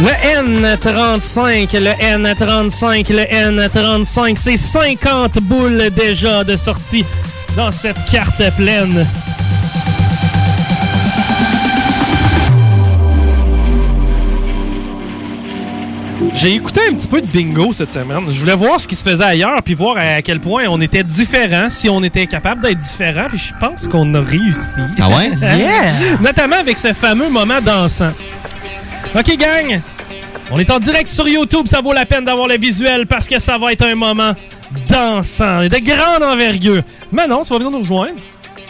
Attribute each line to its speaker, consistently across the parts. Speaker 1: Le N35, le N35, le N35, c'est 50 boules déjà de sortie dans cette carte pleine. J'ai écouté un petit peu de bingo cette semaine. Je voulais voir ce qui se faisait ailleurs, puis voir à quel point on était différents, si on était capable d'être différents, puis je pense qu'on a réussi.
Speaker 2: Ah ouais?
Speaker 3: Yeah!
Speaker 1: Notamment avec ce fameux moment dansant. OK, gang! On est en direct sur YouTube, ça vaut la peine d'avoir le visuel parce que ça va être un moment dansant et de grande envergure. Manon, tu vas venir nous rejoindre?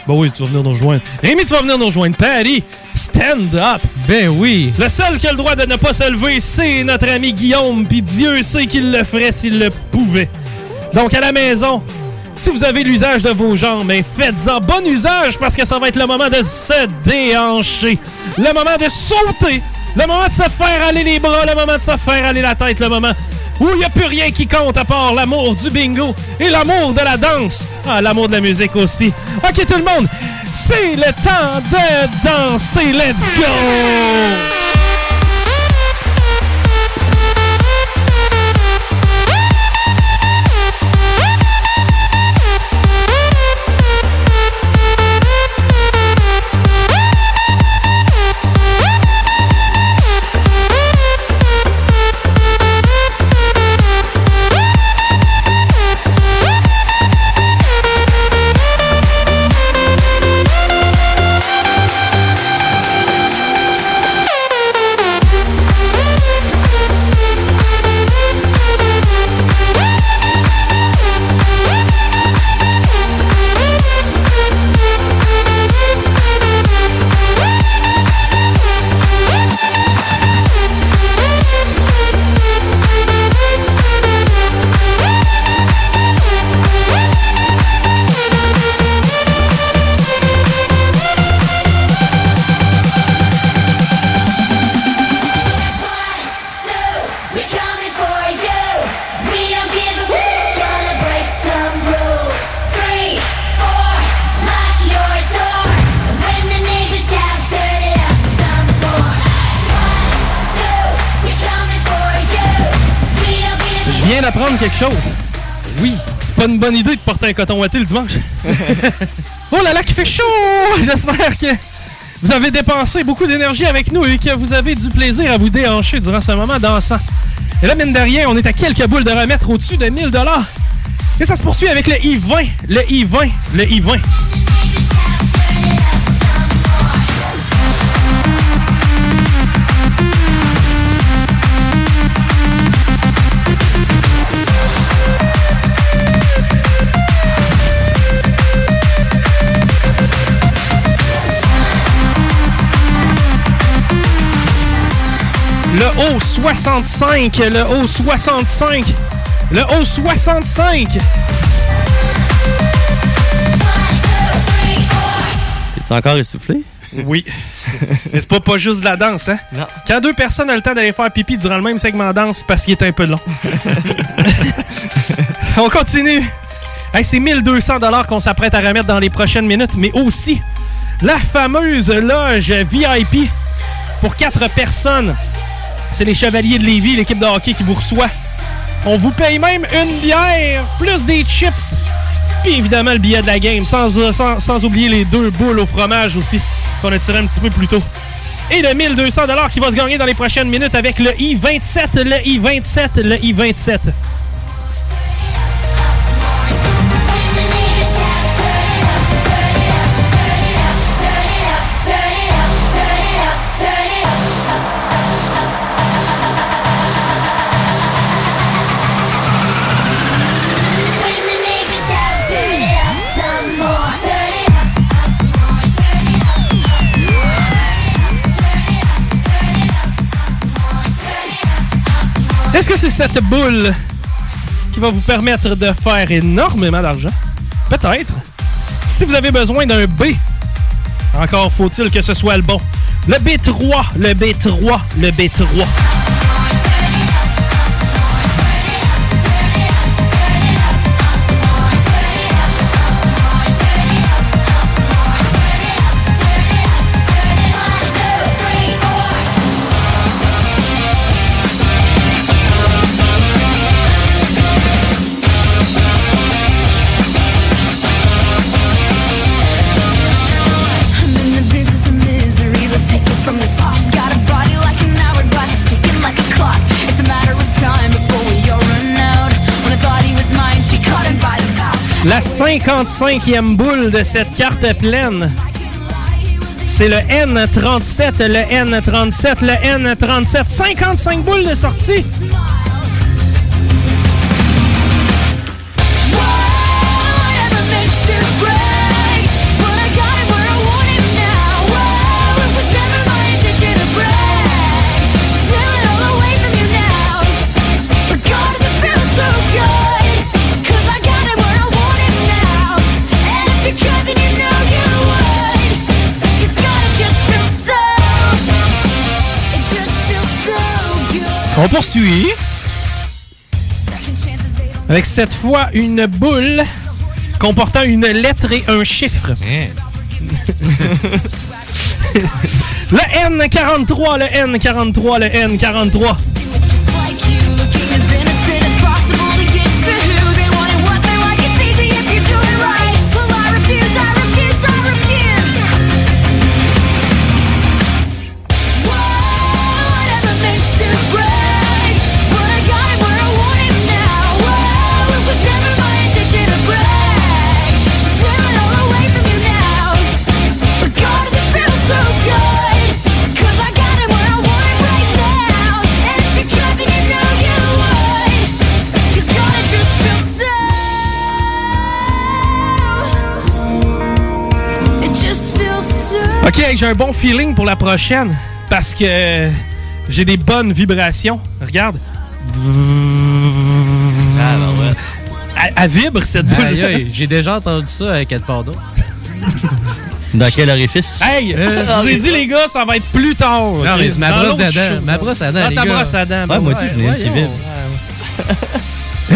Speaker 1: Ben oui, tu vas venir nous rejoindre. Rémi, tu vas venir nous rejoindre. Paris, stand up!
Speaker 3: Ben oui!
Speaker 1: Le seul qui a le droit de ne pas se lever, c'est notre ami Guillaume, puis Dieu sait qu'il le ferait s'il le pouvait. Donc, à la maison, si vous avez l'usage de vos jambes, ben faites-en bon usage parce que ça va être le moment de se déhancher, le moment de sauter, le moment de se faire aller les bras, le moment de se faire aller la tête, le moment où il n'y a plus rien qui compte à part l'amour du bingo et l'amour de la danse. Ah, l'amour de la musique aussi. Ok, tout le monde, c'est le temps de danser. Let's go!
Speaker 4: We're coming for you. We don't give a Gonna break some rules. Three, four, lock your door. And when the neighbors shout, turn it up some more. One, two, we're coming for you. We don't give a
Speaker 1: Je viens d'apprendre quelque chose. Oui, c'est pas une bonne idée de porter un coton ouaté le dimanche. oh là là, qui fait chaud! J'espère que vous avez dépensé beaucoup d'énergie avec nous et que vous avez du plaisir à vous déhancher durant ce moment dansant. Et là, mine de rien, on est à quelques boules de remettre au-dessus de 1000 Et ça se poursuit avec le I-20, le I-20, le I-20.
Speaker 4: neighbors shout, turn it up some more.
Speaker 1: Le haut 65, le haut 65, le haut
Speaker 4: One,
Speaker 1: 65.
Speaker 4: two, three, four.
Speaker 2: T'es-tu encore essoufflé?
Speaker 1: Oui. Mais c'est pas, pas juste de la danse, hein?
Speaker 2: Non.
Speaker 1: Quand deux personnes ont le temps d'aller faire pipi durant le même segment danse, c'est parce qu'il est un peu long. On continue. Hey, c'est 1200 dollars qu'on s'apprête à remettre dans les prochaines minutes, mais aussi la fameuse loge VIP pour quatre personnes. C'est les Chevaliers de Lévis, l'équipe de hockey qui vous reçoit. On vous paye même une bière, plus des chips, puis évidemment le billet de la game, sans, euh, sans, sans oublier les deux boules au fromage aussi, qu'on a tiré un petit peu plus tôt. Et le 1200 qui va se gagner dans les prochaines minutes avec le I-27, le I-27, le I-27. Est-ce que c'est cette boule qui va vous permettre de faire énormément d'argent? Peut-être. Si vous avez besoin d'un B, encore faut-il que ce soit le bon. Le B3, le B3, le B3.
Speaker 2: I'm in the business of misery. Let's take it from the top. She's got a body like an hourglass, ticking like a clock. It's a matter of time before we all run out. When I thought he was mine, she caught him by the mouth.
Speaker 1: La 55e boule de cette carte pleine, c'est le N37, le N37, le N37. 55 boules de sortie! On poursuit avec cette fois une boule comportant une lettre et un chiffre. Le N43, le N43, le N43.
Speaker 2: Just like you, looking as innocent as possible to get to who they want and what they like. It's easy if you do it right. Well, I refuse, I refuse, I refuse. Whatever makes it right. What I got and what I want it now. Whoa, it was never my intention to brag. Just live it all away from you now. But God, does it feel so good? 'Cause I got it where I want it right now. And if you could, then you know you would. 'Cause God, it just feels so. It just feels so.
Speaker 1: Ok, hey, j'ai un bon feeling pour la prochaine parce que euh, j'ai des bonnes vibrations. Regarde. Elle, elle vibre cette boule.
Speaker 3: Ah, bah Aïe, aïe, j'ai déjà entendu ça avec Ed Pardo. Dans quel orifice?
Speaker 1: Hey, je vous ai dit les gars, ça va être plus tard.
Speaker 3: Euh, Non,
Speaker 1: ok?
Speaker 3: mais c'est ma
Speaker 1: Dans
Speaker 3: brosse
Speaker 1: l'autre
Speaker 3: à dents.
Speaker 1: show.
Speaker 3: Ma brosse à dents,
Speaker 1: Dans
Speaker 3: les
Speaker 1: ta
Speaker 3: gars.
Speaker 1: brosse à dents.
Speaker 3: Ouais,
Speaker 1: bon.
Speaker 3: moi aussi, je venais de qui vibre.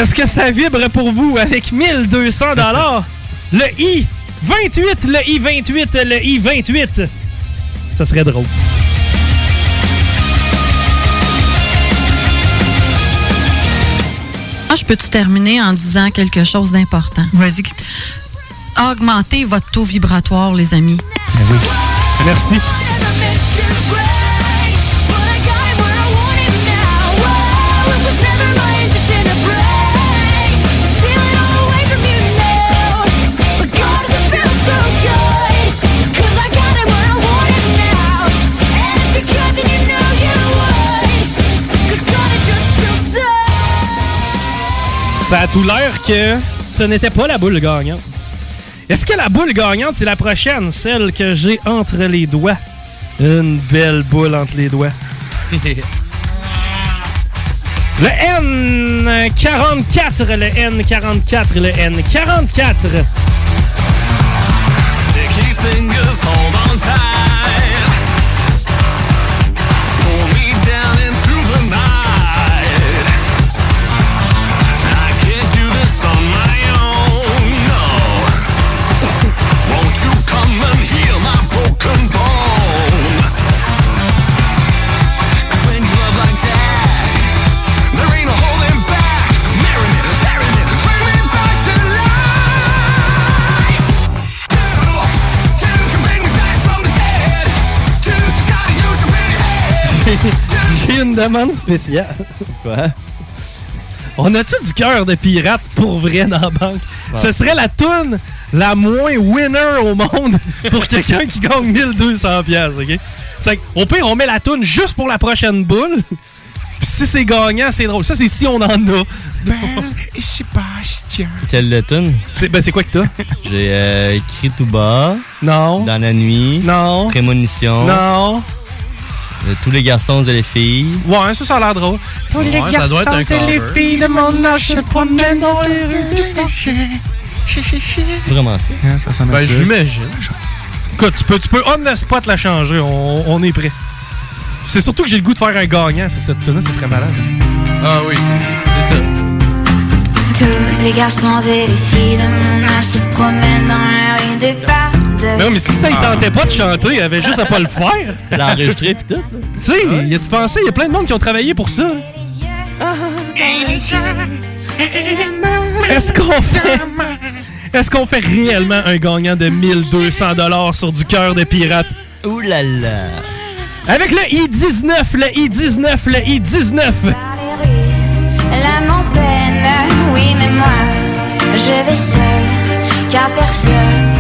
Speaker 1: Est-ce que ça vibre pour vous avec 1200 dollars Le I 28, le I 28, le I 28. Ça serait drôle.
Speaker 5: Moi, Ah, je peux-tu terminer en disant quelque chose d'important? Vas-y. Augmentez votre taux vibratoire, les amis.
Speaker 1: Merci. Ça a tout l'air que ce n'était pas la boule gagnante. Est-ce que la boule gagnante, c'est la prochaine, celle que j'ai entre les doigts? Une belle boule entre les doigts. le N44, le N44, le N44.
Speaker 6: Won't you come and heal my broken bone?
Speaker 1: J'ai une demande spéciale.
Speaker 7: hein?
Speaker 3: Quoi?
Speaker 1: On a-tu du cœur de pirate pour vrai dans la banque? Ce serait la toune la moins winner au monde pour quelqu'un qui gagne 1200 pièces, OK? C'est que, au pire, on met la toune juste pour la prochaine boule. Puis si c'est gagnant, c'est drôle. Ça, c'est si on en a.
Speaker 6: et Sébastien.
Speaker 3: Quelle letton?
Speaker 1: C'est, ben, c'est quoi que t'as?
Speaker 3: J'ai euh, écrit tout bas,
Speaker 1: Non.
Speaker 3: dans la nuit,
Speaker 1: Non.
Speaker 3: prémonition,
Speaker 1: Non.
Speaker 3: euh, tous les garçons et les filles.
Speaker 1: Ouais, ça, ça a l'air drôle. Tous les
Speaker 6: Ouais, ça doit être un
Speaker 1: garçons et les
Speaker 6: cover.
Speaker 1: filles de mon âge se promènent dans les rues.
Speaker 3: C'est vraiment Hein, ça.
Speaker 6: Ça, ça
Speaker 1: Ben, j'imagine. Écoute, tu peux, tu peux on the spot la changer, on, on est prêt. C'est surtout que j'ai le goût de faire un gagnant sur cette tune là ça serait malade.
Speaker 6: Ah oui, c'est ça.
Speaker 2: Tous les garçons et les filles de mon âge se promènent dans la rue des bars de
Speaker 1: Non, mais si ça, il tentait pas de chanter, il avait juste à pas le faire.
Speaker 3: T'as enregistré Ah. pis tout? ça?
Speaker 1: Tu sais, y a-tu pensé, y a plein de monde qui ont travaillé pour ça.
Speaker 2: Ah.
Speaker 1: Est-ce qu'on fait. Est-ce qu'on fait réellement un gagnant de 1200$ sur du cœur de pirate?
Speaker 3: Ouh là là!
Speaker 1: Avec le I-19, le I-19, le I-19!
Speaker 2: par les rues, la montagne. Oui, mais moi, je vais seul, car personne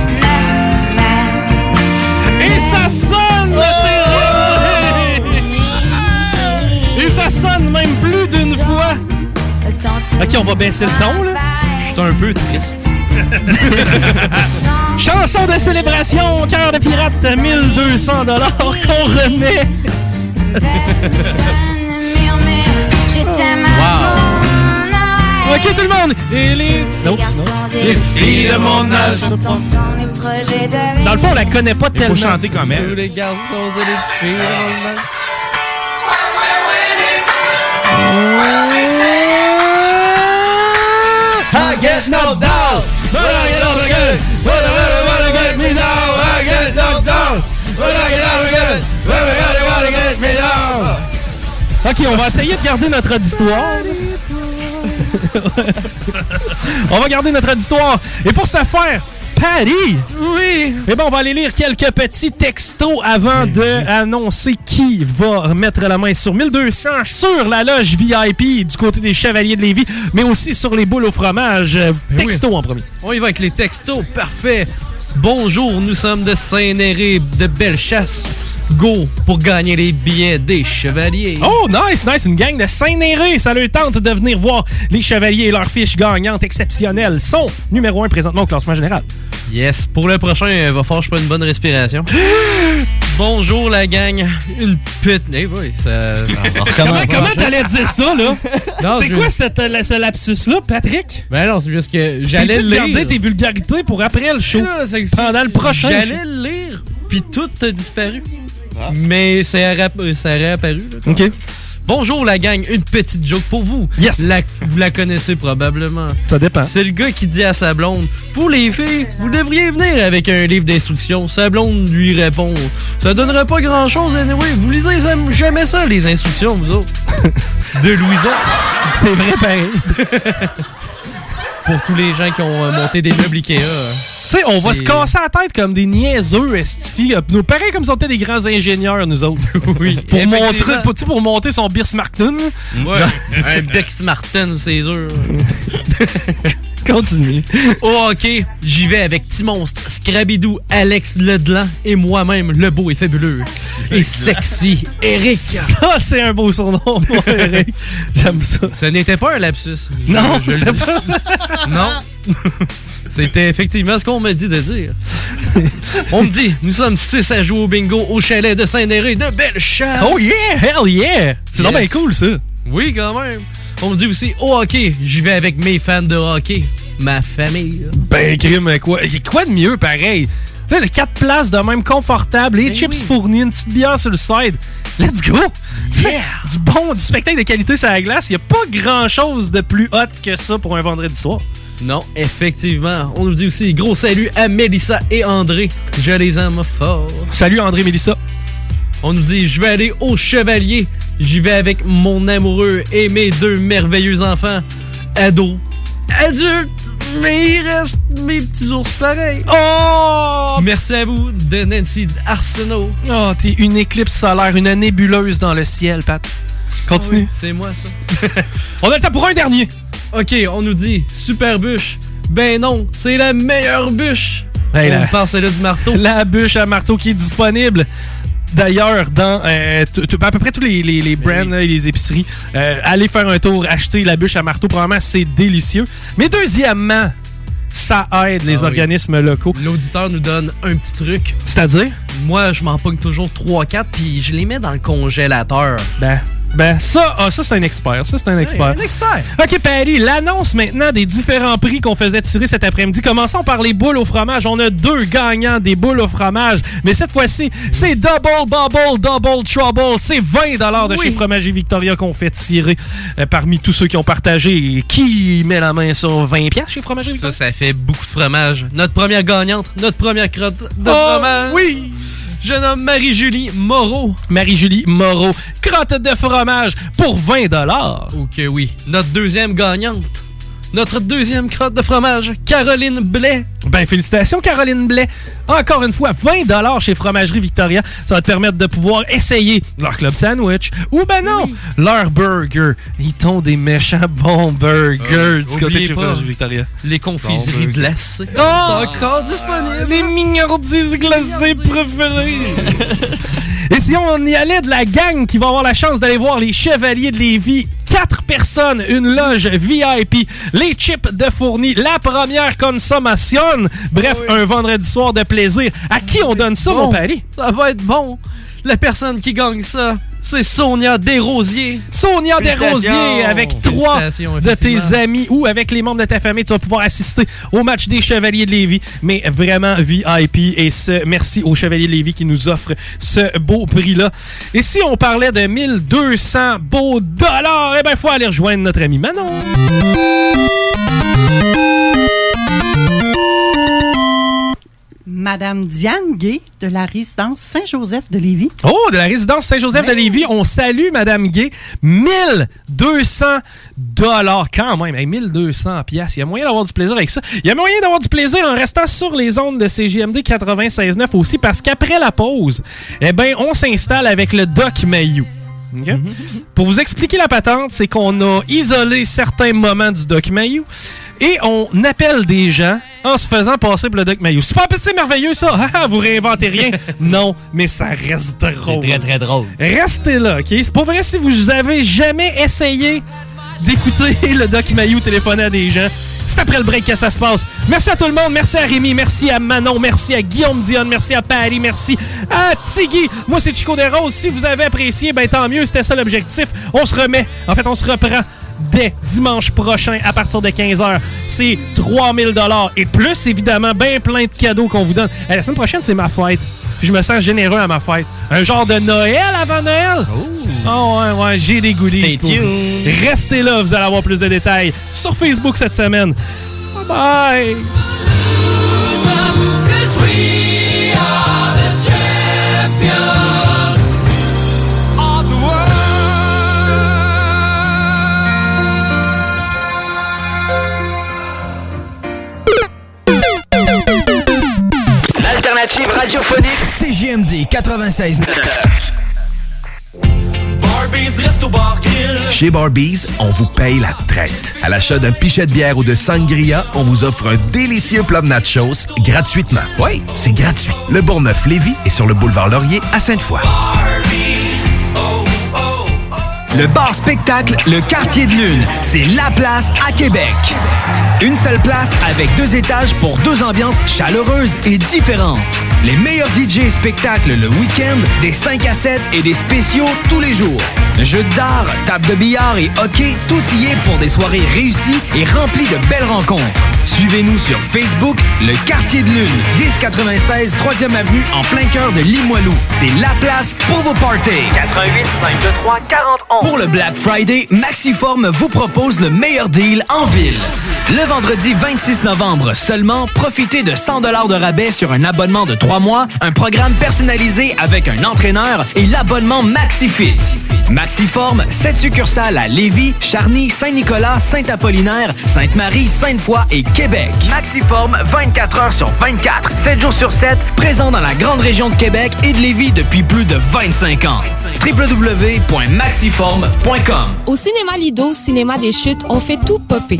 Speaker 2: ne m'aime. Oh,
Speaker 1: Et ça sonne, c'est vrai! Et ça sonne même plus d'une fois!
Speaker 2: Autant tout
Speaker 1: Ok, on va baisser le ton, là.
Speaker 2: pareil.
Speaker 1: un peu triste. Chanson de célébration, cœur de pirate, 1200 dollars qu'on remet.
Speaker 2: Personne ne murmure, je t'aime à mon oreille.
Speaker 1: Ok, tout le monde. Et les... Non, sinon.
Speaker 2: Les
Speaker 6: filles de mon âge.
Speaker 2: Attention, les projets d'avenir.
Speaker 1: Dans le fond, on la connaît pas
Speaker 6: Il
Speaker 1: tellement.
Speaker 6: faut chanter comme
Speaker 3: Tous
Speaker 6: elle.
Speaker 3: les garçons et les filles. I get no doubt, but I get up again. But I don't wanna get me down. I get no doubt, but I get up again. But I don't wanna get me down.
Speaker 1: Ok, on va essayer de garder notre auditoire. on va garder notre auditoire. Et pour ça faire, Paris! Oui! Eh bien, on va aller lire quelques petits textos avant de annoncer qui va mettre la main sur 1200 sur la loge VIP du côté des Chevaliers de Lévis, mais aussi sur les boules au fromage. Euh,
Speaker 3: oui.
Speaker 1: Texto en premier.
Speaker 3: On y va avec les textos, parfait. Bonjour, nous sommes de Saint-Néré, de Bellechasse. Go pour gagner les billets des chevaliers.
Speaker 1: Oh, nice, nice, une gang de Saint-Néré. Ça leur tente de venir voir les Chevaliers et leurs fiches gagnantes exceptionnelles. Sont numéro 1 présentement au classement général.
Speaker 3: Yes, pour le prochain, il va falloir que je prenne une bonne respiration. Bonjour la gang. Une pute. Eh oui, ça.
Speaker 1: Comment comment t'allais dire ça, là?
Speaker 3: Non,
Speaker 1: C'est
Speaker 3: je-
Speaker 1: quoi cette, euh, ce lapsus-là, Patrick?
Speaker 3: Ben non, c'est juste que j'allais
Speaker 1: T'es-tu de garder
Speaker 3: lire.
Speaker 1: tes vulgarités pour après le show.
Speaker 3: Là, c'est-
Speaker 1: Pendant le prochain.
Speaker 3: Ah, J'allais le lire, puis tout a disparu.
Speaker 1: Ah.
Speaker 3: Mais ça a, rap- euh, ça a réapparu. là.
Speaker 1: OK.
Speaker 3: Bonjour la gang, une petite joke pour vous.
Speaker 1: Yes.
Speaker 3: La- vous la connaissez probablement.
Speaker 1: Ça dépend.
Speaker 3: C'est le gars qui dit à sa blonde Pour les filles, vous devriez venir avec un livre d'instructions. Sa blonde lui répond Ça donnera pas grand chose, anyway. Vous lisez jamais ça, les instructions, vous autres. De Louison.
Speaker 1: C'est vrai pareil. tu
Speaker 3: Pour tous les gens qui ont euh, monté des meubles Ikea. euh,
Speaker 1: sais, on va
Speaker 3: C'est-
Speaker 1: se casser la tête comme des niaiseux, estifi. Nous, pareil comme si on était des grands ingénieurs, nous autres.
Speaker 3: Oui.
Speaker 1: Pour
Speaker 3: effectivement.
Speaker 1: montrer, pour, tu sais, pour monter son Beers Martin.
Speaker 3: Ouais. un Bex Martin, c'est sûr.
Speaker 1: Continue.
Speaker 3: Oh, ok. J'y vais avec Petit Monstre, Scrabidou, Alex Ledlan et moi-même, le beau et fabuleux. Et sexy, Eric.
Speaker 1: Ça, c'est un beau surnom, mon Eric. J'aime ça.
Speaker 3: Ce n'était pas un lapsus. Je-
Speaker 1: Non,
Speaker 3: je le
Speaker 1: c'était
Speaker 3: dis.
Speaker 1: pas...
Speaker 3: Non. C'était effectivement ce qu'on m'a dit de dire. On me dit, nous sommes six à jouer au bingo au chalet de Saint-Néré de Bellechasse.
Speaker 1: Oh yeah, hell yeah! C'est
Speaker 3: Yes.
Speaker 1: donc bien cool, ça.
Speaker 3: Oui, quand même. On me dit aussi, au hockey, j'y vais avec mes fans de hockey. Ma famille.
Speaker 1: Ben, crime, quoi, y a quoi de mieux pareil? Tu sais, les quatre places de même confortable,
Speaker 3: Ben
Speaker 1: les chips fournis, une petite bière sur le side. Let's go! Tu sais, Du bon, du spectacle de qualité sur la glace, y a pas grand chose de plus hot que ça pour un vendredi soir.
Speaker 3: Non, effectivement. On nous dit aussi, gros salut à Mélissa et André. Je les aime fort.
Speaker 1: Salut André Mélissa.
Speaker 3: On nous dit, je vais aller au chevalier. J'y vais avec mon amoureux et mes deux merveilleux enfants. Ados. adulte, mais il reste mes petits ours pareils. Oh! Merci à vous de Nancy Arsenault.
Speaker 1: Oh, t'es une éclipse solaire, une nébuleuse dans le ciel, Pat. Continue.
Speaker 3: Ah oui, c'est moi, ça.
Speaker 1: On a le temps pour un dernier.
Speaker 3: OK, on nous dit super bûche. Ben non, c'est la meilleure bûche.
Speaker 1: Hey,
Speaker 3: on
Speaker 1: la-
Speaker 3: pense à là du marteau.
Speaker 1: La bûche à marteau qui est disponible. D'ailleurs, dans euh, t- t- à peu près tous les, les,
Speaker 3: Eh
Speaker 1: les brands là, et les épiceries, euh, allez faire un tour, acheter la bûche à marteau. Premièrement, c'est délicieux. Mais deuxièmement, ça aide les
Speaker 3: Ah oui.
Speaker 1: organismes locaux.
Speaker 3: L'auditeur nous donne un petit truc.
Speaker 1: C'est-à-dire,
Speaker 3: Moi, je m'en pogne toujours 3-4 puis je les mets dans le congélateur.
Speaker 1: ben, ben ça, ah, ça c'est un expert. Ça, c'est un expert.
Speaker 3: Hey, un expert.
Speaker 1: OK, Paris, l'annonce maintenant des différents prix qu'on faisait tirer cet après-midi. Commençons par les boules au fromage. On a deux gagnants des boules au fromage. Mais cette fois-ci, c'est Double Bubble, Double Trouble. C'est 20 de
Speaker 3: Oui.
Speaker 1: chez Fromagerie Victoria qu'on fait tirer euh, parmi tous ceux qui ont partagé. Et Qui met la main sur 20 piastres chez Fromagerie
Speaker 3: Ça,
Speaker 1: Victoria?
Speaker 3: ça fait beaucoup de fromage. Notre première gagnante, notre première crotte de
Speaker 1: Oh,
Speaker 3: fromage.
Speaker 1: oui!
Speaker 3: Je nomme Marie-Julie Moreau.
Speaker 1: Marie-Julie Moreau, crotte de fromage pour 20
Speaker 3: Ok, oui. Notre deuxième gagnante. Notre deuxième crotte de fromage, Caroline Blais.
Speaker 1: Ben, félicitations, Caroline Blais. Encore une fois, 20 chez Fromagerie Victoria. Ça va te permettre de pouvoir essayer leur club sandwich ou, ben non, leur burger. Ils t'ont des méchants bons burgers
Speaker 3: Euh,
Speaker 1: du côté de
Speaker 3: oubliez
Speaker 1: chez
Speaker 3: pas.
Speaker 1: Fromagerie Victoria.
Speaker 3: Les confiseries
Speaker 1: Bon,
Speaker 3: glacées.
Speaker 1: Oh!
Speaker 3: Encore disponible.
Speaker 1: Les mignardises glacées préférées. Et si on y allait de la gang qui va avoir la chance d'aller voir les Chevaliers de Lévis, quatre personnes, une loge VIP, les chips de fourni, la première consommation, bref, un vendredi soir de plaisir. À qui on donne ça, mon
Speaker 3: Ah Bon.
Speaker 1: pari?
Speaker 3: Ça va être bon. La personne qui gagne ça, c'est Sonia Desrosiers.
Speaker 1: Sonia Desrosiers
Speaker 3: Félicitations.
Speaker 1: avec trois
Speaker 3: Félicitations,
Speaker 1: de tes
Speaker 3: effectivement.
Speaker 1: amis ou avec les membres de ta famille. Tu vas pouvoir assister au match des Chevaliers de Lévis, mais vraiment VIP. Et ce, merci aux Chevaliers de Lévis qui nous offrent ce beau prix-là. Et si on parlait de 1200 beaux dollars, eh bien, faut aller rejoindre notre ami Manon.
Speaker 8: Madame Diane Gay de la résidence Saint-Joseph de Lévis.
Speaker 1: Oh, de la résidence Saint-Joseph de Lévis, on salue Madame Gay. 1200 dollars quand même. Hey, 1200 pièces. Il y a moyen d'avoir du plaisir avec ça. Il y a moyen d'avoir du plaisir en restant sur les ondes de CGMD 96.9 aussi parce qu'après la pause, eh ben, on s'installe avec le Doc Mayou. OK? Pour vous expliquer la patente, c'est qu'on a isolé certains moments du Doc Mayou et on appelle des gens en se faisant passer pour le Doc Mayou. C'est pas c'est merveilleux ça. Ah, ah, vous réinventez rien. non, mais ça reste drôle.
Speaker 3: drôle.
Speaker 1: Restez là, OK? C'est pas vrai si vous avez jamais essayé d'écouter le Doc Mayou téléphoner à des gens. C'est après le break que ça se passe. Merci à tout le monde. Merci à Rémi. Merci à Manon. Merci à Guillaume Dionne. Merci à Paris. Merci à Tiggy. Moi, c'est Chico Des Roses. Si vous avez apprécié, ben tant mieux. C'était ça l'objectif. On se remet. En fait, on se reprend dès dimanche prochain à partir de 15h. C'est 3000 dollars et plus, évidemment, bien plein de cadeaux qu'on vous donne. Eh, la semaine prochaine, c'est ma fête. Je me sens généreux à ma fête. Un genre de Noël avant Noël? Oh, ouais, ouais, j'ai des goodies.
Speaker 3: Stay
Speaker 1: pour vous. Restez là, vous allez avoir plus de détails sur Facebook cette semaine. Bye bye!
Speaker 9: L'alternative radiophonique.
Speaker 10: CGMD 96.
Speaker 9: Chez Barbies, on vous paye la traite. À l'achat d'un pichet de bière ou de sangria, on vous offre un délicieux plat de nachos gratuitement. Oui, c'est gratuit. Le Bourgneuf-Lévis est sur le boulevard Laurier à Sainte-Foy.
Speaker 10: Le bar spectacle Le Quartier de Lune, c'est la place à Québec. Une seule place avec deux étages pour deux ambiances chaleureuses et différentes. Les meilleurs DJ et spectacles le week-end, des 5 à 7 et des spéciaux tous les jours. Jeux d'art, table de billard et hockey, tout y est pour des soirées réussies et remplies de belles rencontres. Suivez-nous sur Facebook, le quartier de lune, 1096 3e avenue en plein cœur de Limoilou. C'est la place pour vos parties. 88 523 41. Pour le Black Friday, Maxiform vous propose le meilleur deal en ville. Le vendredi 26 novembre seulement, profitez de 100 de rabais sur un abonnement de 3 mois, un programme personnalisé avec un entraîneur et l'abonnement MaxiFit. MaxiForm, 7 succursales à Lévis, Charny, Saint-Nicolas, Saint-Apollinaire, Sainte-Marie, Sainte-Foy et Québec. MaxiForm, 24 heures sur 24, 7 jours sur 7, présent dans la grande région de Québec et de Lévis depuis plus de 25 ans. www.maxiform.com
Speaker 11: Au cinéma Lido, cinéma des chutes, on fait tout popper.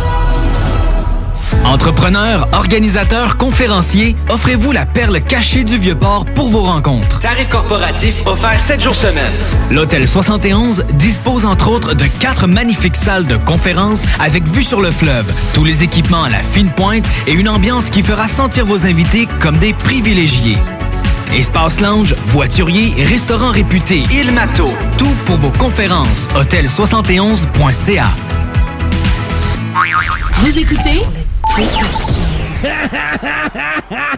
Speaker 10: Entrepreneurs, organisateurs, conférenciers, offrez-vous la perle cachée du Vieux-Port pour vos rencontres. Tarifs corporatifs offerts 7 jours semaine. L'Hôtel 71 dispose entre autres de quatre magnifiques salles de conférences avec vue sur le fleuve, tous les équipements à la fine pointe et une ambiance qui fera sentir vos invités comme des privilégiés. Espace lounge, voiturier, restaurant réputé, Il Mato, tout pour vos conférences. Hôtel71.ca.
Speaker 11: Vous écoutez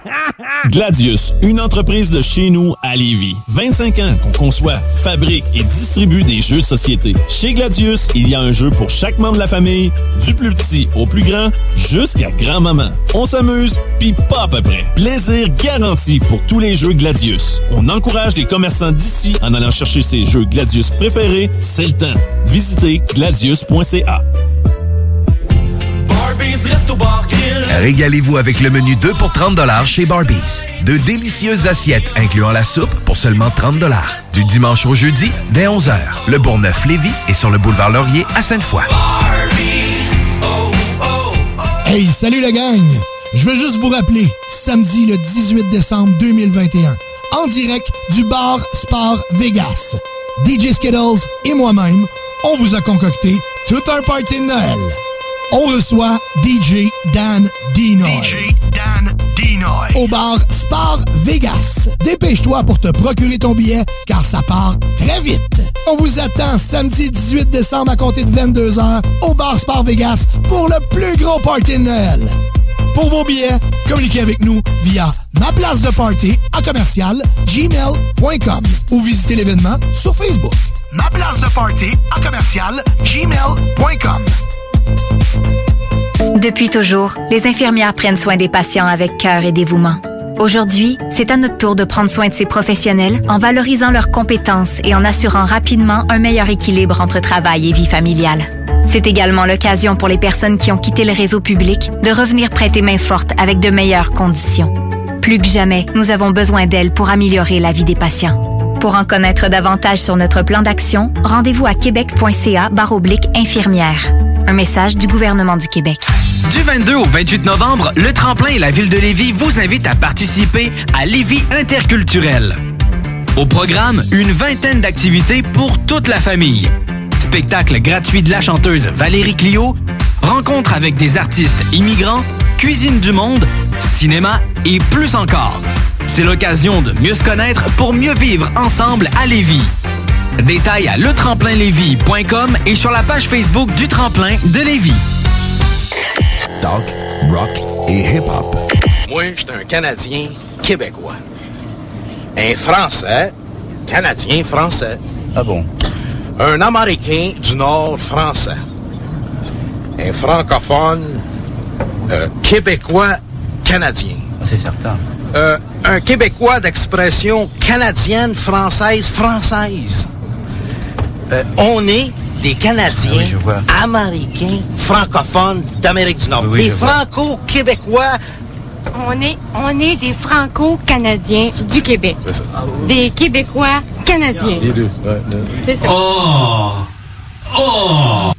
Speaker 7: Gladius, une entreprise de chez nous à Lévis. 25 ans qu'on conçoit, fabrique et distribue des jeux de société. Chez Gladius, il y a un jeu pour chaque membre de la famille, du plus petit au plus grand, jusqu'à grand-maman. On s'amuse, puis pas à peu près. Plaisir garanti pour tous les jeux Gladius. On encourage les commerçants d'ici en allant chercher ses jeux Gladius préférés, c'est le temps. Visitez gladius.ca.
Speaker 9: Régalez-vous avec le menu 2 pour 30 chez Barbies. De délicieuses assiettes incluant la soupe pour seulement 30 Du dimanche au jeudi, dès 11h, le Bourgneuf-Lévis est sur le boulevard Laurier à Sainte-Foy.
Speaker 12: Hey, salut la gang! Je veux juste vous rappeler, samedi le 18 décembre 2021, en direct du bar Sport Vegas, DJ Skittles et moi-même, on vous a concocté tout un party de Noël. On reçoit DJ Dan Dinoy. Dan Dinoy. Au bar Sport Vegas. Dépêche-toi pour te procurer ton billet, car ça part très vite. On vous attend samedi 18 décembre à compter de 22h au bar Sport Vegas pour le plus gros party de Noël. Pour vos billets, communiquez avec nous via ma place de party à commercial gmail.com ou visitez l'événement sur Facebook. Ma place de party à commercial gmail.com.
Speaker 13: Depuis toujours, les infirmières prennent soin des patients avec cœur et dévouement. Aujourd'hui, c'est à notre tour de prendre soin de ces professionnels en valorisant leurs compétences et en assurant rapidement un meilleur équilibre entre travail et vie familiale. C'est également l'occasion pour les personnes qui ont quitté le réseau public de revenir prêter main forte avec de meilleures conditions. Plus que jamais, nous avons besoin d'elles pour améliorer la vie des patients. Pour en connaître davantage sur notre plan d'action, rendez-vous à québec.ca baroblique infirmière. Un message du gouvernement du Québec.
Speaker 10: Du 22 au 28 novembre, le Tremplin et la Ville de Lévis vous invitent à participer à Lévis interculturel. Au programme, une vingtaine d'activités pour toute la famille. Spectacle gratuit de la chanteuse Valérie Clio, rencontre avec des artistes immigrants, cuisine du monde, cinéma et plus encore. C'est l'occasion de mieux se connaître pour mieux vivre ensemble à Lévis. Détails à letremplinlévis.com et sur la page Facebook du Tremplin de Lévis.
Speaker 2: Talk, rock et hip-hop.
Speaker 14: Moi, je suis un Canadien québécois. Un Français, Canadien français. Ah bon? Un Américain du Nord français. Un francophone euh, québécois canadien. Ah, C'est certain. un Québécois d'expression canadienne, française, française. Euh, on est des Canadiens,
Speaker 15: Ah
Speaker 14: Américains, francophones d'Amérique du Nord.
Speaker 15: Oui, oui,
Speaker 14: des
Speaker 15: je vois.
Speaker 14: Franco-Québécois
Speaker 15: On est, on est des Franco-Canadiens du Québec. Des Québécois canadiens. C'est ça.
Speaker 16: Oh!
Speaker 2: Oh!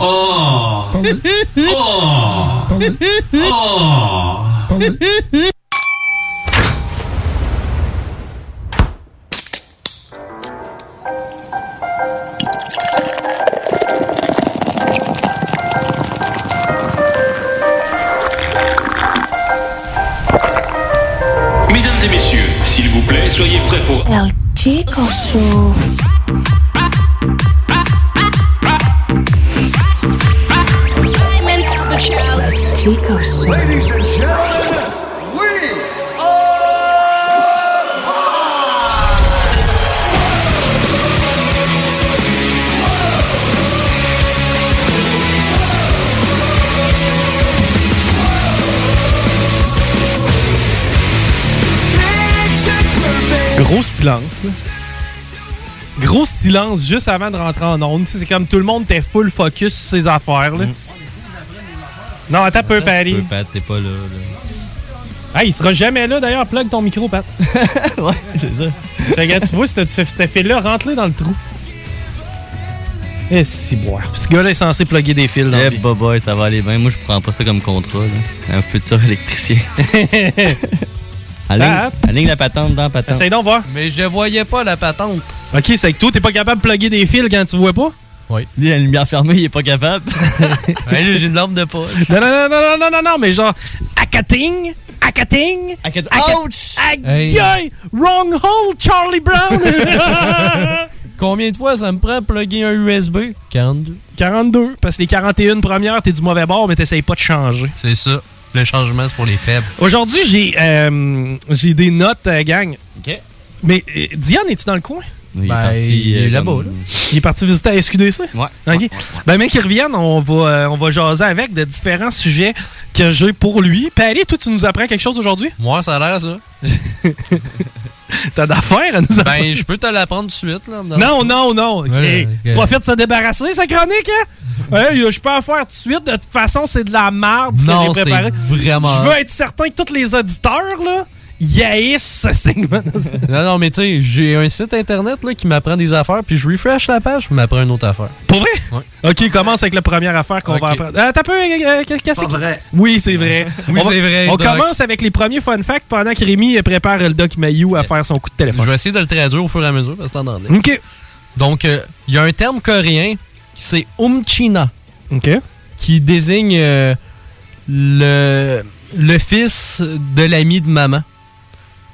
Speaker 2: Oh! Oh!
Speaker 13: Mesdames et messieurs, s'il vous plaît, soyez prêts pour...
Speaker 2: El Chico Show. Chico Show. Ladies and gentlemen, we
Speaker 1: Gros silence, là. Gros silence juste avant de rentrer en onde. Tu sais, C'est comme tout le monde était full focus sur ses affaires, là. Non, attends un peu, Paris.
Speaker 3: Pat, t'es pas là.
Speaker 1: Ah, il sera jamais là, d'ailleurs. Plug ton micro, Pat. ouais, c'est ça. Fait que, tu vois, ce ce fil-là, rentre-le dans le trou. Et si boire. Ce gars-là est censé plugger des fils.
Speaker 3: Eh, bah, boy, ça va aller bien. Moi, je prends pas ça comme contrat. là. Un futur électricien. Aligne,
Speaker 1: Pat?
Speaker 3: aligne la patente dans la patente.
Speaker 1: Essaye donc voir.
Speaker 3: Mais je voyais pas la patente.
Speaker 1: Ok, c'est avec toi, t'es pas capable de plugger des fils quand tu vois pas?
Speaker 3: Oui. Lui, la lumière fermée, il est pas capable. ouais, lui, j'ai une lampe de poche.
Speaker 1: Non, non, non, non, non, non, non, non, mais genre, hackating, hackating,
Speaker 3: Ouch!
Speaker 1: Aïe, aïe, wrong hole, Charlie Brown!
Speaker 3: Combien de fois ça me prend plugger un USB? 42.
Speaker 1: 42, parce que les 41 premières, t'es du mauvais bord, mais t'essayes pas de changer.
Speaker 3: C'est ça. Le changement, c'est pour les faibles.
Speaker 1: Aujourd'hui, j'ai euh, j'ai des notes, euh, gang.
Speaker 3: OK.
Speaker 1: Mais euh, Diane, es-tu dans le coin?
Speaker 3: Il est parti,
Speaker 1: il est
Speaker 3: euh,
Speaker 1: là-bas,
Speaker 3: comme-
Speaker 1: là. Il est parti visiter à SQDC?
Speaker 3: Ouais.
Speaker 1: OK. Ben, mais qu'il revienne, on va, euh, on va jaser avec de différents sujets que j'ai pour lui. Paris, toi, tu nous apprends quelque chose aujourd'hui?
Speaker 3: Moi, ça a l'air ça.
Speaker 1: T'as d'affaires à nous apprendre?
Speaker 3: Ben, je peux te l'apprendre tout de suite, là. dans-
Speaker 1: Non, non, non. OK.
Speaker 3: Ouais,
Speaker 1: Tu
Speaker 3: ok.
Speaker 1: profites de se débarrasser, sa chronique, hein? Hey, je peux en faire tout de suite. De toute façon, c'est de la merde ce
Speaker 3: Non,
Speaker 1: que j'ai préparé.
Speaker 3: c'est vraiment-
Speaker 1: Je veux être certain que tous les auditeurs, là, y haïssent ce segment.
Speaker 3: Non, non, mais tu sais, j'ai un site internet là, qui m'apprend des affaires, puis je refresh la page, je m'apprends une autre affaire.
Speaker 1: Pour vrai? OK, commence avec la première affaire qu'on va
Speaker 3: Ok.
Speaker 1: apprendre. Euh, T'as peu, euh, euh, qu'est-ce que vrai. Oui, c'est vrai.
Speaker 3: Oui,
Speaker 1: On va-
Speaker 3: c'est vrai,
Speaker 1: On
Speaker 3: Doc.
Speaker 1: commence avec les premiers fun facts pendant que Rémi prépare le Doc
Speaker 3: Euh,
Speaker 1: Mayou à faire son coup de téléphone.
Speaker 3: Je vais essayer de le traduire au fur et à mesure, parce que t'en anglais.
Speaker 1: OK.
Speaker 3: Donc, euh, il y a un terme coréen qui c'est umchina.
Speaker 1: OK.
Speaker 3: Qui désigne euh, le, le fils de l'ami de maman.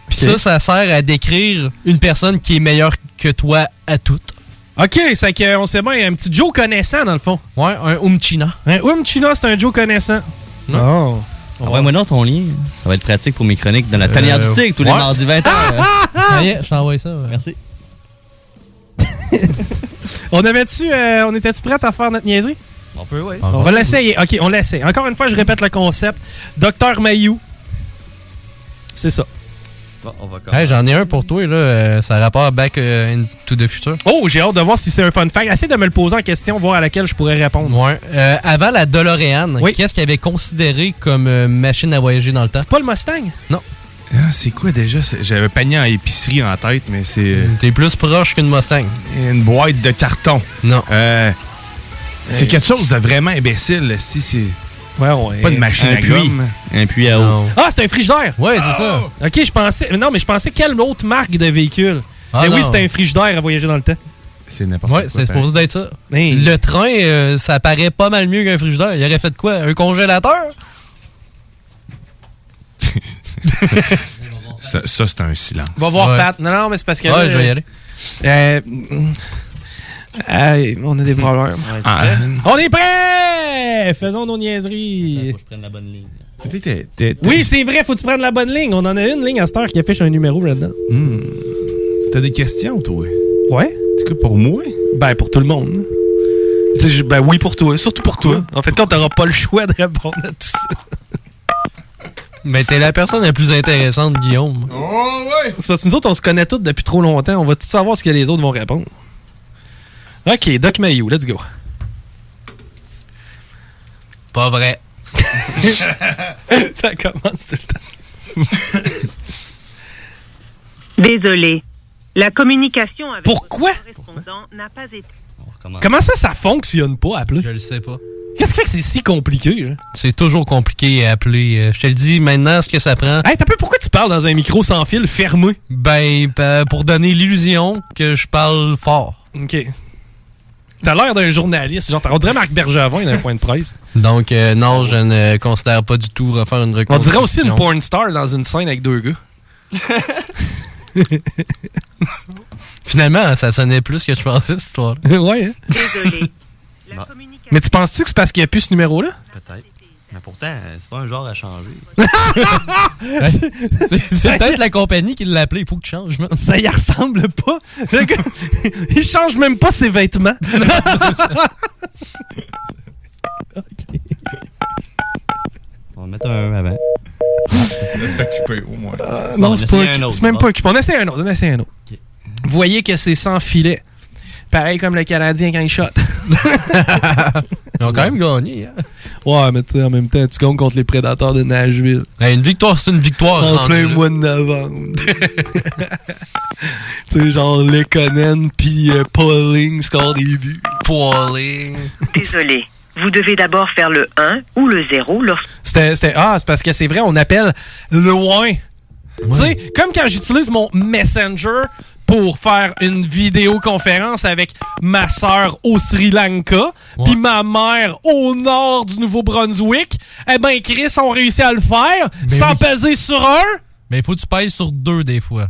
Speaker 3: Puis
Speaker 1: Ok.
Speaker 3: ça, ça sert à décrire une personne qui est meilleure que toi à toutes.
Speaker 1: OK, c'est qu'on sait bien, un petit Joe connaissant, dans le fond.
Speaker 3: Ouais, un umchina.
Speaker 1: Un Umchina, c'est un Joe connaissant. Oh. Non.
Speaker 3: Ah ouais, moi non, ton lien.
Speaker 17: Ça va être pratique pour mes chroniques dans la tanière
Speaker 3: Euh,
Speaker 17: du tigre tous les
Speaker 3: ouais.
Speaker 17: mardis 20h.
Speaker 1: Ah,
Speaker 3: Ça y est, je t'envoie ça. Merci.
Speaker 1: On avait-tu, euh, on était-tu prêts à faire notre niaiserie?
Speaker 17: On peut, oui.
Speaker 1: On va l'essayer. OK, on l'essaie. Encore une fois, je répète le concept. Docteur Mayou. C'est ça.
Speaker 17: on va
Speaker 3: Hey, j'en ai un pour toi, là. euh, ça a rapport à Back euh, into the Future.
Speaker 1: Oh, j'ai hâte de voir si c'est un fun fact. Essaye de me le poser en question, voir à laquelle je pourrais répondre.
Speaker 3: Ouais. Euh, avant la DeLorean, qu'est-ce qu'il avait considéré comme euh, machine à voyager dans le temps?
Speaker 1: C'est pas le Mustang?
Speaker 3: Non.
Speaker 6: Ah, c'est quoi déjà? C'est- J'avais un panier en épicerie en tête, mais c'est. euh,
Speaker 3: T'es plus proche qu'une Mustang.
Speaker 6: Une boîte de carton. Euh,
Speaker 3: Non.
Speaker 6: c'est quelque chose de vraiment imbécile, si c'est. Pas une machine
Speaker 17: un
Speaker 6: à
Speaker 17: puits.
Speaker 6: gomme.
Speaker 17: Un puits à eau.
Speaker 1: Ah, c'est un frigidaire!
Speaker 3: Ouais, c'est
Speaker 1: ça. OK, je pensais. Non, mais je pensais quelle autre marque de véhicule?
Speaker 3: Ah,
Speaker 1: Eh oui,
Speaker 3: non.
Speaker 1: c'était un frigidaire à voyager dans le temps.
Speaker 6: C'est n'importe
Speaker 3: Ouais, c'est supposé d'être ça. Le train, euh, ça paraît pas mal mieux qu'un frigidaire. Il aurait fait quoi? Un congélateur?
Speaker 6: Ça, ça, c'est un silence.
Speaker 1: Va voir Pat. Non, non, mais c'est parce que.
Speaker 6: Ouais,
Speaker 1: là,
Speaker 6: je vais y aller.
Speaker 1: euh, euh, on a des problèmes.
Speaker 6: Ah,
Speaker 1: On est prêts! Faisons nos niaiseries.
Speaker 6: t'es- t'es- t'es-
Speaker 1: Oui, c'est vrai, faut que tu prennes la bonne ligne. On en a une ligne à cette heure qui affiche un numéro là-dedans.
Speaker 6: Hmm. T'as des questions, toi?
Speaker 1: Ouais?
Speaker 6: C'est quoi pour moi?
Speaker 1: Ben, pour tout le monde. Ben oui, pour toi. Surtout pour toi. En fait, quand t'auras pas le choix de répondre à tout ça.
Speaker 3: Mais t'es la personne la plus intéressante, Guillaume.
Speaker 6: Oh, ouais!
Speaker 1: C'est parce que nous autres, on se connaît tous depuis trop longtemps. On va tous savoir ce que les autres vont répondre. OK, Doc Mayou, let's go.
Speaker 3: Pas vrai.
Speaker 1: ça commence tout le temps.
Speaker 18: Désolé. La communication avec
Speaker 1: Pourquoi?
Speaker 18: votre correspondant n'a pas été.
Speaker 1: Comment ça, ça fonctionne pas, à plus? Je
Speaker 3: le sais pas.
Speaker 1: Qu'est-ce qui fait que c'est si compliqué? hein? là?
Speaker 3: C'est toujours compliqué à appeler. Euh, Je te le dis maintenant, ce que ça prend.
Speaker 1: Hey, t'as peu pourquoi tu parles dans un micro sans fil fermé?
Speaker 3: Ben, pa- pour donner l'illusion que je parle fort.
Speaker 1: OK. T'as l'air d'un journaliste. Genre, on dirait Marc Bergevin d'un point de presse.
Speaker 3: Donc, euh, non, je ne considère pas du tout refaire une
Speaker 1: On
Speaker 3: reconstruction.
Speaker 1: dirait aussi une porn star dans une scène avec deux gars.
Speaker 3: Finalement, ça sonnait plus que je pensais, cette histoire
Speaker 1: ouais, hein? Mais tu penses-tu que c'est parce qu'il n'y a plus ce numéro-là?
Speaker 17: Bah, Peut-être. Mais pourtant, c'est pas un genre à changer.
Speaker 3: C'est c'est peut-être la compagnie qui l'a appelé. Il faut que tu changes. man.
Speaker 1: Ça y ressemble pas. Le gars, il change même pas ses vêtements.
Speaker 17: On va mettre un avant.
Speaker 6: C'est occupé, au moins.
Speaker 1: Euh, non, c'est pas. C'est
Speaker 3: hein.
Speaker 1: même pas occupé. On essaie un autre. On essaie un autre. Vous voyez que c'est sans filet. Pareil comme le Canadien quand il shot.
Speaker 3: Ils ont quand même gagné. hein.
Speaker 1: Ouais, mais tu sais, en même temps, tu gagnes contre les prédateurs de Nashville.
Speaker 3: Ben, une victoire, c'est une victoire.
Speaker 1: En
Speaker 3: rendu
Speaker 1: plein
Speaker 3: là.
Speaker 1: mois de novembre. tu sais, genre Lekonen puis euh, Pauling score des buts.
Speaker 3: Pauling.
Speaker 18: Désolé. Vous devez d'abord faire le 1 ou le 0 lorsque...
Speaker 1: C'était, c'était- ah, c'est parce que c'est vrai, on appelle loin. Tu sais, comme quand j'utilise mon Messenger pour faire une vidéoconférence avec ma sœur au Sri Lanka, puis ma mère au nord du Nouveau-Brunswick, eh ben Chris ont réussi à le faire sans peser sur un.
Speaker 3: Mais il faut que tu pèses sur deux des fois.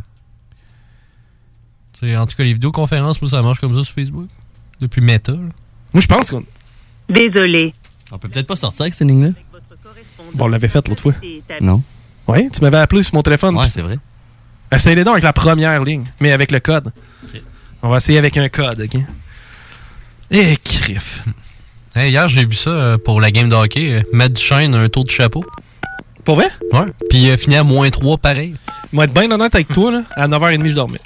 Speaker 3: Tu sais, en tout cas, les vidéoconférences, moi, ça marche comme ça sur Facebook. Depuis Meta.
Speaker 1: Moi, je pense qu'on.
Speaker 18: Désolé.
Speaker 17: On peut peut-être pas sortir avec cette ligne-là.
Speaker 1: Bon, on l'avait fait l'autre fois.
Speaker 17: Non.
Speaker 1: Oui, tu m'avais appelé sur mon téléphone.
Speaker 17: Ouais,
Speaker 1: puis-
Speaker 17: c'est vrai.
Speaker 1: Essayez-les donc avec la première ligne, mais avec le code. On va essayer avec un code, OK? Eh, crif.
Speaker 3: Hey, hier, j'ai vu ça euh, pour la game de hockey. euh, Matt Duchesne a un tour de chapeau.
Speaker 1: Pour vrai?
Speaker 3: Ouais. Puis il a fini à moins 3, pareil.
Speaker 1: Moi, être bien honnête avec toi, là, à 9h30, je dormais.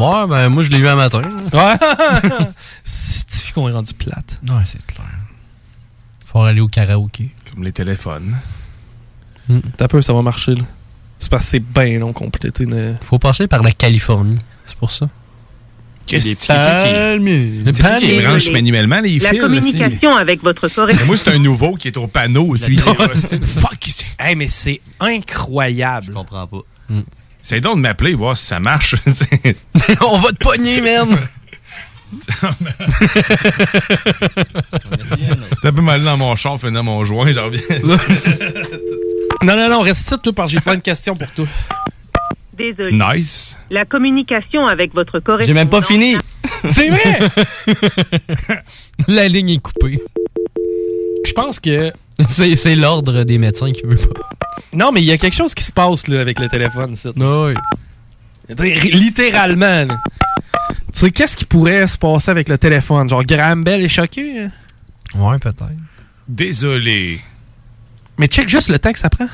Speaker 3: Ouais, ben moi, je l'ai eu un matin.
Speaker 1: Ouais. C'est qu'on est rendu plate.
Speaker 3: Ouais, c'est clair. Faut aller au karaoké.
Speaker 6: Comme les téléphones.
Speaker 1: Hmm. T'as peur, ça va marcher, là. C'est parce que c'est bien long complété. Une...
Speaker 3: Faut passer par la Californie. C'est pour ça.
Speaker 6: Il y a des petits qui-
Speaker 3: Le
Speaker 6: des petits qui
Speaker 3: palmier.
Speaker 6: branchent manuellement les
Speaker 18: La
Speaker 6: fils.
Speaker 18: communication avec votre
Speaker 6: Mais
Speaker 18: correspondant...
Speaker 6: moi, c'est un nouveau qui est au panneau aussi. Fuck,
Speaker 1: Hey, mais c'est incroyable. Je
Speaker 17: comprends pas.
Speaker 6: Hmm. C'est donc de m'appeler, voir si ça marche.
Speaker 3: On va te pogner, man!
Speaker 6: T'as un peu mal dans mon char, dans mon joint, j'en reviens.
Speaker 1: Non, Ah non, non, reste ici, toi, parce que j'ai plein de questions pour toi.
Speaker 18: Désolé.
Speaker 6: Nice.
Speaker 18: La communication avec votre correspondant...
Speaker 3: J'ai même pas fini.
Speaker 1: C'est vrai!
Speaker 3: la ligne est coupée.
Speaker 1: Je pense que.
Speaker 3: C'est c'est l'ordre des médecins qui veut pas.
Speaker 1: Non, mais il y a quelque chose qui se passe, là, avec le téléphone, ici.
Speaker 3: Ah Oui.
Speaker 1: Littéralement, là. Tu sais, qu'est-ce qui pourrait se passer avec le téléphone? Genre, Graham Bell est choqué? hein?
Speaker 3: Ouais, peut-être.
Speaker 6: Désolé.
Speaker 1: Mais check juste le temps que ça prend.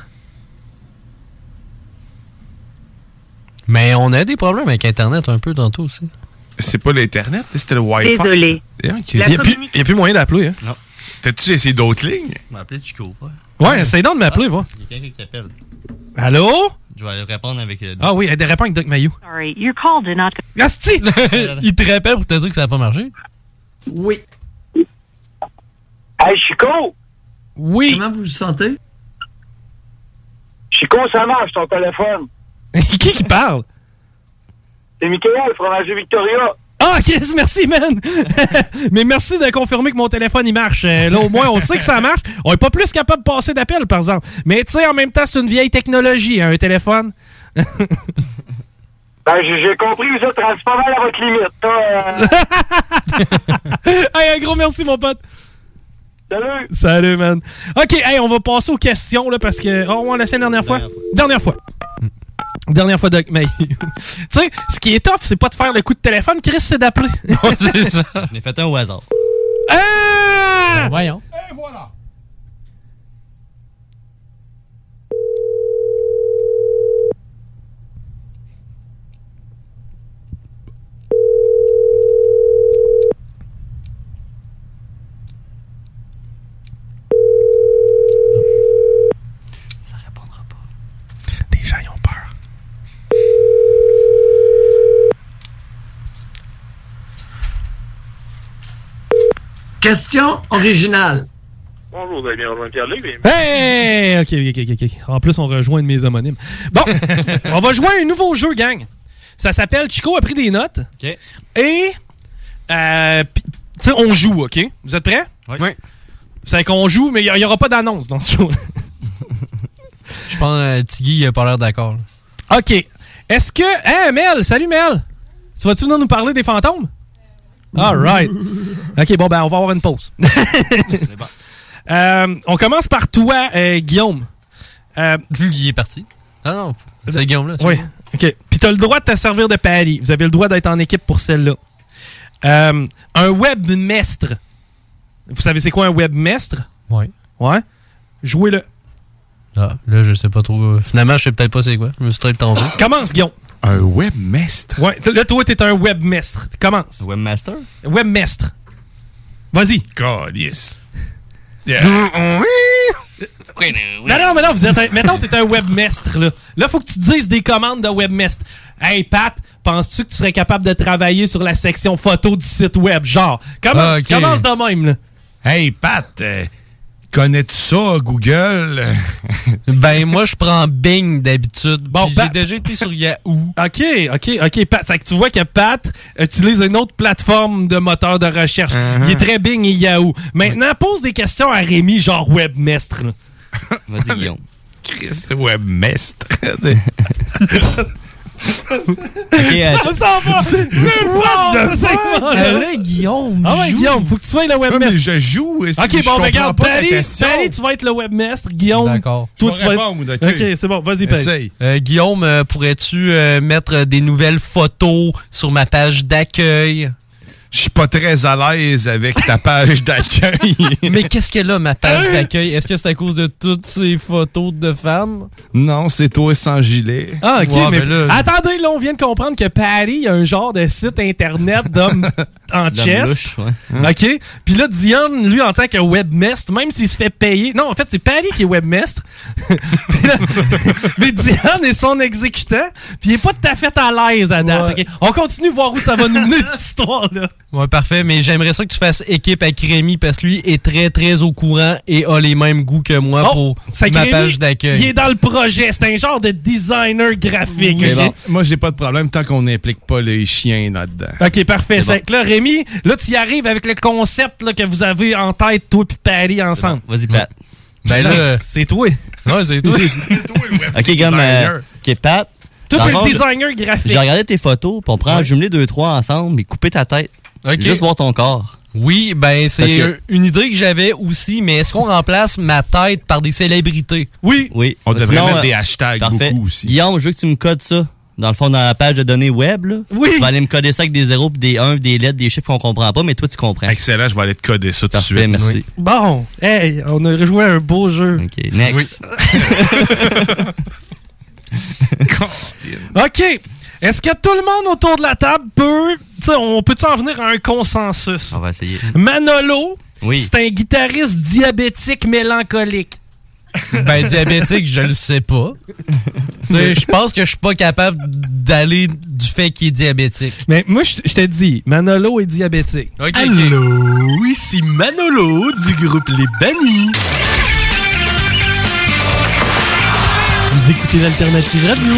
Speaker 3: Mais on a des problèmes avec Internet un peu tantôt aussi.
Speaker 6: C'est pas l'Internet, c'était le Wi-Fi. Eh,
Speaker 18: Désolé.
Speaker 6: Il
Speaker 18: La
Speaker 6: n'y a, plus-
Speaker 1: y a plus moyen d'appeler. Hein?
Speaker 6: Non. T'as-tu essayé d'autres lignes?
Speaker 17: On va appeler Chico. Ouais. Ah,
Speaker 1: Ouais, essaye donc de m'appeler, va.
Speaker 17: Il y a quelqu'un qui appelle.
Speaker 1: Allô?
Speaker 17: Je vais aller répondre avec. euh,
Speaker 1: Ah oui, elle répond avec Doc Mayou.
Speaker 18: Sorry, your call did not...
Speaker 1: Asti!
Speaker 3: Il te rappelle pour te dire que ça n'a pas marché?
Speaker 19: Oui. Hey, Chico!
Speaker 1: Oui.
Speaker 19: Comment vous vous sentez? Chico, ça marche, ton téléphone.
Speaker 1: qui qui parle?
Speaker 19: C'est Michael, fromager Victoria.
Speaker 1: Ah, yes, merci, man! Mais merci de confirmer que mon téléphone, il marche. Euh, Là, au moins, on sait que ça marche. On est pas plus capable de passer d'appel, par exemple. Mais, tu sais, en même temps, c'est une vieille technologie, hein, un téléphone.
Speaker 19: Ben, j'ai j'ai compris, vous êtes rendu pas mal à votre limite. toi, euh.
Speaker 1: hey, un gros merci, mon pote.
Speaker 19: Salut.
Speaker 1: Salut, man. OK, hey, on va passer aux questions, là, parce que... Oh, on l'a fait la dernière fois? Dernière fois. Dernière fois, Doc. Mais, tu sais, ce qui est tough, c'est pas de faire le coup de téléphone. Chris, c'est d'appeler.
Speaker 17: Je l'ai fait un au hasard.
Speaker 1: Ah!
Speaker 3: voyons.
Speaker 6: Et voilà.
Speaker 1: Les gens, ils ont peur.
Speaker 19: Question originale.
Speaker 20: vous allez bien rejoindre Pierre-Luc. mais-
Speaker 1: Hey! Ok, ok, ok, ok. En plus, on rejoint une de mes homonymes. Bon, on va jouer à un nouveau jeu, gang. Ça s'appelle Chico a pris des notes.
Speaker 3: OK.
Speaker 1: Et, euh, p- tu sais, on joue, ok? Vous êtes prêts?
Speaker 3: Oui.
Speaker 1: C'est qu'on joue, mais il n'y aura pas d'annonce dans ce show.
Speaker 3: Je pense que Tiggy, il a pas l'air d'accord.
Speaker 1: ok. Est-ce que. Hein, Mel! Salut, Mel! Tu vas-tu venir nous parler des fantômes? All right. OK, bon, ben, on va avoir une pause. Euh, on commence par toi, euh, Guillaume. Euh,
Speaker 3: il est parti. Ah non, c'est Guillaume-là. c'est
Speaker 1: Oui.
Speaker 3: bon.
Speaker 1: OK. Puis t'as le droit de te servir de pari. Vous avez le droit d'être en équipe pour celle-là. Euh, un webmestre. Vous savez c'est quoi un webmestre?
Speaker 3: Oui.
Speaker 1: Ouais. Jouez-le.
Speaker 3: Ah, là, je sais pas trop. Finalement, je sais peut-être pas c'est quoi. Je me suis très tombé.
Speaker 1: Commence, Guillaume.
Speaker 3: Un webmestre.
Speaker 1: Ouais. T'sais, Là, toi, t'es un webmestre. Commence. Webmaster? Webmestre. Vas-y.
Speaker 6: God, yes.
Speaker 1: Non, non, mais non, vous êtes un, mettons, t'es un webmestre, là. Là, faut que tu dises des commandes de webmestre. Hey, Pat, penses-tu que tu serais capable de travailler sur la section photo du site web? Genre, commence,
Speaker 6: Ah, ok.
Speaker 1: commence de même, là.
Speaker 6: Hey, Pat, euh, connais-tu ça, Google?
Speaker 3: ben, moi, je prends Bing d'habitude. Bon,
Speaker 1: Pat-
Speaker 3: j'ai déjà été sur Yahoo.
Speaker 1: OK, OK, OK, Pat. C'est que tu vois que Pat utilise une autre plateforme de moteur de recherche.
Speaker 3: Uh-huh.
Speaker 1: Il est très Bing et Yahoo. Maintenant, pose des questions à Rémi, genre webmestre. là.
Speaker 6: Vas-y, Guillaume. Chris, webmestre.
Speaker 3: euh,
Speaker 1: Ça s'en va! Nulle part,
Speaker 6: What the
Speaker 1: ça, c'est
Speaker 6: fuck?
Speaker 1: quoi,
Speaker 6: Euh, là,
Speaker 3: Guillaume,
Speaker 1: Ah ouais,
Speaker 6: joue.
Speaker 1: Guillaume, faut que tu sois le webmestre.
Speaker 6: mais je joue, est-ce que
Speaker 1: OK,
Speaker 6: je
Speaker 1: bon,
Speaker 6: comprends
Speaker 1: ben, regarde,
Speaker 6: pas la
Speaker 1: Paris,
Speaker 6: question?
Speaker 1: Paris, tu vas être le webmestre. Guillaume,
Speaker 3: D'accord.
Speaker 1: toi,
Speaker 6: Je
Speaker 1: tu
Speaker 6: vais
Speaker 1: vas être...
Speaker 6: répondre,
Speaker 1: OK,
Speaker 6: ok.
Speaker 1: c'est bon, vas-y, Paris.
Speaker 3: Euh, Guillaume, euh, pourrais-tu euh, mettre des nouvelles photos sur ma page d'accueil?
Speaker 6: Je suis pas très à l'aise avec ta page d'accueil.
Speaker 3: Mais qu'est-ce qu'elle a, ma
Speaker 6: Hein?
Speaker 3: page d'accueil? Est-ce que c'est à cause de toutes ces photos de femmes?
Speaker 6: Non, c'est toi sans gilet.
Speaker 1: Ah, OK,
Speaker 6: Ouais,
Speaker 1: mais...
Speaker 6: ben là,
Speaker 1: Attendez, là, on vient de comprendre que Paris a un genre de site Internet d'hommes en
Speaker 6: D'hommes
Speaker 1: chest.
Speaker 6: louches, ouais.
Speaker 1: OK? Puis là, Dion, lui, en tant que webmestre, même s'il se fait payer... Non, en fait, c'est Paris qui est webmestre. mais, là- mais Dion est son exécutant, puis il est pas tout à fait à l'aise à date. OK? On continue de voir où ça va nous mener, cette histoire-là.
Speaker 3: Ouais, parfait, mais j'aimerais ça que tu fasses équipe avec Rémi parce que lui est très, très au courant et a les mêmes goûts que moi
Speaker 1: Oh, ça
Speaker 3: pour ma
Speaker 1: crée-
Speaker 3: page
Speaker 1: Il est
Speaker 3: d'accueil.
Speaker 1: dans le projet. C'est un genre de designer graphique.
Speaker 6: C'est
Speaker 1: ok?
Speaker 6: bon. Moi, j'ai pas de problème tant qu'on n'implique pas les chiens là-dedans.
Speaker 1: OK, parfait.
Speaker 6: C'est
Speaker 1: C'est que Là, Rémi, là, tu y arrives avec le concept là, que vous avez en tête, toi et Paris, ensemble.
Speaker 17: Vas-y, Pat.
Speaker 1: Ben là, c'est toi.
Speaker 3: Ouais, c'est toi.
Speaker 17: OK, comme...
Speaker 1: designer.
Speaker 17: euh, OK, Pat.
Speaker 1: Toi, t'es
Speaker 17: d'abord,
Speaker 1: le designer graphique.
Speaker 17: J'ai regardé tes photos, pour prendre, jumeler deux, trois ensemble et couper ta tête.
Speaker 3: Ok.
Speaker 17: Juste voir ton corps.
Speaker 3: Oui, ben c'est
Speaker 17: Parce que-
Speaker 3: un- une idée que j'avais aussi, mais est-ce qu'on remplace ma tête par des célébrités?
Speaker 1: Oui.
Speaker 17: Oui.
Speaker 6: On devrait
Speaker 17: Sinon,
Speaker 6: mettre
Speaker 17: euh,
Speaker 6: des hashtags
Speaker 17: parfait.
Speaker 6: beaucoup aussi.
Speaker 17: Guillaume, je veux que tu me codes ça. Dans le fond, dans la page de données web, là.
Speaker 1: Oui.
Speaker 17: Tu vas aller me coder ça avec des 0 des 1, des lettres, des chiffres qu'on comprend pas, mais toi, tu comprends.
Speaker 6: Excellent, je vais aller te coder ça tout de
Speaker 17: Parfait,
Speaker 6: suite.
Speaker 17: merci.
Speaker 1: Bon, hey, on a rejoué un beau jeu.
Speaker 17: OK, next.
Speaker 1: OK. Est-ce que tout le monde autour de la table peut. tu sais, On peut-tu en venir à un consensus?
Speaker 17: On va essayer.
Speaker 1: Manolo,
Speaker 17: Oui.
Speaker 1: c'est un guitariste diabétique mélancolique.
Speaker 3: Ben diabétique, je le sais pas. Tu sais, je pense que je suis pas capable d'aller du fait qu'il est diabétique.
Speaker 1: Mais moi, je je te dis, Manolo est diabétique.
Speaker 3: OK,
Speaker 1: Allô, ici Manolo du groupe Les Bannis.
Speaker 21: Vous écoutez l'Alternative Radio.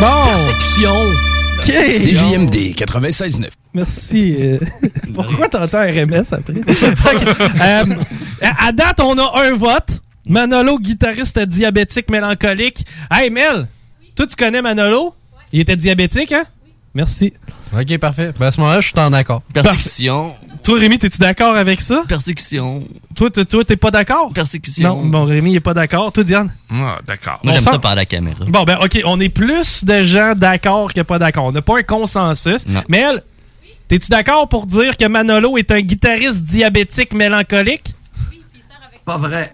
Speaker 1: Bon. C'est
Speaker 22: CJMD 96.9.
Speaker 1: Merci. euh, Pourquoi t'entends RMS après? Ok, euh, à à date, on a un vote. Manolo, guitariste diabétique mélancolique. Hey Mel, toi tu connais Manolo? Il était diabétique, hein? Merci.
Speaker 3: Ok, parfait. Ben à ce moment-là, je suis en accord.
Speaker 17: Persécution.
Speaker 1: Toi, Rémi, t'es-tu d'accord avec ça?
Speaker 17: Persécution.
Speaker 1: Toi, t- toi, t'es pas d'accord?
Speaker 17: Persécution.
Speaker 1: Non, bon, Rémi, il est pas d'accord. Toi, Diane?
Speaker 6: Ah, d'accord.
Speaker 1: On
Speaker 17: Moi, j'aime
Speaker 1: sent-
Speaker 17: ça par la caméra.
Speaker 1: Bon, ben, OK, on est plus de gens d'accord que pas d'accord. On n'a pas un consensus.
Speaker 17: Non.
Speaker 1: Mais elle, t'es-tu d'accord pour dire que Manolo est un guitariste diabétique mélancolique?
Speaker 12: Pas vrai.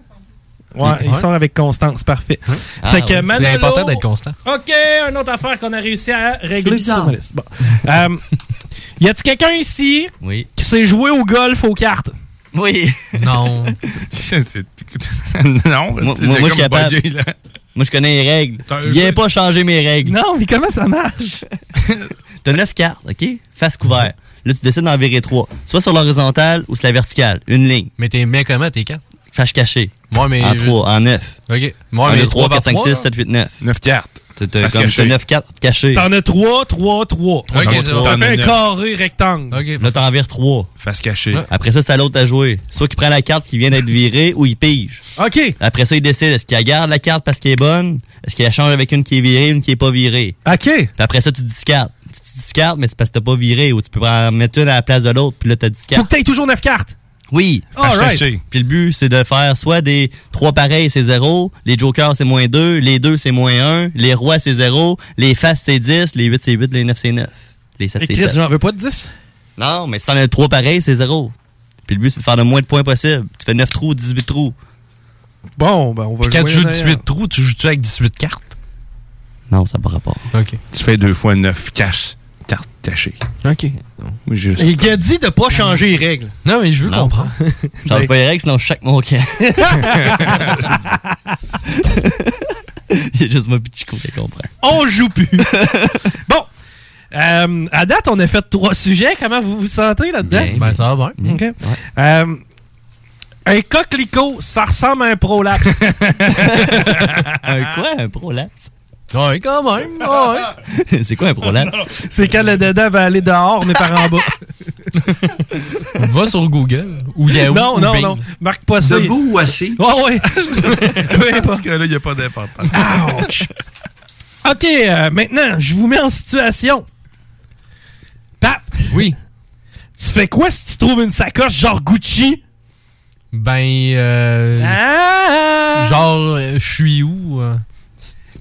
Speaker 1: Ouais, il sort avec Constance, parfait.
Speaker 3: Ah,
Speaker 1: C'est que Manolo-
Speaker 3: constant.
Speaker 1: OK, une autre affaire qu'on a réussi à régler
Speaker 3: bizarre.
Speaker 1: sur ma liste. Bon. Euh, y a-tu quelqu'un ici
Speaker 17: Oui.
Speaker 1: qui sait jouer au golf aux cartes?
Speaker 17: Oui.
Speaker 3: Non.
Speaker 17: Moi,
Speaker 6: non. c'est
Speaker 17: moi, moi, je
Speaker 6: comme
Speaker 17: suis capable.
Speaker 6: Budgie, là.
Speaker 17: Moi, je connais les règles.
Speaker 6: T'as un
Speaker 17: Il
Speaker 6: jeu-
Speaker 17: a pas changé mes règles.
Speaker 1: Non, mais comment ça marche?
Speaker 3: T'as neuf cartes, OK? Face couvert. Là, tu décides d'en virer trois. Soit sur l'horizontale ou sur la verticale. Une ligne. Mais t'es mets comment tes cartes? Fâche cachée.
Speaker 9: Moi, mais.
Speaker 3: En trois, en neuf.
Speaker 9: OK.
Speaker 3: Moi,
Speaker 9: Moi,
Speaker 3: 1,
Speaker 9: mais
Speaker 3: 2, 3, 4, 5, 6,
Speaker 9: 7.
Speaker 3: 7, 8, 9.
Speaker 6: 9 cartes.
Speaker 3: T'as
Speaker 9: Face
Speaker 3: comme
Speaker 9: cachée.
Speaker 3: 9 cartes cachées.
Speaker 1: T'en as 3, 3, 3.
Speaker 3: Ok, c'est bon.
Speaker 1: T'as fait un
Speaker 3: Neuf.
Speaker 1: carré rectangle.
Speaker 3: Là, t'en vires trois.
Speaker 6: Face cachée.
Speaker 3: Après ça, c'est à l'autre à jouer. Soit qu'il prend la carte qui vient d'être virée ou il pige.
Speaker 1: OK.
Speaker 3: Après ça, il décide est-ce qu'il la garde la carte parce qu'elle est bonne, est-ce qu'il la change avec une qui est virée, une qui est pas virée.
Speaker 1: OK. Puis
Speaker 3: après ça, tu discardes. Si Tu discardes, mais c'est parce que t'as pas viré ou tu peux en mettre une à la place de l'autre, puis là, t'as
Speaker 1: Faut
Speaker 3: discardes.
Speaker 1: que t'aies toujours 9 cartes.
Speaker 3: Oui.
Speaker 1: All right.
Speaker 3: Puis le but, c'est de faire soit des trois pareils, c'est 0, les jokers, c'est moins 2, les 2, c'est moins 1, les rois, c'est 0, les faces, c'est 10, les 8, c'est 8, les 9, c'est 9, les 7,
Speaker 1: Et
Speaker 3: c'est
Speaker 1: Chris,
Speaker 3: 7.
Speaker 1: j'en veux pas de 10.
Speaker 3: Non, mais si t'en as trois pareils, c'est 0. Puis le but, c'est de faire le moins de points possible. Tu fais 9 trous, 18 trous.
Speaker 1: Bon, ben on va
Speaker 3: Puis quand
Speaker 1: jouer
Speaker 3: tu joues
Speaker 1: en arrière.
Speaker 3: 18
Speaker 9: trous, tu joues-tu avec 18 cartes?
Speaker 3: Non, ça n'a pas rapport.
Speaker 9: OK.
Speaker 6: Tu fais deux fois neuf caches, cartes cachées.
Speaker 3: OK.
Speaker 6: Oui, juste.
Speaker 23: Et qui a dit de pas changer les règles.
Speaker 9: Non, mais je veux comprendre.
Speaker 3: Change pas les règles, sinon je chaque mon camp. Il y a juste moi pis Chico qui comprend.
Speaker 1: On joue plus. bon. Euh, à date, on a fait trois sujets. Comment vous vous sentez là-dedans?
Speaker 9: Ben, ça va bien.
Speaker 1: OK. Euh, un coquelicot, ça ressemble à un prolapse.
Speaker 3: un quoi, un prolapse?
Speaker 9: Ouais, quand même.
Speaker 3: c'est quoi un prolapse?
Speaker 1: C'est quand le dedans va aller dehors, mais par en bas.
Speaker 9: Va sur Google ou Yahoo.
Speaker 1: non,
Speaker 9: ou
Speaker 1: non,
Speaker 9: Bing.
Speaker 1: non. Marque pas ça.
Speaker 9: Debout
Speaker 1: ou assis? Ouais, ouais.
Speaker 6: Parce que là, il n'y a pas d'importance.
Speaker 1: OK, euh, maintenant, je vous mets en situation. Pat.
Speaker 9: Oui.
Speaker 1: Tu fais quoi si tu trouves une sacoche genre Gucci?
Speaker 9: Ben, euh,
Speaker 1: Ah!
Speaker 9: genre, euh, je suis où? euh?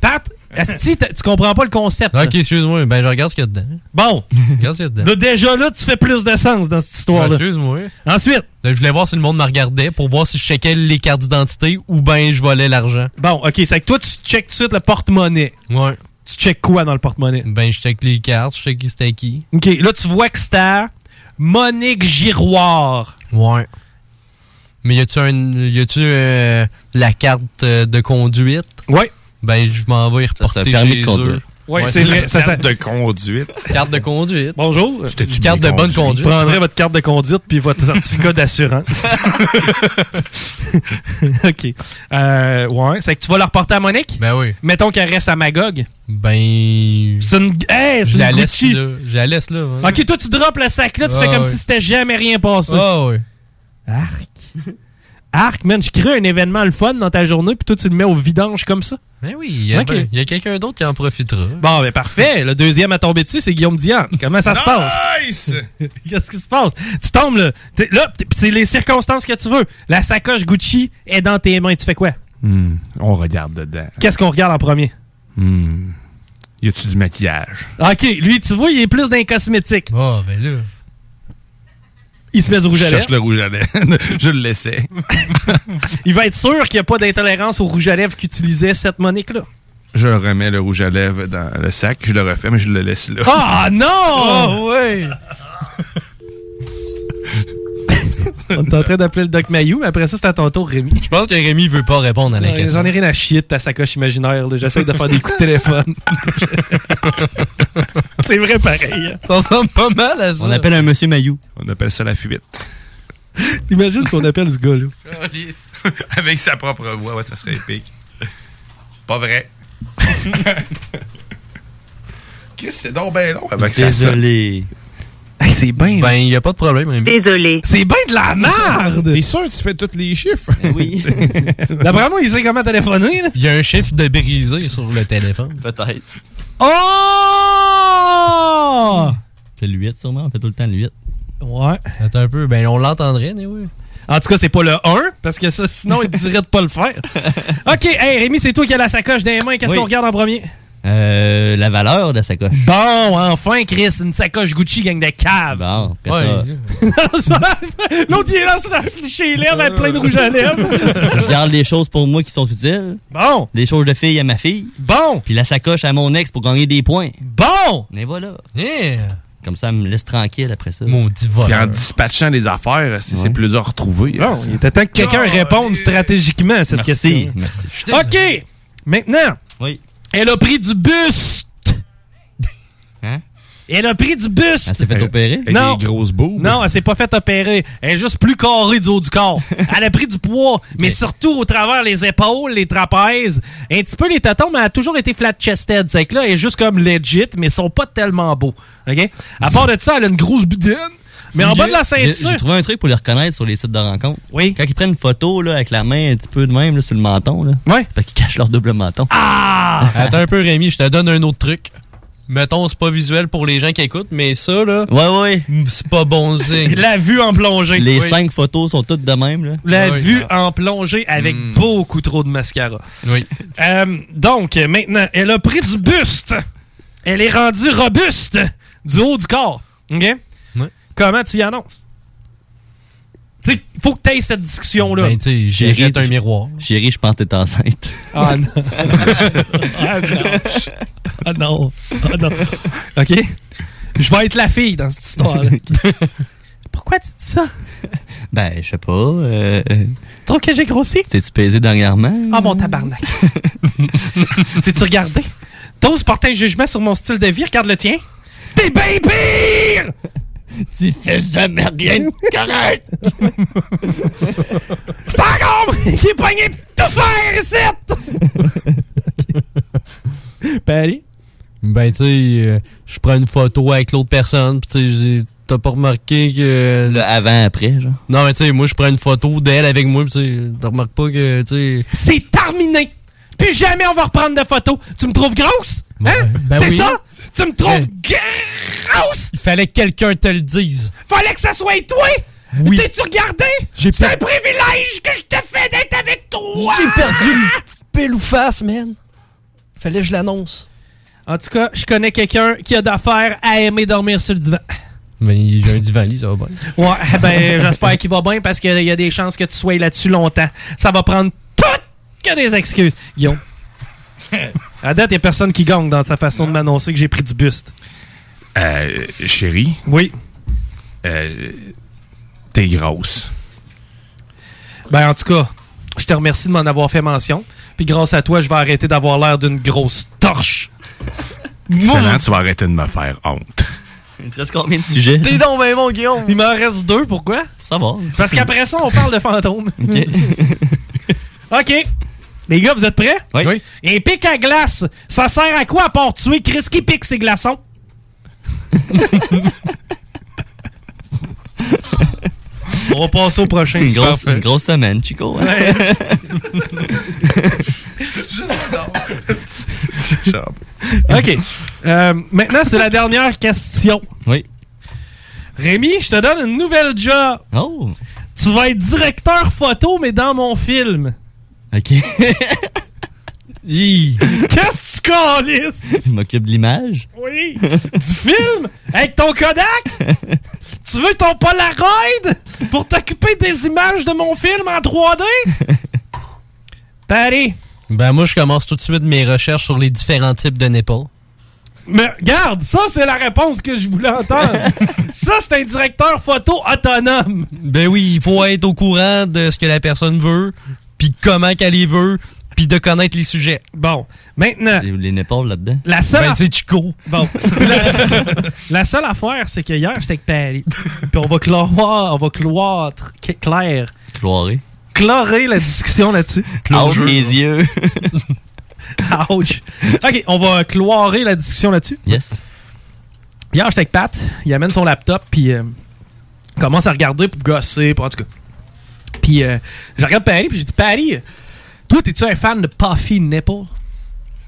Speaker 1: Pat, asti, t'as- tu comprends pas le concept.
Speaker 9: Ok, excuse-moi, ben je regarde ce qu'il y a dedans.
Speaker 1: Bon.
Speaker 9: Regarde ce qu'il y a dedans.
Speaker 1: Là, déjà là, tu fais plus de sens dans cette
Speaker 9: Ben,
Speaker 1: histoire-là.
Speaker 9: excuse-moi.
Speaker 1: Ensuite.
Speaker 9: Euh, Je voulais voir si le monde me regardait pour voir si je checkais les cartes d'identité ou ben je volais l'argent.
Speaker 1: Bon, ok, c'est que toi, tu checkes tout de suite le porte-monnaie.
Speaker 9: Ouais.
Speaker 1: Tu checkes quoi dans le porte-monnaie?
Speaker 9: Ben, je check les cartes, je check qui c'était qui.
Speaker 1: Ok, là, tu vois que c'était Monique Giroir.
Speaker 9: Ouais. Mais y a-tu un, y a-tu euh, la carte euh, de conduite?
Speaker 1: Ouais.
Speaker 9: Ben, je m'en vais y reporter
Speaker 6: permis
Speaker 9: chez
Speaker 6: de conduire.
Speaker 9: eux.
Speaker 6: Ouais, c'est
Speaker 9: ça.
Speaker 6: vrai, ça, ça-
Speaker 9: Carte de conduite. Carte de conduite.
Speaker 1: Bonjour.
Speaker 9: Une carte de bonne conduite.
Speaker 1: Vous prendrez votre carte de conduite puis votre certificat d'assurance. OK. Euh, ouais, c'est que tu vas la reporter à Monique?
Speaker 9: Ben oui.
Speaker 1: Mettons qu'elle reste à Magog.
Speaker 9: Ben.
Speaker 1: C'est une. Hey, c'est
Speaker 9: Je la
Speaker 1: une
Speaker 9: laisse
Speaker 1: Gucci.
Speaker 9: là. Je la laisse là. hein.
Speaker 1: OK, toi, tu drops le sac là, tu fais
Speaker 9: Ah,
Speaker 1: comme
Speaker 9: ouais.
Speaker 1: si c'était jamais rien passé.
Speaker 9: Ah oui.
Speaker 1: Arc. Arc, man, je crée un événement le fun dans ta journée puis toi, tu le mets au vidange comme ça.
Speaker 9: Ben oui, il y a,
Speaker 1: Ok.
Speaker 9: ben- il y a quelqu'un d'autre qui en profitera.
Speaker 1: Bon, ben parfait. Le deuxième à tomber dessus, c'est Guillaume Dion. Comment ça se passe?
Speaker 6: Nice!
Speaker 1: Qu'est-ce qui se passe? Tu tombes là. T'es- là, t'es- pis c'est les circonstances que tu veux. La sacoche Gucci est dans tes mains. Tu fais quoi?
Speaker 6: Hmm, on regarde dedans.
Speaker 1: Qu'est-ce qu'on regarde en premier?
Speaker 6: Hmm. Y a-tu du maquillage?
Speaker 1: OK, lui, tu vois, il est plus dans les cosmétiques.
Speaker 9: Oh, ben là.
Speaker 1: Il se met du rouge
Speaker 6: Je
Speaker 1: à
Speaker 6: cherche
Speaker 1: lèvres.
Speaker 6: le rouge à lèvres. Je le laissais.
Speaker 1: Il va être sûr qu'il n'y a pas d'intolérance au rouge à lèvres qu'utilisait cette Monique-là.
Speaker 6: Je remets le rouge à lèvres dans le sac. Je le refais, mais je le laisse là.
Speaker 1: Ah non!
Speaker 9: ouais!
Speaker 1: On est en train d'appeler le Doc Mayou, mais après ça, c'est à ton tour, Rémi.
Speaker 9: Je pense que Rémi veut pas répondre à la
Speaker 1: Ouais,
Speaker 9: question.
Speaker 1: J'en ai rien à chier de ta sacoche imaginaire. là. J'essaie de faire des coups de téléphone. c'est vrai pareil. hein.
Speaker 9: Ça ressemble pas mal à ça.
Speaker 3: On appelle un monsieur Mayou.
Speaker 6: On appelle ça la fuite.
Speaker 1: Imagine qu'on appelle ce gars-là.
Speaker 6: Avec sa propre voix, ouais, ça serait épique. Pas vrai. Qu'est-ce que c'est donc bien long? Avec Ah, ben, ça, ça.
Speaker 3: Désolé.
Speaker 1: c'est bien. hein.
Speaker 9: Ben, il y a pas de problème, Rémi.
Speaker 24: Désolé.
Speaker 1: C'est bien de la merde!
Speaker 6: T'es sûr que tu fais tous les chiffres?
Speaker 1: Eh
Speaker 3: Oui.
Speaker 1: D'après moi, il sait comment téléphoner. là.
Speaker 9: Il y a un chiffre de brisé sur le téléphone.
Speaker 3: Peut-être.
Speaker 1: Oh!
Speaker 3: C'est le 8 sûrement, on fait tout le temps le 8.
Speaker 1: Ouais.
Speaker 9: Attends un peu, ben on l'entendrait, mais oui.
Speaker 1: En tout cas, c'est pas le 1, parce que ça, sinon, il te dirait de pas le faire. OK, hey, Rémi, c'est toi qui as la sacoche dans les mains. Qu'est-ce
Speaker 3: Oui.
Speaker 1: qu'on regarde en premier?
Speaker 3: Euh, la valeur de la sacoche.
Speaker 1: Bon, enfin, Chris, une sacoche Gucci gang de cave.
Speaker 3: Bon, après
Speaker 1: L'autre, il est là, sur la chez les lèvres, avec plein de rouge à lèvres.
Speaker 3: ça, je garde les choses pour moi qui sont utiles.
Speaker 1: Bon.
Speaker 3: Les choses de fille à ma fille.
Speaker 1: Bon.
Speaker 3: Puis la sacoche à mon ex pour gagner des points.
Speaker 1: Bon.
Speaker 3: Mais voilà.
Speaker 9: Yeah.
Speaker 3: Comme ça, elle me laisse tranquille après ça.
Speaker 9: Maudit
Speaker 6: Puis en dispatchant les affaires, c'est c'est plus dur à retrouver.
Speaker 1: Bon, il était temps que quelqu'un réponde stratégiquement à cette
Speaker 3: Merci,
Speaker 1: question.
Speaker 3: merci.
Speaker 1: OK, maintenant,
Speaker 3: Oui.
Speaker 1: elle a pris du buste.
Speaker 3: Hein?
Speaker 1: Elle a pris du buste. Elle s'est
Speaker 17: fait opérer? Avec
Speaker 1: Non.
Speaker 17: des grosses boobes?
Speaker 1: Non, elle s'est pas fait opérer. Elle est juste plus carrée du haut du corps. Elle a pris du poids, mais surtout au travers les épaules, les trapèzes, un petit peu les tétons, mais elle a toujours été flat-chested. C'est que là, elle est juste comme legit, mais ils sont pas tellement beaux. OK? À part de ça, elle a une grosse budine, mais en bas de la
Speaker 17: J'ai- J'ai
Speaker 1: ceinture.
Speaker 17: trouvé un truc pour les reconnaître sur les sites de rencontres. Oui. Quand ils prennent une photo là, avec la main un petit peu de même là, sur le menton, là, parce qu'ils cachent leur double menton.
Speaker 20: Ah! Attends un peu, Rémi, je te donne un autre truc. Mettons, c'est pas visuel pour les gens qui écoutent, mais ça, là.
Speaker 17: Ouais,
Speaker 20: ouais. Mm, C'est pas bon signe.
Speaker 1: La vue en plongée.
Speaker 17: Les
Speaker 1: Oui.
Speaker 17: cinq photos sont toutes de même. Là.
Speaker 20: Ah
Speaker 1: La vue en plongée avec
Speaker 20: Hmm.
Speaker 1: beaucoup trop de mascara.
Speaker 20: Ah Oui.
Speaker 1: Euh, donc, euh, maintenant, elle a pris du buste. Elle est rendue robuste du haut du corps. OK? Comment tu y annonces? Tu sais, faut que tu aies cette discussion-là.
Speaker 17: Ben, tu sais,
Speaker 20: J'ai
Speaker 17: Chérie,
Speaker 20: jeté un
Speaker 17: je-
Speaker 20: miroir.
Speaker 17: Chérie, je pense que t'es enceinte.
Speaker 1: Ah non. ah non. Ah non. Ah non. OK? Je vais être la fille dans cette histoire-là. Pourquoi tu dis ça?
Speaker 17: Ben, je sais pas. Euh,
Speaker 1: Trop que j'ai grossi?
Speaker 17: T'es-tu pesé dernièrement?
Speaker 1: Ah mon tabarnak. T'es-tu regardé? T'oses porter un jugement sur mon style de vie? Regarde le tien. T'es bien pire!
Speaker 17: Tu fais jamais rien de correct!
Speaker 1: C'est encore moi qui est pogné pour tout faire ici! Paris?
Speaker 20: Ben, tu sais, euh, je prends une photo avec l'autre personne, pis tu sais, j'ai- t'as pas remarqué que.
Speaker 17: Le avant-après, genre.
Speaker 20: Non, mais tu sais, moi, je prends une photo d'elle avec moi, pis tu sais, t'as remarqué pas que, tu sais.
Speaker 1: C'est terminé! Plus jamais on va reprendre de photos! Tu me trouves grosse? Hein?
Speaker 20: ben
Speaker 1: C'est
Speaker 20: oui.
Speaker 1: ça? Tu me trouves grosse?
Speaker 20: Il fallait que quelqu'un te le dise.
Speaker 1: Fallait que ça soit toi!
Speaker 20: Oui.
Speaker 1: T'es-tu regardé?
Speaker 20: J'ai
Speaker 1: C'est
Speaker 20: per-
Speaker 1: un privilège que je te fais d'être avec toi!
Speaker 20: J'ai perdu une pile ou face, man. Fallait que je l'annonce.
Speaker 1: En tout cas, je connais quelqu'un qui a d'affaires à aimer dormir sur le divan.
Speaker 20: Ben, j'ai un divan lit, ça va bien.
Speaker 1: Ouais, ben j'espère qu'il va bien parce qu'il y a des chances que tu sois là-dessus longtemps. Ça va prendre toutes que des excuses. Guillaume. À date, il n'y a personne qui gagne dans sa façon de m'annoncer que j'ai pris du buste.
Speaker 6: Euh, chérie. euh,
Speaker 1: Oui.
Speaker 6: T'es grosse.
Speaker 1: Ben en tout cas, je te remercie de m'en avoir fait mention. Puis grâce à toi, je vais arrêter d'avoir l'air d'une grosse torche.
Speaker 6: Excellent, tu vas arrêter de me faire honte.
Speaker 17: Il te reste combien de sujets?
Speaker 1: T'es donc ben mon Guillaume. Il m'en reste deux, pourquoi?
Speaker 17: Ça va.
Speaker 1: Parce qu'après ça, on parle de fantômes. OK. Les gars, vous êtes prêts?
Speaker 17: Oui.
Speaker 1: Un pic à glace, ça sert à quoi à part tuer Chris qui pique ses glaçons? on va passer au prochain.
Speaker 17: Une grosse, une grosse semaine, Chico. hein?
Speaker 1: Ouais. OK. Euh, maintenant, c'est la dernière question.
Speaker 17: Oui.
Speaker 1: Rémi, je te donne une nouvelle job.
Speaker 17: Oh!
Speaker 1: Tu vas être directeur photo, mais dans mon film.
Speaker 17: OK.
Speaker 20: Hi.
Speaker 1: Qu'est-ce que tu calisses?
Speaker 17: Tu m'occupes de l'image?
Speaker 1: Oui! du film? Avec ton Kodak? tu veux ton Polaroid? Pour t'occuper des images de mon film en 3D? Paris.
Speaker 20: Ben, moi, je commence tout de suite mes recherches sur les différents types de nipples.
Speaker 1: Mais regarde, ça c'est la réponse que je voulais entendre. ça c'est un directeur photo autonome.
Speaker 20: Ben oui, il faut être au courant de ce que la personne veut, puis comment qu'elle les veut, puis de connaître les sujets.
Speaker 1: Bon, maintenant.
Speaker 17: C'est les nipples là-dedans?
Speaker 1: La seule
Speaker 20: Ben,
Speaker 1: aff-
Speaker 20: c'est Chico.
Speaker 1: Bon. la, seule, la seule affaire, c'est que hier, j'étais avec Paris. Puis on va cloire, on va cloître, cl- clair,
Speaker 17: Cloiré.
Speaker 1: clorer la discussion là-dessus.
Speaker 17: Close les yeux.
Speaker 1: Ouch. OK, on va cloirer la discussion là-dessus.
Speaker 17: Yes.
Speaker 1: Hier, j'étais avec Pat. Il amène son laptop, puis euh, commence à regarder pour gosser, puis en tout cas. Puis euh, je regarde Paris, puis j'ai dit Paris, toi, t'es-tu un fan de Puffy Nipple?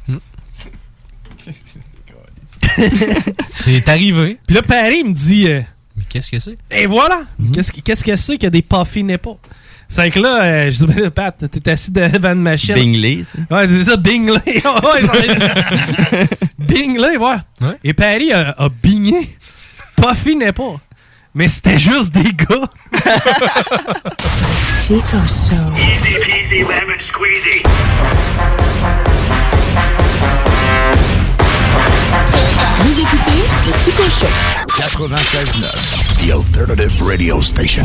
Speaker 20: C'est arrivé.
Speaker 1: Puis là, Paris me dit. euh,
Speaker 20: Mais qu'est-ce que c'est?
Speaker 1: Et voilà!
Speaker 7: Mhm.
Speaker 1: Qu'est-ce que- Qu'est-ce que c'est que des puffy nipples? C'est que là, euh, je dis, ben là, Pat, t'es assis devant une machine.
Speaker 17: Bingley, tu
Speaker 1: Ouais, c'est ça, Bingley. ouais, ça va être- Bingley, ouais. Et Paris a, a bingé. Puffy nipple. Mais c'était juste des gars.
Speaker 2: Chico Show.
Speaker 25: Easy peasy lemon squeezy.
Speaker 2: Vous écoutez le Chico Show.
Speaker 25: 96.9, the alternative radio station.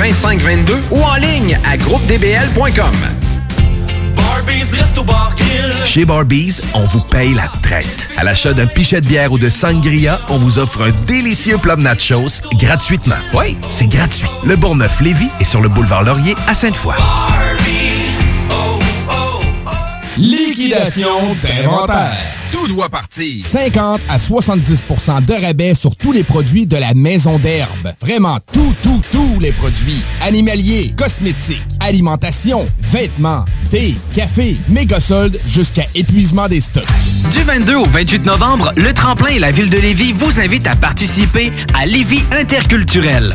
Speaker 22: 418-681-2522 ou en ligne à groupedbl.com.
Speaker 9: Chez Barbies, on vous paye la traite. À l'achat d'un pichet de bière ou de sangria, on vous offre un délicieux plat de nachos gratuitement. Oui, c'est gratuit. Le Bourgneuf-Lévis est sur le boulevard Laurier à Sainte-Foy.
Speaker 6: Liquidation d'inventaire.
Speaker 26: Tout doit partir.
Speaker 6: 50 à 70 de rabais sur tous les produits de la maison d'herbe. Vraiment tout, tout, tous les produits. Animaliers, cosmétiques, alimentation, vêtements, thé, café, méga soldes jusqu'à épuisement des stocks.
Speaker 10: Du 22 au 28 novembre, le Tremplin et la Ville de Lévis vous invitent à participer à Lévis interculturel.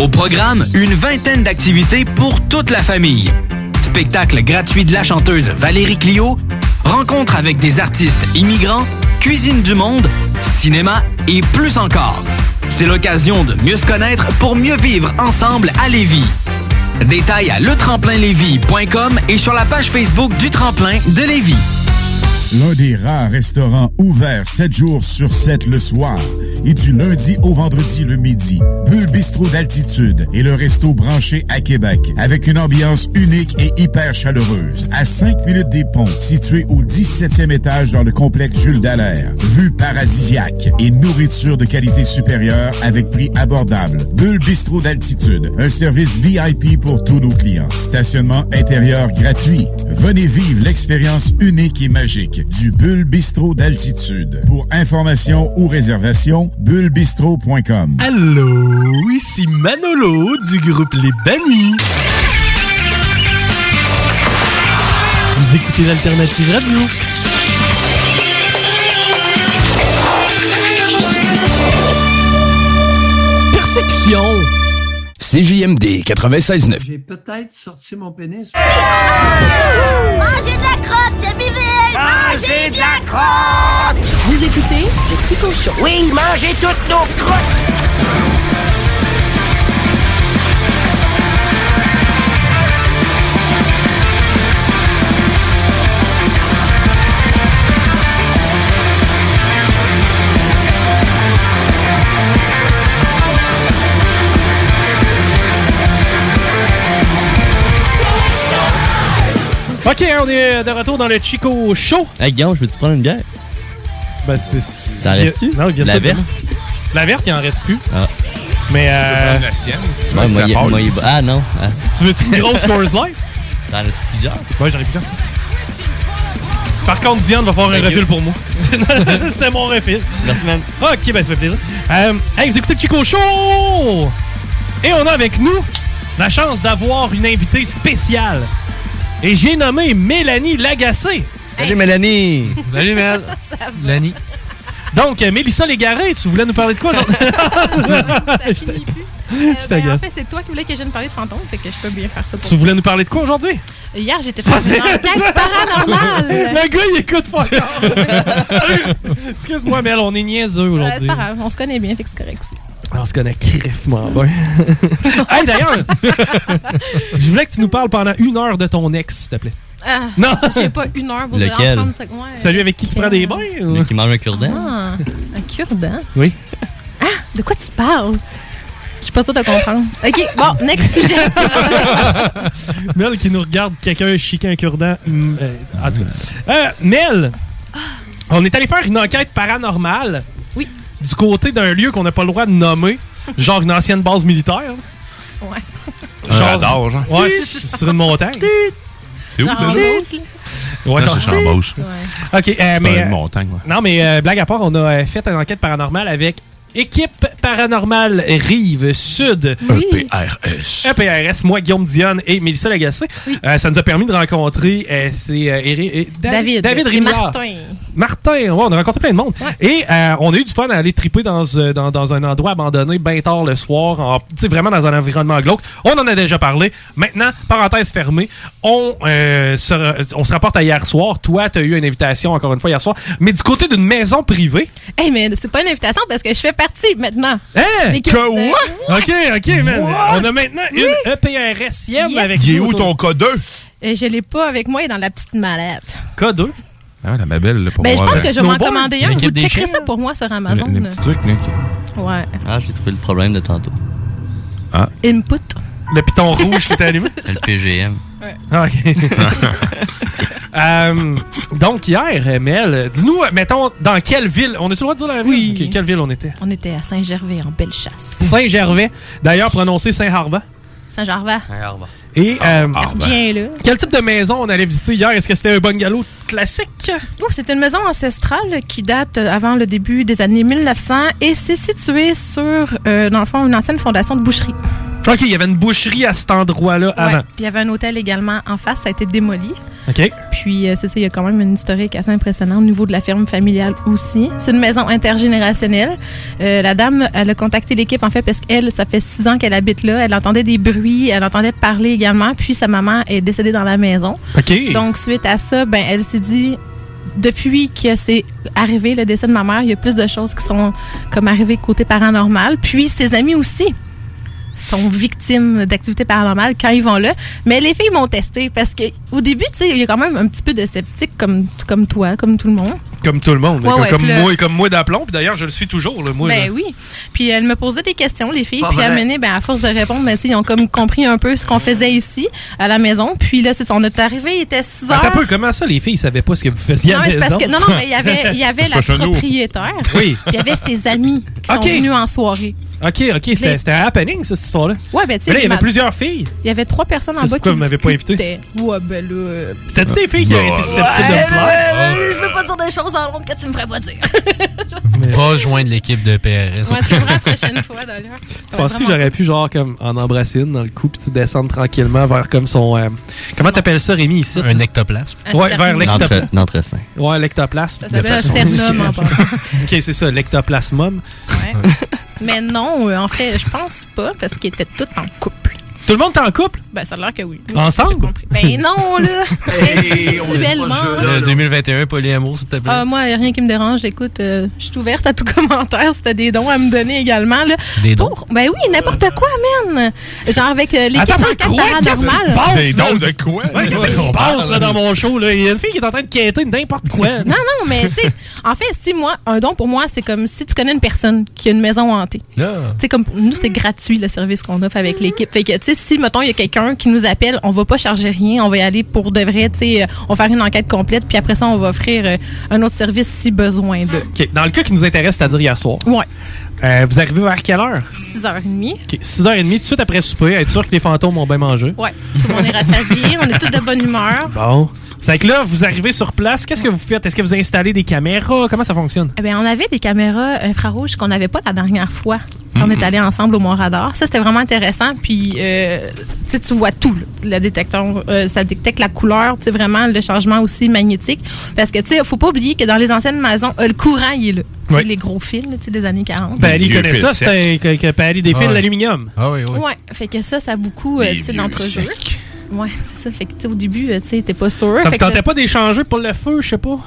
Speaker 10: Au programme, une vingtaine d'activités pour toute la famille. Spectacle gratuit de la chanteuse Valérie Clio, rencontre avec des artistes immigrants, cuisine du monde, cinéma et plus encore. C'est l'occasion de mieux se connaître pour mieux vivre ensemble à Lévis. Détails à letremplinlévis.com et sur la page Facebook du Tremplin de Lévis.
Speaker 15: L'un des rares restaurants ouverts 7 jours sur 7 le soir et du lundi au vendredi le midi. Bulle Bistrot d'altitude et le resto branché à Québec avec une ambiance unique et hyper chaleureuse. À 5 minutes des ponts, situé au 17e étage dans le complexe Jules Dallaire. Vue paradisiaque et nourriture de qualité supérieure avec prix abordable. Bulle Bistrot d'altitude, un service VIP pour tous nos clients. Stationnement intérieur gratuit. Venez vivre l'expérience unique et magique du Bulle Bistrot d'altitude. Pour information ou réservation, bullebistrot.com.
Speaker 7: Allô, ici Manolo du groupe Les Bannis. Vous écoutez l'Alternative Radio.
Speaker 27: Perception. CJMD 96.9.
Speaker 12: J'ai peut-être sorti mon pénis.
Speaker 2: Mangez de la crotte, je vivais! Mangez de la crotte!
Speaker 28: Vous écoutez le Chico Show.
Speaker 2: Oui, mangez toutes nos crottes!
Speaker 1: OK, on est de retour dans le Chico Show.
Speaker 3: Hey, Guillaume, Oh, je veux-tu prendre une bière?
Speaker 1: Ben, c'est.
Speaker 3: T'en restes-tu?
Speaker 1: Non, il vient de
Speaker 3: La
Speaker 1: tout
Speaker 3: verte?
Speaker 1: donner. La verte, il en reste plus.
Speaker 3: Ah,
Speaker 1: Mais. Euh,
Speaker 3: prendre la Ouais, moi, il- moi, il- ah non. Ah.
Speaker 1: Tu veux-tu une grosse Coors Light?
Speaker 3: T'en as plusieurs?
Speaker 1: Ouais, j'en ai plusieurs. Par contre, Diane va faire un refil pour moi. C'était mon refil.
Speaker 3: Merci, man.
Speaker 1: Ok, ben, ça fait plaisir. Euh, hey, vous écoutez le Chico Show! Et on a avec nous la chance d'avoir une invitée spéciale. Et j'ai nommé Mélanie Lagacé.
Speaker 3: Salut, Mélanie.
Speaker 1: Salut, Mél. Mélanie. Donc, euh, Mélissa Légaré, tu voulais nous parler de quoi? genre? Je t'a- je
Speaker 29: Ben, en
Speaker 1: t'agace.
Speaker 29: fait, c'est toi qui voulais que je vienne parler de fantômes, fait que je peux bien faire ça pour
Speaker 1: Tu voulais nous parler de quoi aujourd'hui?
Speaker 29: toi. Hier, j'étais dans une enquête paranormale.
Speaker 1: Le gars, il écoute fort. Excuse-moi, Mel, on est niaiseux
Speaker 29: Euh, c'est
Speaker 1: aujourd'hui.
Speaker 29: pas grave, on se connaît bien, fait que c'est correct aussi.
Speaker 1: Ah, on se connaît criffement bien. hey, d'ailleurs, je voulais que tu nous parles pendant une heure de ton ex, s'il te plaît.
Speaker 29: Ah,
Speaker 1: Non.
Speaker 29: J'ai pas une heure pour
Speaker 1: Lequel?
Speaker 29: en prendre moi.
Speaker 1: Celui avec qui tu prends
Speaker 29: Euh,
Speaker 1: des bains? ou-
Speaker 3: Qui mange un cure-dent?
Speaker 29: Ah, un cure-dent.
Speaker 1: Oui.
Speaker 29: Ah, de quoi tu parles? Je suis pas sûre de comprendre. OK, bon, next sujet.
Speaker 1: Mel qui nous regarde, quelqu'un chiquer un cure-dent. hum, euh, en tout cas. Euh, Mel, on est allé faire une enquête paranormale.
Speaker 29: Ah. Oui.
Speaker 1: Du côté d'un lieu qu'on n'a pas le droit de nommer, genre une ancienne base militaire.
Speaker 29: Ouais.
Speaker 6: J'adore, genre.
Speaker 1: Euh, Ouais, c'est sur une montagne.
Speaker 6: C'est où,
Speaker 1: Genre
Speaker 6: déjà?
Speaker 1: en Beauce, là. Ouais,
Speaker 6: Là, c'est
Speaker 1: genre-
Speaker 6: Chambauce.
Speaker 1: OK, euh,
Speaker 6: C'est
Speaker 1: mais...
Speaker 6: une
Speaker 1: euh,
Speaker 6: montagne, ouais.
Speaker 1: Non, mais euh, blague à part, on a euh, fait une enquête paranormale avec Équipe Paranormale Rive Sud. EPRS. EPRS, moi, Guillaume Dionne et Mélissa Lagacé. Euh, ça nous a permis de rencontrer euh, c'est, euh, Eri- et- Da-
Speaker 29: David.
Speaker 1: David
Speaker 29: et
Speaker 1: Rimillard.
Speaker 29: Martin.
Speaker 1: Martin, ouais, on a rencontré plein de monde. Et euh, on a eu du fun à aller triper dans, euh, dans, dans un endroit abandonné bien tard le soir, en- tu sais, vraiment dans un environnement glauque. On en a déjà parlé. Maintenant, parenthèse fermée, on, euh, se, re- on se rapporte à hier soir. Toi, tu as eu une invitation encore une fois hier soir, mais du côté d'une maison privée.
Speaker 29: Hey, mais c'est pas une invitation parce que je fais partie maintenant.
Speaker 1: Hein?
Speaker 29: L'équipe de-
Speaker 1: OK, OK, man.
Speaker 29: What?
Speaker 1: On a maintenant une E EPRS ienne
Speaker 29: Yes.
Speaker 1: avec
Speaker 29: Il est
Speaker 1: nous
Speaker 29: où
Speaker 1: autour-
Speaker 29: ton Euh, je l'ai pas avec moi, il est dans la petite mallette.
Speaker 1: K2?
Speaker 6: Ah, la Mabel, là, pour
Speaker 29: Ben, je
Speaker 6: moi.
Speaker 29: pense que je vais m'en
Speaker 6: Snowball?
Speaker 29: commander un.
Speaker 6: L'équipe
Speaker 29: Vous
Speaker 6: des
Speaker 29: checkerez
Speaker 6: chiens.
Speaker 29: ça pour moi sur Amazon.
Speaker 6: Le, le petit truc, là.
Speaker 29: Ouais.
Speaker 17: Ah, j'ai trouvé le problème de tantôt.
Speaker 6: Ah.
Speaker 29: Input.
Speaker 1: Le piton rouge qui était allumé?
Speaker 17: Le PGM.
Speaker 1: Ah, OK. Euh, donc, hier, euh, Mel, dis-nous, mettons, dans quelle ville On est sur le droit de dire la ville Ok, Quelle ville on était
Speaker 29: On était à Saint-Gervais, en Bellechasse.
Speaker 1: Saint-Gervais, d'ailleurs prononcé Saint-Harvard.
Speaker 29: Saint-Gervais.
Speaker 1: Et euh,
Speaker 29: Bien là.
Speaker 1: quel type de maison on allait visiter hier Est-ce que c'était un bungalow classique
Speaker 29: Ouf, c'est une maison ancestrale qui date euh, avant le début des années 1900 et c'est situé sur, euh, dans le fond, une ancienne fondation de boucherie.
Speaker 1: Ok, il y avait une boucherie à cet endroit-là
Speaker 29: Ouais.
Speaker 1: avant.
Speaker 29: Puis Il y avait un hôtel également en face, ça a été démoli.
Speaker 1: Ok.
Speaker 29: Puis euh, c'est ça, il y a quand même une historique assez impressionnante au niveau de la ferme familiale aussi. C'est une maison intergénérationnelle. Euh, la dame, elle a contacté l'équipe en fait parce qu'elle, ça fait six ans qu'elle habite là. Elle entendait des bruits, elle entendait parler également. Puis sa maman est décédée dans la maison.
Speaker 1: OK.
Speaker 29: Donc suite à ça, ben elle s'est dit. Depuis que c'est arrivé le décès de ma mère, il y a plus de choses qui sont comme arrivées côté paranormal. Puis ses amis aussi sont victimes d'activités paranormales quand ils vont là. Mais les filles m'ont testé parce que au début, tu sais, il y a quand même un petit peu de sceptique comme, comme toi, comme tout le monde.
Speaker 1: Comme tout le monde,
Speaker 29: Ouais,
Speaker 1: comme,
Speaker 29: ouais,
Speaker 1: comme
Speaker 29: puis là-
Speaker 1: moi et comme moi d'aplomb. Puis d'ailleurs, je le suis toujours, le moi.
Speaker 29: ben
Speaker 1: là.
Speaker 29: oui. Puis elles me posaient des questions, les filles.
Speaker 1: Pas
Speaker 29: puis
Speaker 1: vrai.
Speaker 29: amené, ben, à force de répondre, ben, tu sais, ils ont comme compris un peu ce qu'on faisait ici, à la maison. Puis là, c'est ça, on est arrivé, il était 6 heures.
Speaker 1: Attends un peu, comment ça, les filles, ils savaient pas ce que vous faisiez
Speaker 29: Non,
Speaker 1: à
Speaker 29: mais c'est
Speaker 1: la
Speaker 29: parce
Speaker 1: maison?
Speaker 29: que, non, non, mais il y avait, il y avait la propriétaire.
Speaker 1: Oui.
Speaker 29: Puis Il y avait ses amis qui
Speaker 1: Ok.
Speaker 29: sont venus en soirée.
Speaker 1: OK, OK, c'était
Speaker 29: Les-
Speaker 1: c'était un happening, ça, cette histoire-là.
Speaker 29: Ouais, ben, tu sais,
Speaker 1: Mais là, il y
Speaker 29: les
Speaker 1: avait
Speaker 29: ma-
Speaker 1: plusieurs filles.
Speaker 29: Il y avait trois personnes en
Speaker 1: C'est
Speaker 29: bas
Speaker 1: pourquoi
Speaker 29: qui
Speaker 1: vous m'avez pas invité?
Speaker 29: discutaient. Ouais, ben là. euh,
Speaker 1: C'était-tu des filles qui auraient été susceptibles de me plaire?
Speaker 29: Je veux pas dire des choses dans l'ombre que tu me ferais pas dire.
Speaker 20: Va joindre l'équipe de PRS.
Speaker 29: Ouais, tu verras la prochaine fois, d'ailleurs.
Speaker 1: Tu penses que j'aurais pu, genre, comme, en embrasser une dans le cou, puis tu descendre tranquillement vers, comme, son. euh, comment t'appelles ça, Rémi, ici? Un ectoplasme.
Speaker 29: Un
Speaker 1: Ouais, vers
Speaker 29: sperme.
Speaker 1: l'ectoplasme.
Speaker 17: L'entrecin.
Speaker 1: Ouais, l'ectoplasme.
Speaker 29: Ça s'appelle un sternum, en passant.
Speaker 1: Ok, c'est ça, l'ectoplasmum.
Speaker 29: Mais non, euh, en fait, je pense pas, parce qu'ils étaient tous en couple.
Speaker 1: Tout le monde est en couple?
Speaker 29: Ben, ça a l'air que oui.
Speaker 1: Ensemble?
Speaker 29: Ben non, là! Individuellement.
Speaker 20: Le 2021, polyamour, s'il te plaît.
Speaker 29: Ah, moi, y a rien qui me dérange. Écoute, euh, je suis ouverte à tout commentaire. Si t'as des dons à me donner également. Là,
Speaker 20: Des
Speaker 29: dons? ben oui, n'importe quoi, man! Genre avec euh, l'équipe
Speaker 1: Attends,
Speaker 29: en
Speaker 1: quoi? Qu'est-ce qui se passe?
Speaker 29: paranormale.
Speaker 1: Des dons de quoi? Ouais, qu'est-ce qui se passe là, dans mon show? là? Il y a une fille qui est en train de quêter n'importe quoi.
Speaker 29: Non, non, mais tu sais, en fait, si moi, un don pour moi, c'est comme si tu connais une personne qui a une maison hantée. Tu sais, comme pour nous, c'est gratuit le service qu'on offre avec l'équipe. Fait que, tu sais, si, mettons, il y a quelqu'un qui nous appelle, on va pas charger rien, on va y aller pour de vrai, tu sais, euh, on va faire une enquête complète, puis après ça, on va offrir euh, un autre service si besoin de.
Speaker 1: OK, dans le cas qui nous intéresse, c'est-à-dire hier soir.
Speaker 29: Ouais.
Speaker 1: Euh, vous arrivez vers quelle heure?
Speaker 29: 6h30.
Speaker 1: OK, 6h30, tout de suite après souper, être sûr que les fantômes ont bien mangé.
Speaker 29: Ouais, tout le monde est rassasié, on est tous de bonne humeur.
Speaker 1: Bon. C'est que là, vous arrivez sur place, qu'est-ce que vous faites? Est-ce que vous installez des caméras? Comment ça fonctionne?
Speaker 29: Eh bien, on avait des caméras infrarouges qu'on n'avait pas la dernière fois. On
Speaker 1: Mm-hmm.
Speaker 29: est allé ensemble au Mont-Radar. Ça, c'était vraiment intéressant. Puis, euh, tu sais, tu vois tout. là. Le détecteur, euh, ça détecte la couleur, tu sais, vraiment le changement aussi magnétique. Parce que, tu sais, faut pas oublier que dans les anciennes maisons, euh, le courant, il est là. Tu sais,
Speaker 1: Ouais.
Speaker 29: Les gros fils, là, tu sais, des années 40.
Speaker 1: Pali
Speaker 20: vieux
Speaker 1: connaît
Speaker 20: fil
Speaker 1: ça,
Speaker 20: sec.
Speaker 1: c'était que- que Pali des fils
Speaker 20: Ah ouais.
Speaker 1: d'aluminium.
Speaker 20: Ah oui, oui.
Speaker 29: Ouais, fait que ça, ça a beaucoup, euh, tu sais, d'entrejeux. Ouais, c'est ça. Fait que, tu sais, au début, euh, tu sais, t'es pas sûr.
Speaker 1: Ça
Speaker 29: Fait
Speaker 1: vous
Speaker 29: que là,
Speaker 1: tentait pas d'échanger pour le feu, je sais pas?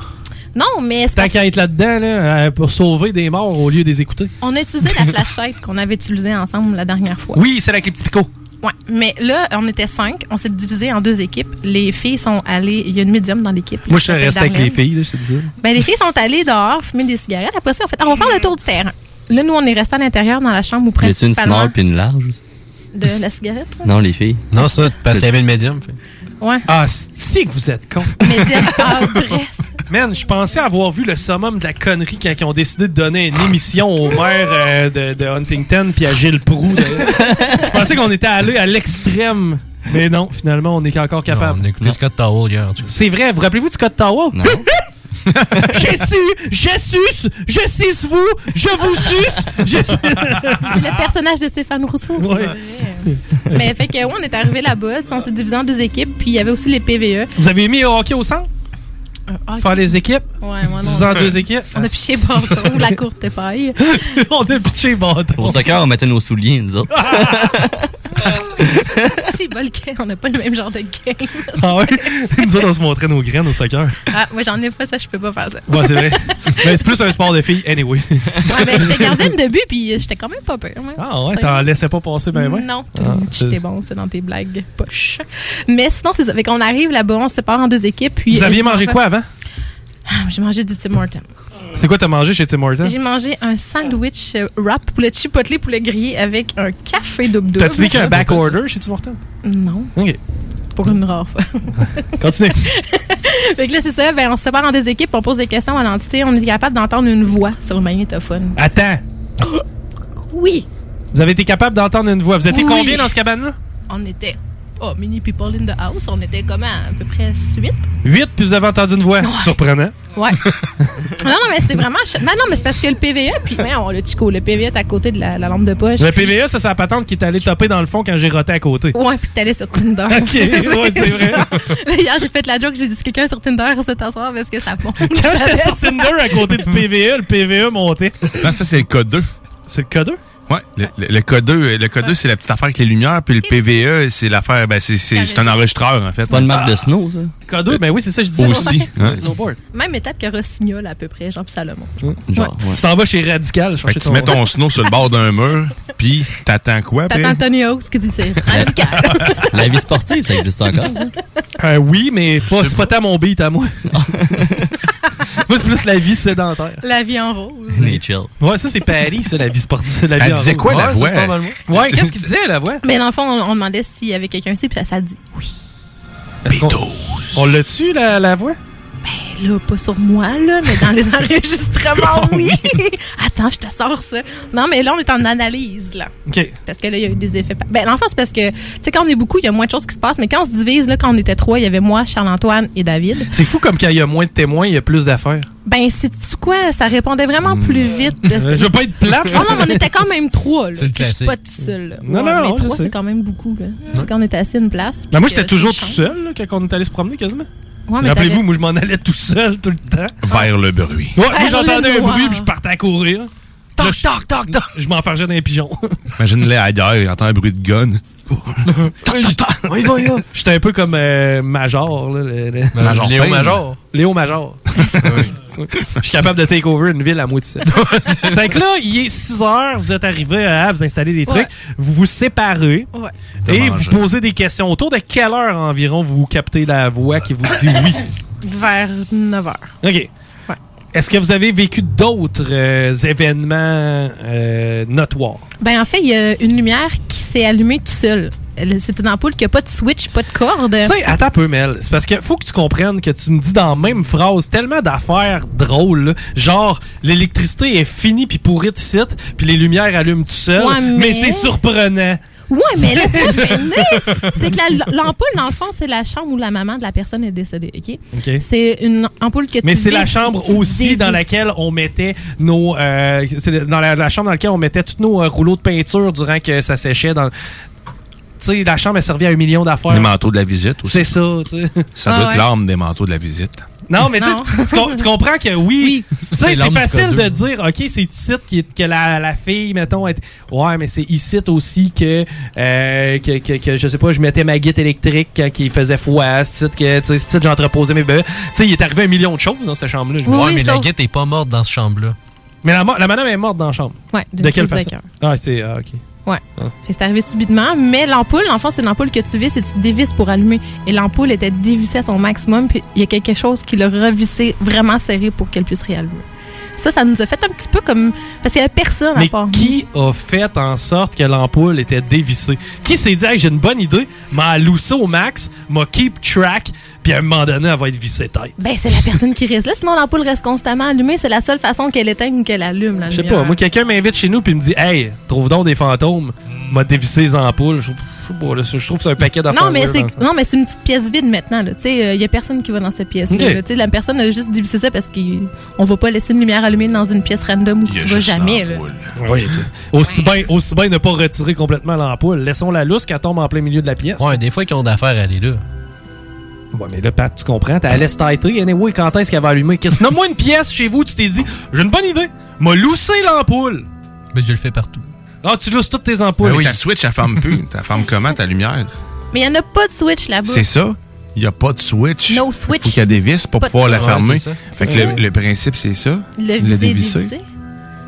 Speaker 29: Non, mais c'est
Speaker 1: Tant
Speaker 29: parce
Speaker 1: qu'à être là-dedans, là, euh, pour sauver des morts au lieu des écouter.
Speaker 29: On a utilisé la flashlight qu'on avait utilisée ensemble la dernière fois.
Speaker 1: Oui, c'est avec les petits picots.
Speaker 29: Ouais, mais là, on était cinq. On s'est divisé en deux équipes. Les filles sont allées. Il y a une médium dans l'équipe.
Speaker 1: Moi,
Speaker 29: là,
Speaker 1: je suis
Speaker 29: qui
Speaker 1: resté
Speaker 29: s'appelle
Speaker 1: avec les
Speaker 29: Darlene.
Speaker 1: filles, là, je te disais.
Speaker 29: Ben, les filles sont allées dehors fumer des cigarettes. Après ça, on fait, Ah, on va faire le tour du terrain. Là, nous, on est restés à l'intérieur dans la chambre où
Speaker 17: Y a-tu une
Speaker 29: principalement
Speaker 17: small puis une large aussi?
Speaker 29: de la cigarette. là.
Speaker 17: Non, les filles.
Speaker 20: Non, ça, parce qu'il y avait le médium.
Speaker 29: Ouais.
Speaker 1: Ah, si que vous êtes con.
Speaker 29: Médium. ah, bref.
Speaker 1: Man, je pensais avoir vu le summum de la connerie quand ils ont décidé de donner une émission au maire euh, de, de Huntington puis à Gilles Proux. de- Je pensais qu'on était allé à l'extrême. Mais non, finalement, on est encore capable.
Speaker 20: On a écouté Scott Tower hier. en tout cas.
Speaker 1: C'est vrai, vous rappelez-vous de Scott Tower? je su, je suce, je suce vous, je vous suce, je
Speaker 29: C'est le personnage de Stéphane Rousseau, c'est
Speaker 1: Ouais.
Speaker 29: vrai. Mais fait que, ouais, on est arrivé là-bas, tu sais, on s'est divisé en deux équipes, puis il y avait aussi les E. PVE.
Speaker 1: Vous avez mis au hockey au centre? Faire les équipes?
Speaker 29: Ouais, Euh, moi non.
Speaker 1: Divisé en deux équipes?
Speaker 29: On a piché bâton ou la courte paille.
Speaker 1: on a pitché bâton.
Speaker 17: Au soccer, on mettait nos souliers, nous autres.
Speaker 29: si, bol game, on n'a pas le même genre de game.
Speaker 1: Ah ouais? Nous autres, on se montrait nos graines au soccer.
Speaker 29: Ah, moi j'en ai pas ça, je peux pas faire ça.
Speaker 1: Ouais, c'est vrai. Mais c'est plus un sport de filles, anyway.
Speaker 29: Ouais, mais Ah, ben, j'étais gardienne de but, puis euh, j'étais quand même pas peur. ouais.
Speaker 1: Ah ouais,
Speaker 29: Ça-
Speaker 1: t'en laissais pas passer, ben ouais.
Speaker 29: Non,
Speaker 1: Ah,
Speaker 29: J'étais bon, c'est dans tes blagues poches. Mais sinon, c'est ça. Fait qu'on arrive là-bas, on se sépare en deux équipes. Puis euh,
Speaker 1: Vous aviez mangé quoi avant?
Speaker 29: Ah, J'ai mangé du Tim Hortons.
Speaker 1: C'est quoi t'as mangé chez Tim Hortons?
Speaker 29: J'ai mangé un sandwich euh, wrap poulet chipotle poulet grillé avec un café double double.
Speaker 1: T'as-tu vécu un back order chez Tim Hortons?
Speaker 29: Non,
Speaker 1: Ok,
Speaker 29: pour une rare fois.
Speaker 1: continue.
Speaker 29: fait que là, c'est ça. Ben, on se sépare en deux équipes, on pose des questions à l'entité, on est capable d'entendre une voix sur le magnétophone.
Speaker 1: Attends,
Speaker 29: Oui,
Speaker 1: vous avez été capable d'entendre une voix. Vous étiez
Speaker 29: Oui.
Speaker 1: combien dans ce cabane-là?
Speaker 29: on était. Oh, mini people in the house, on était comment à peu près 8.
Speaker 1: 8, puis vous avez entendu une voix. Surprenant.
Speaker 29: Ouais. non, non, mais c'est vraiment. ch- Mais non, mais c'est parce que le PVE, puis ouais, on le chico, le PVE est à côté de la, la lampe de poche.
Speaker 1: Le E.
Speaker 29: puis-
Speaker 1: PVA, ça, c'est la patente qui est allée taper dans le fond quand j'ai roté à côté.
Speaker 29: Ouais, puis que t'allais sur Tinder.
Speaker 1: Ok, ouais, c'est vrai.
Speaker 29: Hier, j'ai fait la joke, j'ai dit c'est quelqu'un sur Tinder cet soir parce que ça monte.
Speaker 1: Quand j'étais sur Tinder à côté du PVA, le PVA montait.
Speaker 6: Non, ça, c'est le code 2.
Speaker 1: C'est le code 2?
Speaker 6: Ouais, le, le- le code 2, le code 2 c'est la petite affaire avec les lumières, puis le PVE, c'est l'affaire, ben, c'est, c'est, c'est un enregistreur, en fait.
Speaker 17: Pas une marque de snow, ça.
Speaker 1: Code 2, ben oui, c'est ça, je disais.
Speaker 6: Aussi,
Speaker 1: C'est un
Speaker 6: ouais.
Speaker 1: snowboard.
Speaker 29: Même étape que Rossignol à peu près, Jean puis Salomon.
Speaker 6: Genre,
Speaker 1: Tu t'en vas chez Radical.
Speaker 6: Fait que tu mets ton snow sur le bord d'un mur, puis t'attends quoi après?
Speaker 29: T'attends Tony Hawks qui dit c'est radical.
Speaker 17: La vie sportive, ça existe encore, ça?
Speaker 1: Euh, oui, mais pas, c'est pas tant mon beat à moi. moi, c'est plus la vie sédentaire.
Speaker 29: la vie en rose.
Speaker 17: Les chill.
Speaker 1: Ouais, ça, c'est Paris, ça, la vie sportive. La
Speaker 17: Elle
Speaker 1: vie en
Speaker 17: disait
Speaker 1: rose.
Speaker 17: quoi, la
Speaker 1: Ouais, ça,
Speaker 17: voix?
Speaker 1: c'est pas mal moi. Ouais, qu'est-ce qu'il disait, la voix?
Speaker 29: Mais dans le fond, on, on demandait s'il y avait quelqu'un ici, puis ça, ça dit oui.
Speaker 1: Est-ce qu'on- On l'a tu la, la voix?
Speaker 29: Ben là, pas sur moi, là, mais dans les enregistrements, oui. Attends, je te sors ça. Non, mais là, on est en analyse, là.
Speaker 1: OK.
Speaker 29: Parce que là, il y a eu des effets. pa- Ben, dans le fond, c'est parce que, tu sais, quand on est beaucoup, il y a moins de choses qui se passent, mais quand on se divise, là, quand on était trois, il y avait moi, Charles-Antoine et David.
Speaker 1: C'est fou comme quand il y a moins de témoins, il y a plus d'affaires.
Speaker 29: Ben, c'est-tu quoi? Ça répondait vraiment plus vite. De
Speaker 1: Hmm. Euh, Je veux pas être plate.
Speaker 29: Oh non, mais on était quand même trois, là.
Speaker 1: C'est le
Speaker 29: Puis Je suis
Speaker 1: classique.
Speaker 29: pas tout seul, là.
Speaker 1: Non, non,
Speaker 29: mais
Speaker 1: non, je
Speaker 29: trois,
Speaker 1: sais.
Speaker 29: c'est quand même beaucoup, là. Fait Quand on était assis à une place.
Speaker 1: Ben, moi,
Speaker 29: puis
Speaker 1: j'étais
Speaker 29: que
Speaker 1: toujours
Speaker 29: ça
Speaker 1: tout
Speaker 29: change.
Speaker 1: seul là, quand on est allé se promener quasiment.
Speaker 29: Ouais, mais
Speaker 1: Rappelez-vous,
Speaker 29: t'avais-
Speaker 1: moi, je m'en allais tout seul tout le temps.
Speaker 6: Vers le bruit.
Speaker 1: Ouais,
Speaker 29: Ah,
Speaker 1: moi, j'entendais un
Speaker 29: le noir.
Speaker 1: bruit puis je partais à courir. Toc, toc, toc, toc. Je m'enfargeais dans les pigeons.
Speaker 6: Imagine-les ailleurs, il entend un bruit de gun.
Speaker 1: J'étais un peu comme euh, Major. Là, le- le-
Speaker 6: Major Léo Payne.
Speaker 20: Major.
Speaker 1: Léo Major. Je suis capable de take over une ville à moi tout seul. C'est que là, il est 6 heures, vous êtes arrivé à vous installez des trucs,
Speaker 29: Ouais.
Speaker 1: vous vous séparez
Speaker 29: Ouais.
Speaker 1: et
Speaker 6: T'as mangé.
Speaker 1: vous posez des questions. Autour de quelle heure environ vous captez la voix qui vous dit oui?
Speaker 29: Vers 9 heures.
Speaker 1: OK. Est-ce que vous avez vécu d'autres euh, événements euh, notoires?
Speaker 29: Ben, en fait, il y a une lumière qui s'est allumée tout seul. Elle- C'est une ampoule qui a pas de switch, pas de corde.
Speaker 1: Tu sais, attends un peu, Mel. C'est parce que faut que tu comprennes que tu me dis dans la même phrase tellement d'affaires drôles. là. Genre, l'électricité est finie puis pourrie de site, puis les lumières allument tout seul.
Speaker 29: Ouais,
Speaker 1: mais
Speaker 29: mais-
Speaker 1: c'est surprenant.
Speaker 29: Ouais, mais là, c'est pas fini. C'est que la- l'ampoule, dans le fond, c'est la chambre où la maman de la personne est décédée, OK?
Speaker 1: OK.
Speaker 29: C'est une ampoule que tu
Speaker 1: Mais c'est la
Speaker 29: vis-
Speaker 1: chambre
Speaker 29: tu
Speaker 1: aussi dans
Speaker 29: dévis.
Speaker 1: laquelle on mettait nos. euh, c'est dans la, la chambre dans laquelle on mettait tous nos euh, rouleaux de peinture durant que ça séchait. Dans... Tu sais, la chambre, elle servait à un million
Speaker 6: Les
Speaker 1: d'affaires.
Speaker 6: manteaux de la visite aussi.
Speaker 1: C'est ça, tu sais.
Speaker 6: Ça
Speaker 1: Ah
Speaker 6: doit
Speaker 1: ouais.
Speaker 6: être l'arme des manteaux de la visite.
Speaker 1: Non, mais tu
Speaker 29: Non.
Speaker 1: tu com- tu comprends que oui. tu sais,
Speaker 6: C'est
Speaker 1: c'est
Speaker 6: l'arme du
Speaker 1: facile
Speaker 6: code
Speaker 1: de dire, OK, c'est ici qui est- que la, la fille, mettons, est... ouais, mais c'est ici aussi que, euh, que, que, que, je sais pas, je mettais ma guette électrique quand il faisait froid. C'est ici que, tu sais, c'est ici que j'entreposais mes bébés. Tu sais, il est arrivé un million de choses dans cette chambre-là. je me
Speaker 20: Ouais,
Speaker 1: dis.
Speaker 20: mais la guette est pas morte dans ce chambre-là.
Speaker 1: Mais la, mo- la madame est morte dans la chambre.
Speaker 29: Ouais, d'une
Speaker 1: de quelle
Speaker 29: crise
Speaker 1: façon?
Speaker 29: de cœur.
Speaker 1: Ah, c'est, ah, OK.
Speaker 29: Ouais.
Speaker 1: Ah.
Speaker 29: Fait que C'est arrivé subitement, mais l'ampoule, en fait, c'est une ampoule que tu vis et tu dévisses pour allumer. Et l'ampoule était dévissée à son maximum, puis il y a quelque chose qui l'a revissée vraiment serrée pour qu'elle puisse réallumer. Ça, ça nous a fait un petit peu comme. Parce qu'il n'y avait personne à
Speaker 1: Mais
Speaker 29: part.
Speaker 1: qui a fait en sorte que l'ampoule était dévissée? Qui s'est dit, Hey, j'ai une bonne idée, m'a loussé au max, m'a keep track, puis à un moment donné, elle va être vissée tête.
Speaker 29: Ben, c'est la personne qui reste là. Sinon, l'ampoule reste constamment allumée. C'est la seule façon qu'elle éteigne ou qu'elle allume. La
Speaker 1: Je sais
Speaker 29: lumière.
Speaker 1: pas, moi, quelqu'un m'invite chez nous puis me dit, Hey, trouve donc des fantômes, m'a dévissé les ampoules. Je je sais pas, là, je trouve que c'est un paquet d'affaires.
Speaker 29: Non, mais
Speaker 1: weird,
Speaker 29: c'est
Speaker 1: hein.
Speaker 29: non, mais c'est une petite pièce vide maintenant. là. Tu sais, euh, il n'y a personne qui va dans cette pièce.
Speaker 1: Ok.
Speaker 29: La personne a juste divisé ça parce qu'on va pas laisser une lumière allumée dans une pièce random où
Speaker 1: Il y a
Speaker 29: tu vas
Speaker 1: juste
Speaker 29: jamais. là.
Speaker 1: Oui, t'sais. aussi bien aussi bien ne pas retirer complètement l'ampoule. Laissons la lousse qu'elle tombe en plein milieu de la pièce. Ouais, des fois qu'ils ont d'affaires à aller là. Ouais, mais là, Pat, tu comprends, t'as laissé têter. Anyway, quand est-ce qu'elle va allumer? Qu'est-ce Nomme-moi une pièce chez vous, tu t'es dit, j'ai une bonne idée. M'a loussé l'ampoule.
Speaker 6: Mais je le fais partout. Ben
Speaker 1: Ah, tu lousses toutes tes ampoules.
Speaker 6: oui, ta switch, elle ferme plus. Ta ferme comment, ta lumière?
Speaker 29: Mais il n'y en a pas de switch là-bas.
Speaker 6: C'est ça. Il n'y a pas de switch.
Speaker 29: No
Speaker 6: Il faut
Speaker 29: switch.
Speaker 6: qu'il y ait des vis pour
Speaker 29: Pas de
Speaker 6: pouvoir la
Speaker 29: clé.
Speaker 6: fermer.
Speaker 29: Ouais, c'est ça.
Speaker 6: fait que
Speaker 29: C'est ça.
Speaker 6: le, le principe, c'est ça.
Speaker 29: Le
Speaker 6: Le
Speaker 29: visé,
Speaker 6: dévisser.
Speaker 29: dévissé.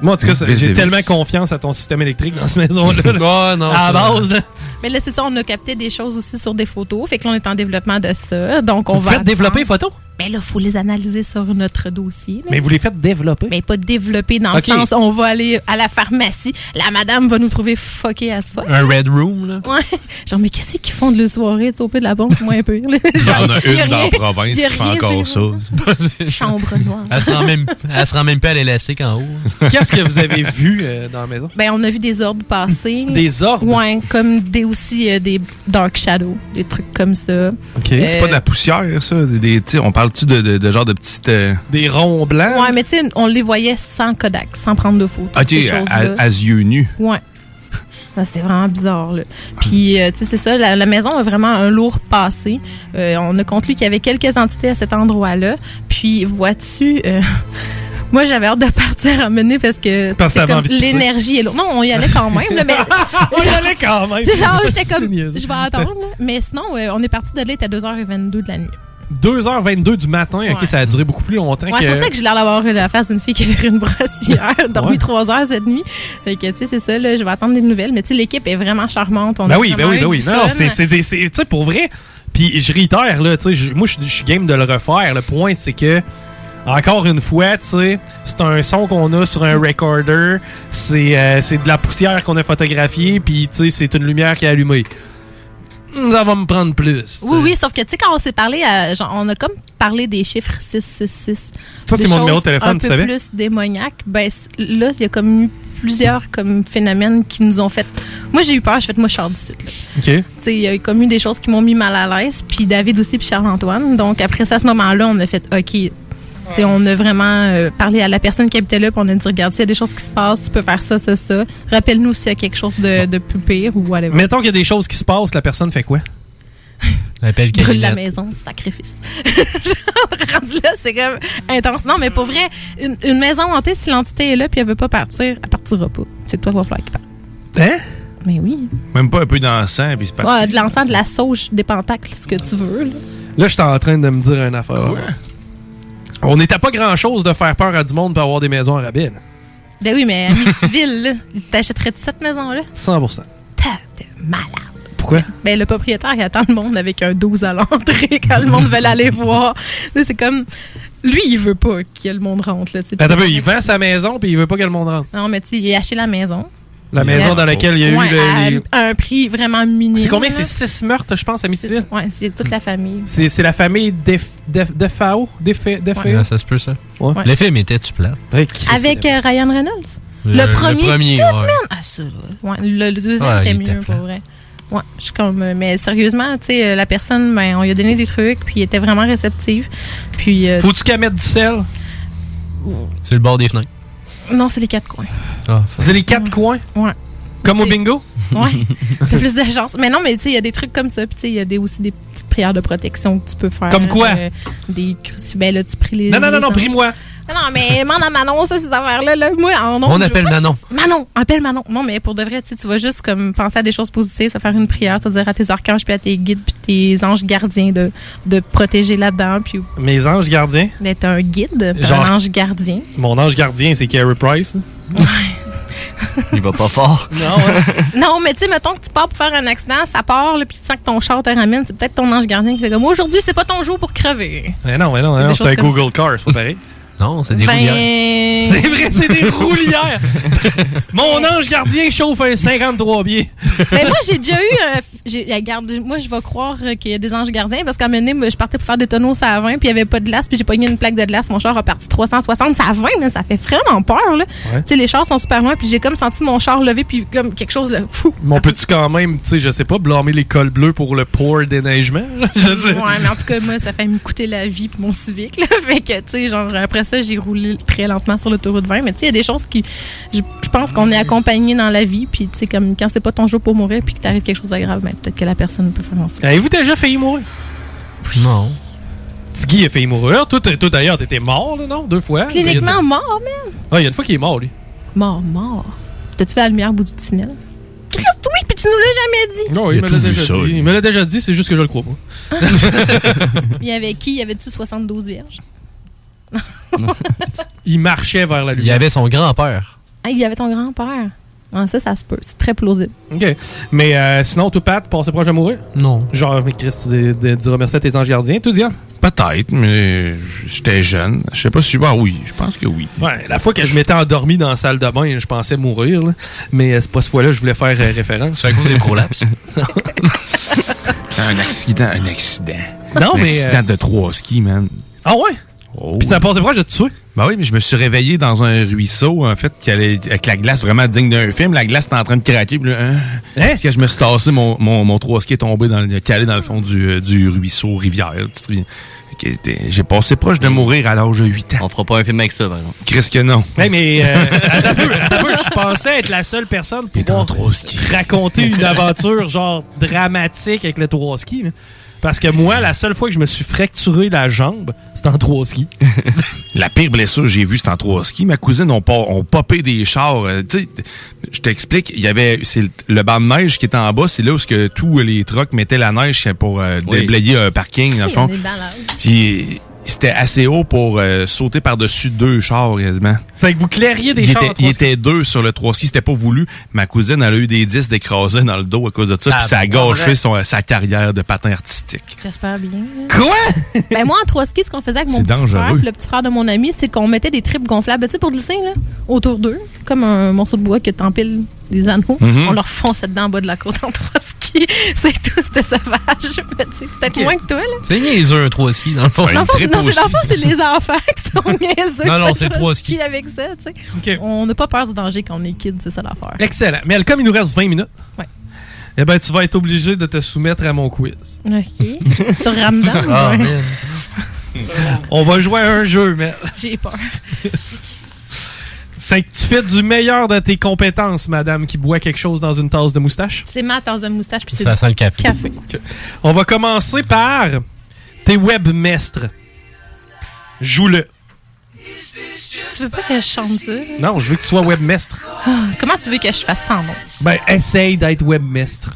Speaker 1: Moi, en tout cas, ça-
Speaker 6: Vis
Speaker 1: j'ai
Speaker 6: dévis.
Speaker 1: tellement confiance à ton système électrique dans cette maison-là. là.
Speaker 20: non,
Speaker 1: À la
Speaker 20: ça-
Speaker 1: base, là.
Speaker 29: Mais là, c'est ça, on a capté des choses aussi sur des photos. Fait que là, on est en développement de ça. Donc, on
Speaker 1: Vous
Speaker 29: va.
Speaker 1: faites développer les photos?
Speaker 29: Mais là, il faut les analyser sur notre dossier. là.
Speaker 1: Mais vous les faites développer.
Speaker 29: Mais pas développer dans
Speaker 20: Ok.
Speaker 29: le sens on va aller à la pharmacie, la madame va nous trouver fucké à ce fuck.
Speaker 20: Un Red Room, là.
Speaker 29: Ouais. Genre, mais qu'est-ce qu'ils font de le soirée, au de la bombe, c'est moins pire. là.
Speaker 6: Il y
Speaker 29: Genre,
Speaker 6: en a
Speaker 29: y
Speaker 6: une dans
Speaker 29: rien-
Speaker 6: la province
Speaker 29: y a
Speaker 6: qui fait
Speaker 29: rien,
Speaker 6: encore ça.
Speaker 29: c'est- Chambre noire.
Speaker 20: Elle se rend même, elle se rend même plus à l'élastique en haut.
Speaker 1: Qu'est-ce que vous avez vu euh, dans la maison?
Speaker 29: Ben, on a vu des orbes passer.
Speaker 1: Des orbes?
Speaker 29: Ouais, comme des, aussi euh, des dark shadows, des trucs comme ça. Euh,
Speaker 6: C'est pas de la poussière, ça. Des, des- tu sais, on parle-tu de, de- de genre de petites. euh,
Speaker 1: Des ronds blancs?
Speaker 29: Euh, Ouais, mais tu sais, on les voyait sans Kodak, sans prendre de photos.
Speaker 6: Ok,
Speaker 29: ces
Speaker 6: Ah, à,
Speaker 29: choses-là.
Speaker 6: à- à yeux nus.
Speaker 29: Ouais. Ça, c'est vraiment bizarre, là. Puis, euh, tu sais, c'est ça, la, la maison a vraiment un lourd passé. Euh, on a conclu qu'il y avait quelques entités à cet endroit-là. Puis, vois-tu, euh, moi, j'avais hâte de partir à mener parce que tu
Speaker 1: Parce
Speaker 29: sais,
Speaker 1: que t'avais
Speaker 29: comme
Speaker 1: envie de pisser.
Speaker 29: l'énergie est lourde. Non, on y allait quand même, là, mais...
Speaker 1: On y allait quand même.
Speaker 29: C'est genre, j'étais comme,
Speaker 1: C'est niaiseux.
Speaker 29: je vais attendre, là. Mais sinon, euh, on est parti de là, il était 2h22 de la nuit.
Speaker 1: 2h22 du matin, ok, ça a duré beaucoup plus longtemps
Speaker 29: Ouais, c'est
Speaker 1: que.
Speaker 29: pour ça que j'ai l'air d'avoir eu la face d'une fille qui a viré une brossière, dormi
Speaker 1: Ouais.
Speaker 29: trois heures cette nuit. Fait que, tu sais, c'est ça, là, je vais attendre des nouvelles. Mais, tu sais, l'équipe est vraiment charmante. On
Speaker 1: ben
Speaker 29: a
Speaker 1: oui, ben
Speaker 29: vraiment
Speaker 1: oui,
Speaker 29: eu
Speaker 1: ben
Speaker 29: du
Speaker 1: oui. Non,
Speaker 29: fun.
Speaker 1: c'est, c'est, des- c'est- tu sais, pour vrai. Puis je réitère, là, tu sais, je- moi, je suis- je suis game de le refaire. Le point, c'est que, encore une fois, tu sais, c'est un son qu'on a sur un recorder. C'est, euh, c'est de la poussière qu'on a photographiée. Puis, tu sais, c'est une lumière qui est allumée. Ça va me prendre plus. tu sais.
Speaker 29: Oui, oui, sauf que, tu sais, quand on s'est parlé, à- genre, on a comme parlé des chiffres 666.
Speaker 1: Ça,
Speaker 29: Des
Speaker 1: c'est mon
Speaker 29: choses
Speaker 1: numéro de téléphone,
Speaker 29: un
Speaker 1: tu
Speaker 29: peu
Speaker 1: savais?
Speaker 29: plus démoniaque. Ben, c- là, il y a comme eu plusieurs comme phénomènes qui nous ont fait. Moi, j'ai eu peur, je fait, moi, je sors du site, là.
Speaker 1: OK.
Speaker 29: Tu sais, il y a eu comme eu des choses qui m'ont mis mal à l'aise, puis David aussi, puis Charles-Antoine. Donc, après ça, à ce moment-là, on a fait OK. Tu sais, on a vraiment euh, parlé à la personne qui habitait là, puis on a dit Regarde, s'il y a des choses qui se passent, tu peux faire ça, ça, ça. Rappelle-nous s'il y a quelque chose de, de plus pire ou whatever.
Speaker 1: Mettons qu'il y a des choses qui se passent, la personne fait quoi? Appelle
Speaker 29: Brûle la maison, sacrifice. Genre, rendu là, c'est comme intense. Non, mais pour vrai, une, une maison hantée, si l'entité est là puis elle veut pas partir, elle partira pas. C'est toi qui va falloir qu'il parte.
Speaker 1: Hein?
Speaker 29: Mais oui.
Speaker 6: Même pas un peu d'encens, puis c'est parti.
Speaker 29: Ouais, Ah, de l'ensemble de la sauge, des pentacles, ce que tu veux. là.
Speaker 1: Là, je suis en train de me dire une affaire. On n'était pas grand-chose de faire peur à du monde pour avoir des maisons en rabine.
Speaker 29: Ben oui, mais à Amityville, là, t'achèterais cette maison-là?
Speaker 1: 100%.
Speaker 29: T'as de malade.
Speaker 1: Pourquoi?
Speaker 29: Ben, le propriétaire, il attend le monde avec un 12 à l'entrée quand le monde veut l'aller voir. Là, C'est comme. Lui, il veut pas que le monde rentre. Là, tu sais.
Speaker 1: Ben, t'as vu, il vend sa maison puis il veut pas que le monde rentre.
Speaker 29: Non, mais tu sais, il a acheté la maison.
Speaker 1: La maison dans laquelle il y a eu
Speaker 29: Ouais,
Speaker 1: le-
Speaker 29: à
Speaker 1: les-
Speaker 29: un prix vraiment minime.
Speaker 1: C'est combien?
Speaker 29: là.
Speaker 1: C'est 6 meurtres, je pense, à Mitville?
Speaker 29: Ouais, c'est toute la famille.
Speaker 1: C'est c'est la famille Def- Def- Defao? Defe- Defeo?
Speaker 20: Ouais, Ah, ça se peut, ça.
Speaker 1: Ouais.
Speaker 20: Le film était-tu plat?
Speaker 29: Avec euh, Ryan Reynolds.
Speaker 20: Le-
Speaker 29: Le,
Speaker 20: le
Speaker 29: premier.
Speaker 20: premier,
Speaker 29: tout
Speaker 20: ouais.
Speaker 29: man- Ah, ça, ouais. Ouais, le, le deuxième
Speaker 20: Ouais,
Speaker 29: était
Speaker 20: il était
Speaker 29: mieux, pour vrai. Ouais, je suis comme. euh, Mais sérieusement, tu sais, euh, la personne, ben, on lui a donné des trucs, puis il était vraiment réceptive. Puis. euh,
Speaker 1: Faut-tu qu'elle mette du sel?
Speaker 20: C'est le bord des fenêtres.
Speaker 29: Non, c'est les quatre coins.
Speaker 20: Ah,
Speaker 1: C'est les quatre coins?
Speaker 29: Ouais.
Speaker 1: Comme au bingo?
Speaker 29: Ouais. T'as plus de chance. Mais non, mais tu sais, il y a des trucs comme ça. Puis tu sais, il y a des, aussi des petites prières de protection que tu peux faire. Euh,
Speaker 1: Comme quoi?
Speaker 29: des crucifix. Ben là, tu pries les.
Speaker 1: Non, non, non,
Speaker 29: les
Speaker 1: non,
Speaker 29: anges. Ah
Speaker 1: pris-moi.
Speaker 29: Non, non, mais demande à Manon, ça, ces affaires-là. Là. Moi, en nombre,
Speaker 20: On
Speaker 29: je
Speaker 20: appelle
Speaker 29: veux pas-
Speaker 20: Manon.
Speaker 29: Manon, appelle Manon. Non, mais pour de vrai, tu sais, tu vas juste comme penser à des choses positives, se faire une prière, te dire à tes archanges, puis à tes guides, puis tes anges gardiens de, de protéger là-dedans, puis
Speaker 1: Mes anges gardiens.
Speaker 29: d'être un guide, t'es
Speaker 1: Genre-
Speaker 29: un ange gardien.
Speaker 1: Mon ange gardien, c'est Carey Price.
Speaker 17: Il va pas fort.
Speaker 1: Non,
Speaker 29: non, mais tu sais, mettons que tu pars pour faire un accident, ça part, là, puis tu sens que ton char te ramène, c'est peut-être ton ange gardien qui fait comme aujourd'hui, c'est pas ton jour pour crever.
Speaker 1: Mais non, mais non, mais
Speaker 29: Des
Speaker 1: non
Speaker 29: choses
Speaker 1: c'est un
Speaker 29: comme
Speaker 1: Google Car, c'est pas pareil.
Speaker 20: Non, c'est des
Speaker 1: Ben-
Speaker 20: roulières.
Speaker 1: C'est vrai, c'est des roulières. Mon ange gardien chauffe un 53 pieds.
Speaker 29: Mais Ben, moi, j'ai déjà eu. un- j'ai- regarde, moi, je vais croire euh, qu'il y a des anges gardiens parce qu'à un moment donné, moi, je partais pour faire des tonneaux, ça à 20, puis il n'y avait pas de glace, puis j'ai pogné une plaque de glace. Mon char a parti 360, ça à 20, mais ça fait vraiment peur. là.
Speaker 1: Ouais.
Speaker 29: Tu sais, les chars sont super loin, puis j'ai comme senti mon char lever, puis comme quelque chose. Là, fou.
Speaker 1: Mais on peut-tu quand même, tu sais, je sais pas, blâmer les cols bleus pour le pour déneigement? là? Je sais.
Speaker 29: Ouais, mais en tout cas, moi, ça fait me coûter la vie puis mon civique. Là. Fait que, tu sais, genre, après ça, j'ai roulé très lentement sur l'autoroute 20. Mais tu sais, il y a des choses qui. Je je pense qu'on est accompagné dans la vie. Puis, tu sais, comme quand c'est pas ton jour pour mourir puis que t'arrive quelque chose de grave, ben, peut-être que la personne peut faire en sorte.
Speaker 1: Avez-vous déjà failli mourir? Non. Petit Guy a failli mourir. Toi, t'es- toi, d'ailleurs, t'étais mort, là, non? Deux fois?
Speaker 29: Cliniquement mort, man.
Speaker 1: Ah, il y a une fois qu'il est mort, lui.
Speaker 29: Mort, mort. T'as-tu fait la lumière au bout du tunnel? Christ, oui, puis tu nous l'as jamais dit.
Speaker 1: Non, il, me l'a déjà dit. Il me l'a déjà dit, c'est juste que je le crois, moi.
Speaker 29: Il y avait qui? Il y avait-tu 72 vierges?
Speaker 1: il marchait vers la lumière.
Speaker 20: Il avait son grand-père.
Speaker 29: Ah, il y avait ton grand-père. Ah, ça, ça se peut. C'est très plausible.
Speaker 1: OK. Mais euh, sinon, tout Pat, pensais proche de mourir? Non. Genre, mais Chris, tu de- de- diras merci à tes anges gardiens. Tout Diane?
Speaker 6: Peut-être, mais j'étais jeune. Je sais pas si. Ah oui, je pense que oui.
Speaker 1: Ouais, la fois que je m'étais endormi dans la salle de bain, je pensais mourir, là. mais euh, c'est pas cette fois-là que je voulais faire euh, référence. C'est à cause des prolapses.
Speaker 6: Un accident, un accident.
Speaker 1: Non,
Speaker 6: un
Speaker 1: mais,
Speaker 6: accident
Speaker 1: euh,
Speaker 6: de trois skis, man.
Speaker 1: ah ouais? Puis ça passait proche de te tuer?
Speaker 6: Oh. Ben oui, mais je me suis réveillé dans un ruisseau, en fait, qui allait, avec la glace vraiment digne d'un film. La glace était en train de craquer. Puis là, hein? Quand je me suis tassé, mon, mon, mon trois skis est tombé, dans le, calé dans le fond du, euh, du ruisseau, rivière. petite rivière. Fait que t'es- J'ai passé proche de mourir à l'âge de 8 ans. On fera pas un film avec ça, par exemple. Chris que non.
Speaker 1: Ouais, mais euh, attends un peu, attends un peu, je pensais être la seule personne pour pouvoir raconter une aventure genre dramatique avec le trois ski. là. Parce que moi, la seule fois que je me suis fracturé la jambe, c'était en trois ski.
Speaker 6: La pire blessure que j'ai vue, c'était en trois skis. Ma cousine ont, pas- ont popé des chars. Euh, tu sais, je t'explique, il y avait c'est le- le banc de neige qui était en bas, c'est là où ce que tous les trucks mettaient la neige pour euh,
Speaker 5: Oui.
Speaker 6: déblayer un parking, dans le fond.
Speaker 5: on est malade.
Speaker 6: Puis c'était assez haut pour euh, sauter par-dessus deux chars, quasiment.
Speaker 1: C'est que vous clairiez des
Speaker 6: il
Speaker 1: chars en
Speaker 6: Était, il
Speaker 1: trois skis.
Speaker 6: était deux sur le trois skis, c'était pas voulu. Ma cousine, elle a eu des disques d'écrasés dans le dos à cause de ça,
Speaker 29: Ah,
Speaker 6: puis ça a
Speaker 29: bon, vrai.
Speaker 6: gâché son- sa carrière de patin artistique.
Speaker 29: J'espère bien.
Speaker 1: Quoi?
Speaker 29: ben moi, en trois skis, ce qu'on faisait avec mon
Speaker 6: C'est
Speaker 29: petit frère,
Speaker 6: dangereux.
Speaker 29: puis le petit frère de mon ami, c'est qu'on mettait des tripes gonflables, tu sais, pour glisser, là, autour d'eux, comme un morceau de bois que t'empiles des anneaux.
Speaker 2: Mhm.
Speaker 29: On leur fonçait dedans en bas de la côte en trois skis. C'est tout, c'était sauvage. Mais tu sais, Peut-être moins que toi, là.
Speaker 20: C'est niaiseux, un trois skis, dans le fond.
Speaker 29: Dans le fond, c'est- non, c'est- dans le fond, c'est les enfants qui sont niaiseux.
Speaker 20: Non, non,
Speaker 29: Pas de
Speaker 20: c'est le trois skis.
Speaker 29: avec ça, tu sais. On n'a pas peur du danger quand on est kid, c'est ça l'affaire.
Speaker 1: Excellent. Mais comme il nous reste 20 minutes,
Speaker 29: Ouais.
Speaker 1: eh ben, tu vas être obligé de te soumettre à mon quiz.
Speaker 29: OK. Sur Ramadan.
Speaker 1: Ah,
Speaker 29: ouais.
Speaker 1: man. On va jouer à un jeu, mais
Speaker 29: J'ai peur.
Speaker 1: c'est que tu fais du meilleur de tes compétences, madame, qui boit quelque chose dans une tasse de moustache.
Speaker 29: C'est ma tasse de moustache, puis c'est
Speaker 1: Ça
Speaker 29: du
Speaker 1: sent le café.
Speaker 29: café.
Speaker 1: Ok. On va commencer par tes webmestres. Joue-le.
Speaker 29: Tu veux pas que je chante ça? là?
Speaker 1: Non, je veux que tu sois webmestre.
Speaker 29: Ah, Comment tu veux que je fasse sans nom?
Speaker 1: Ben, essaye d'être webmestre.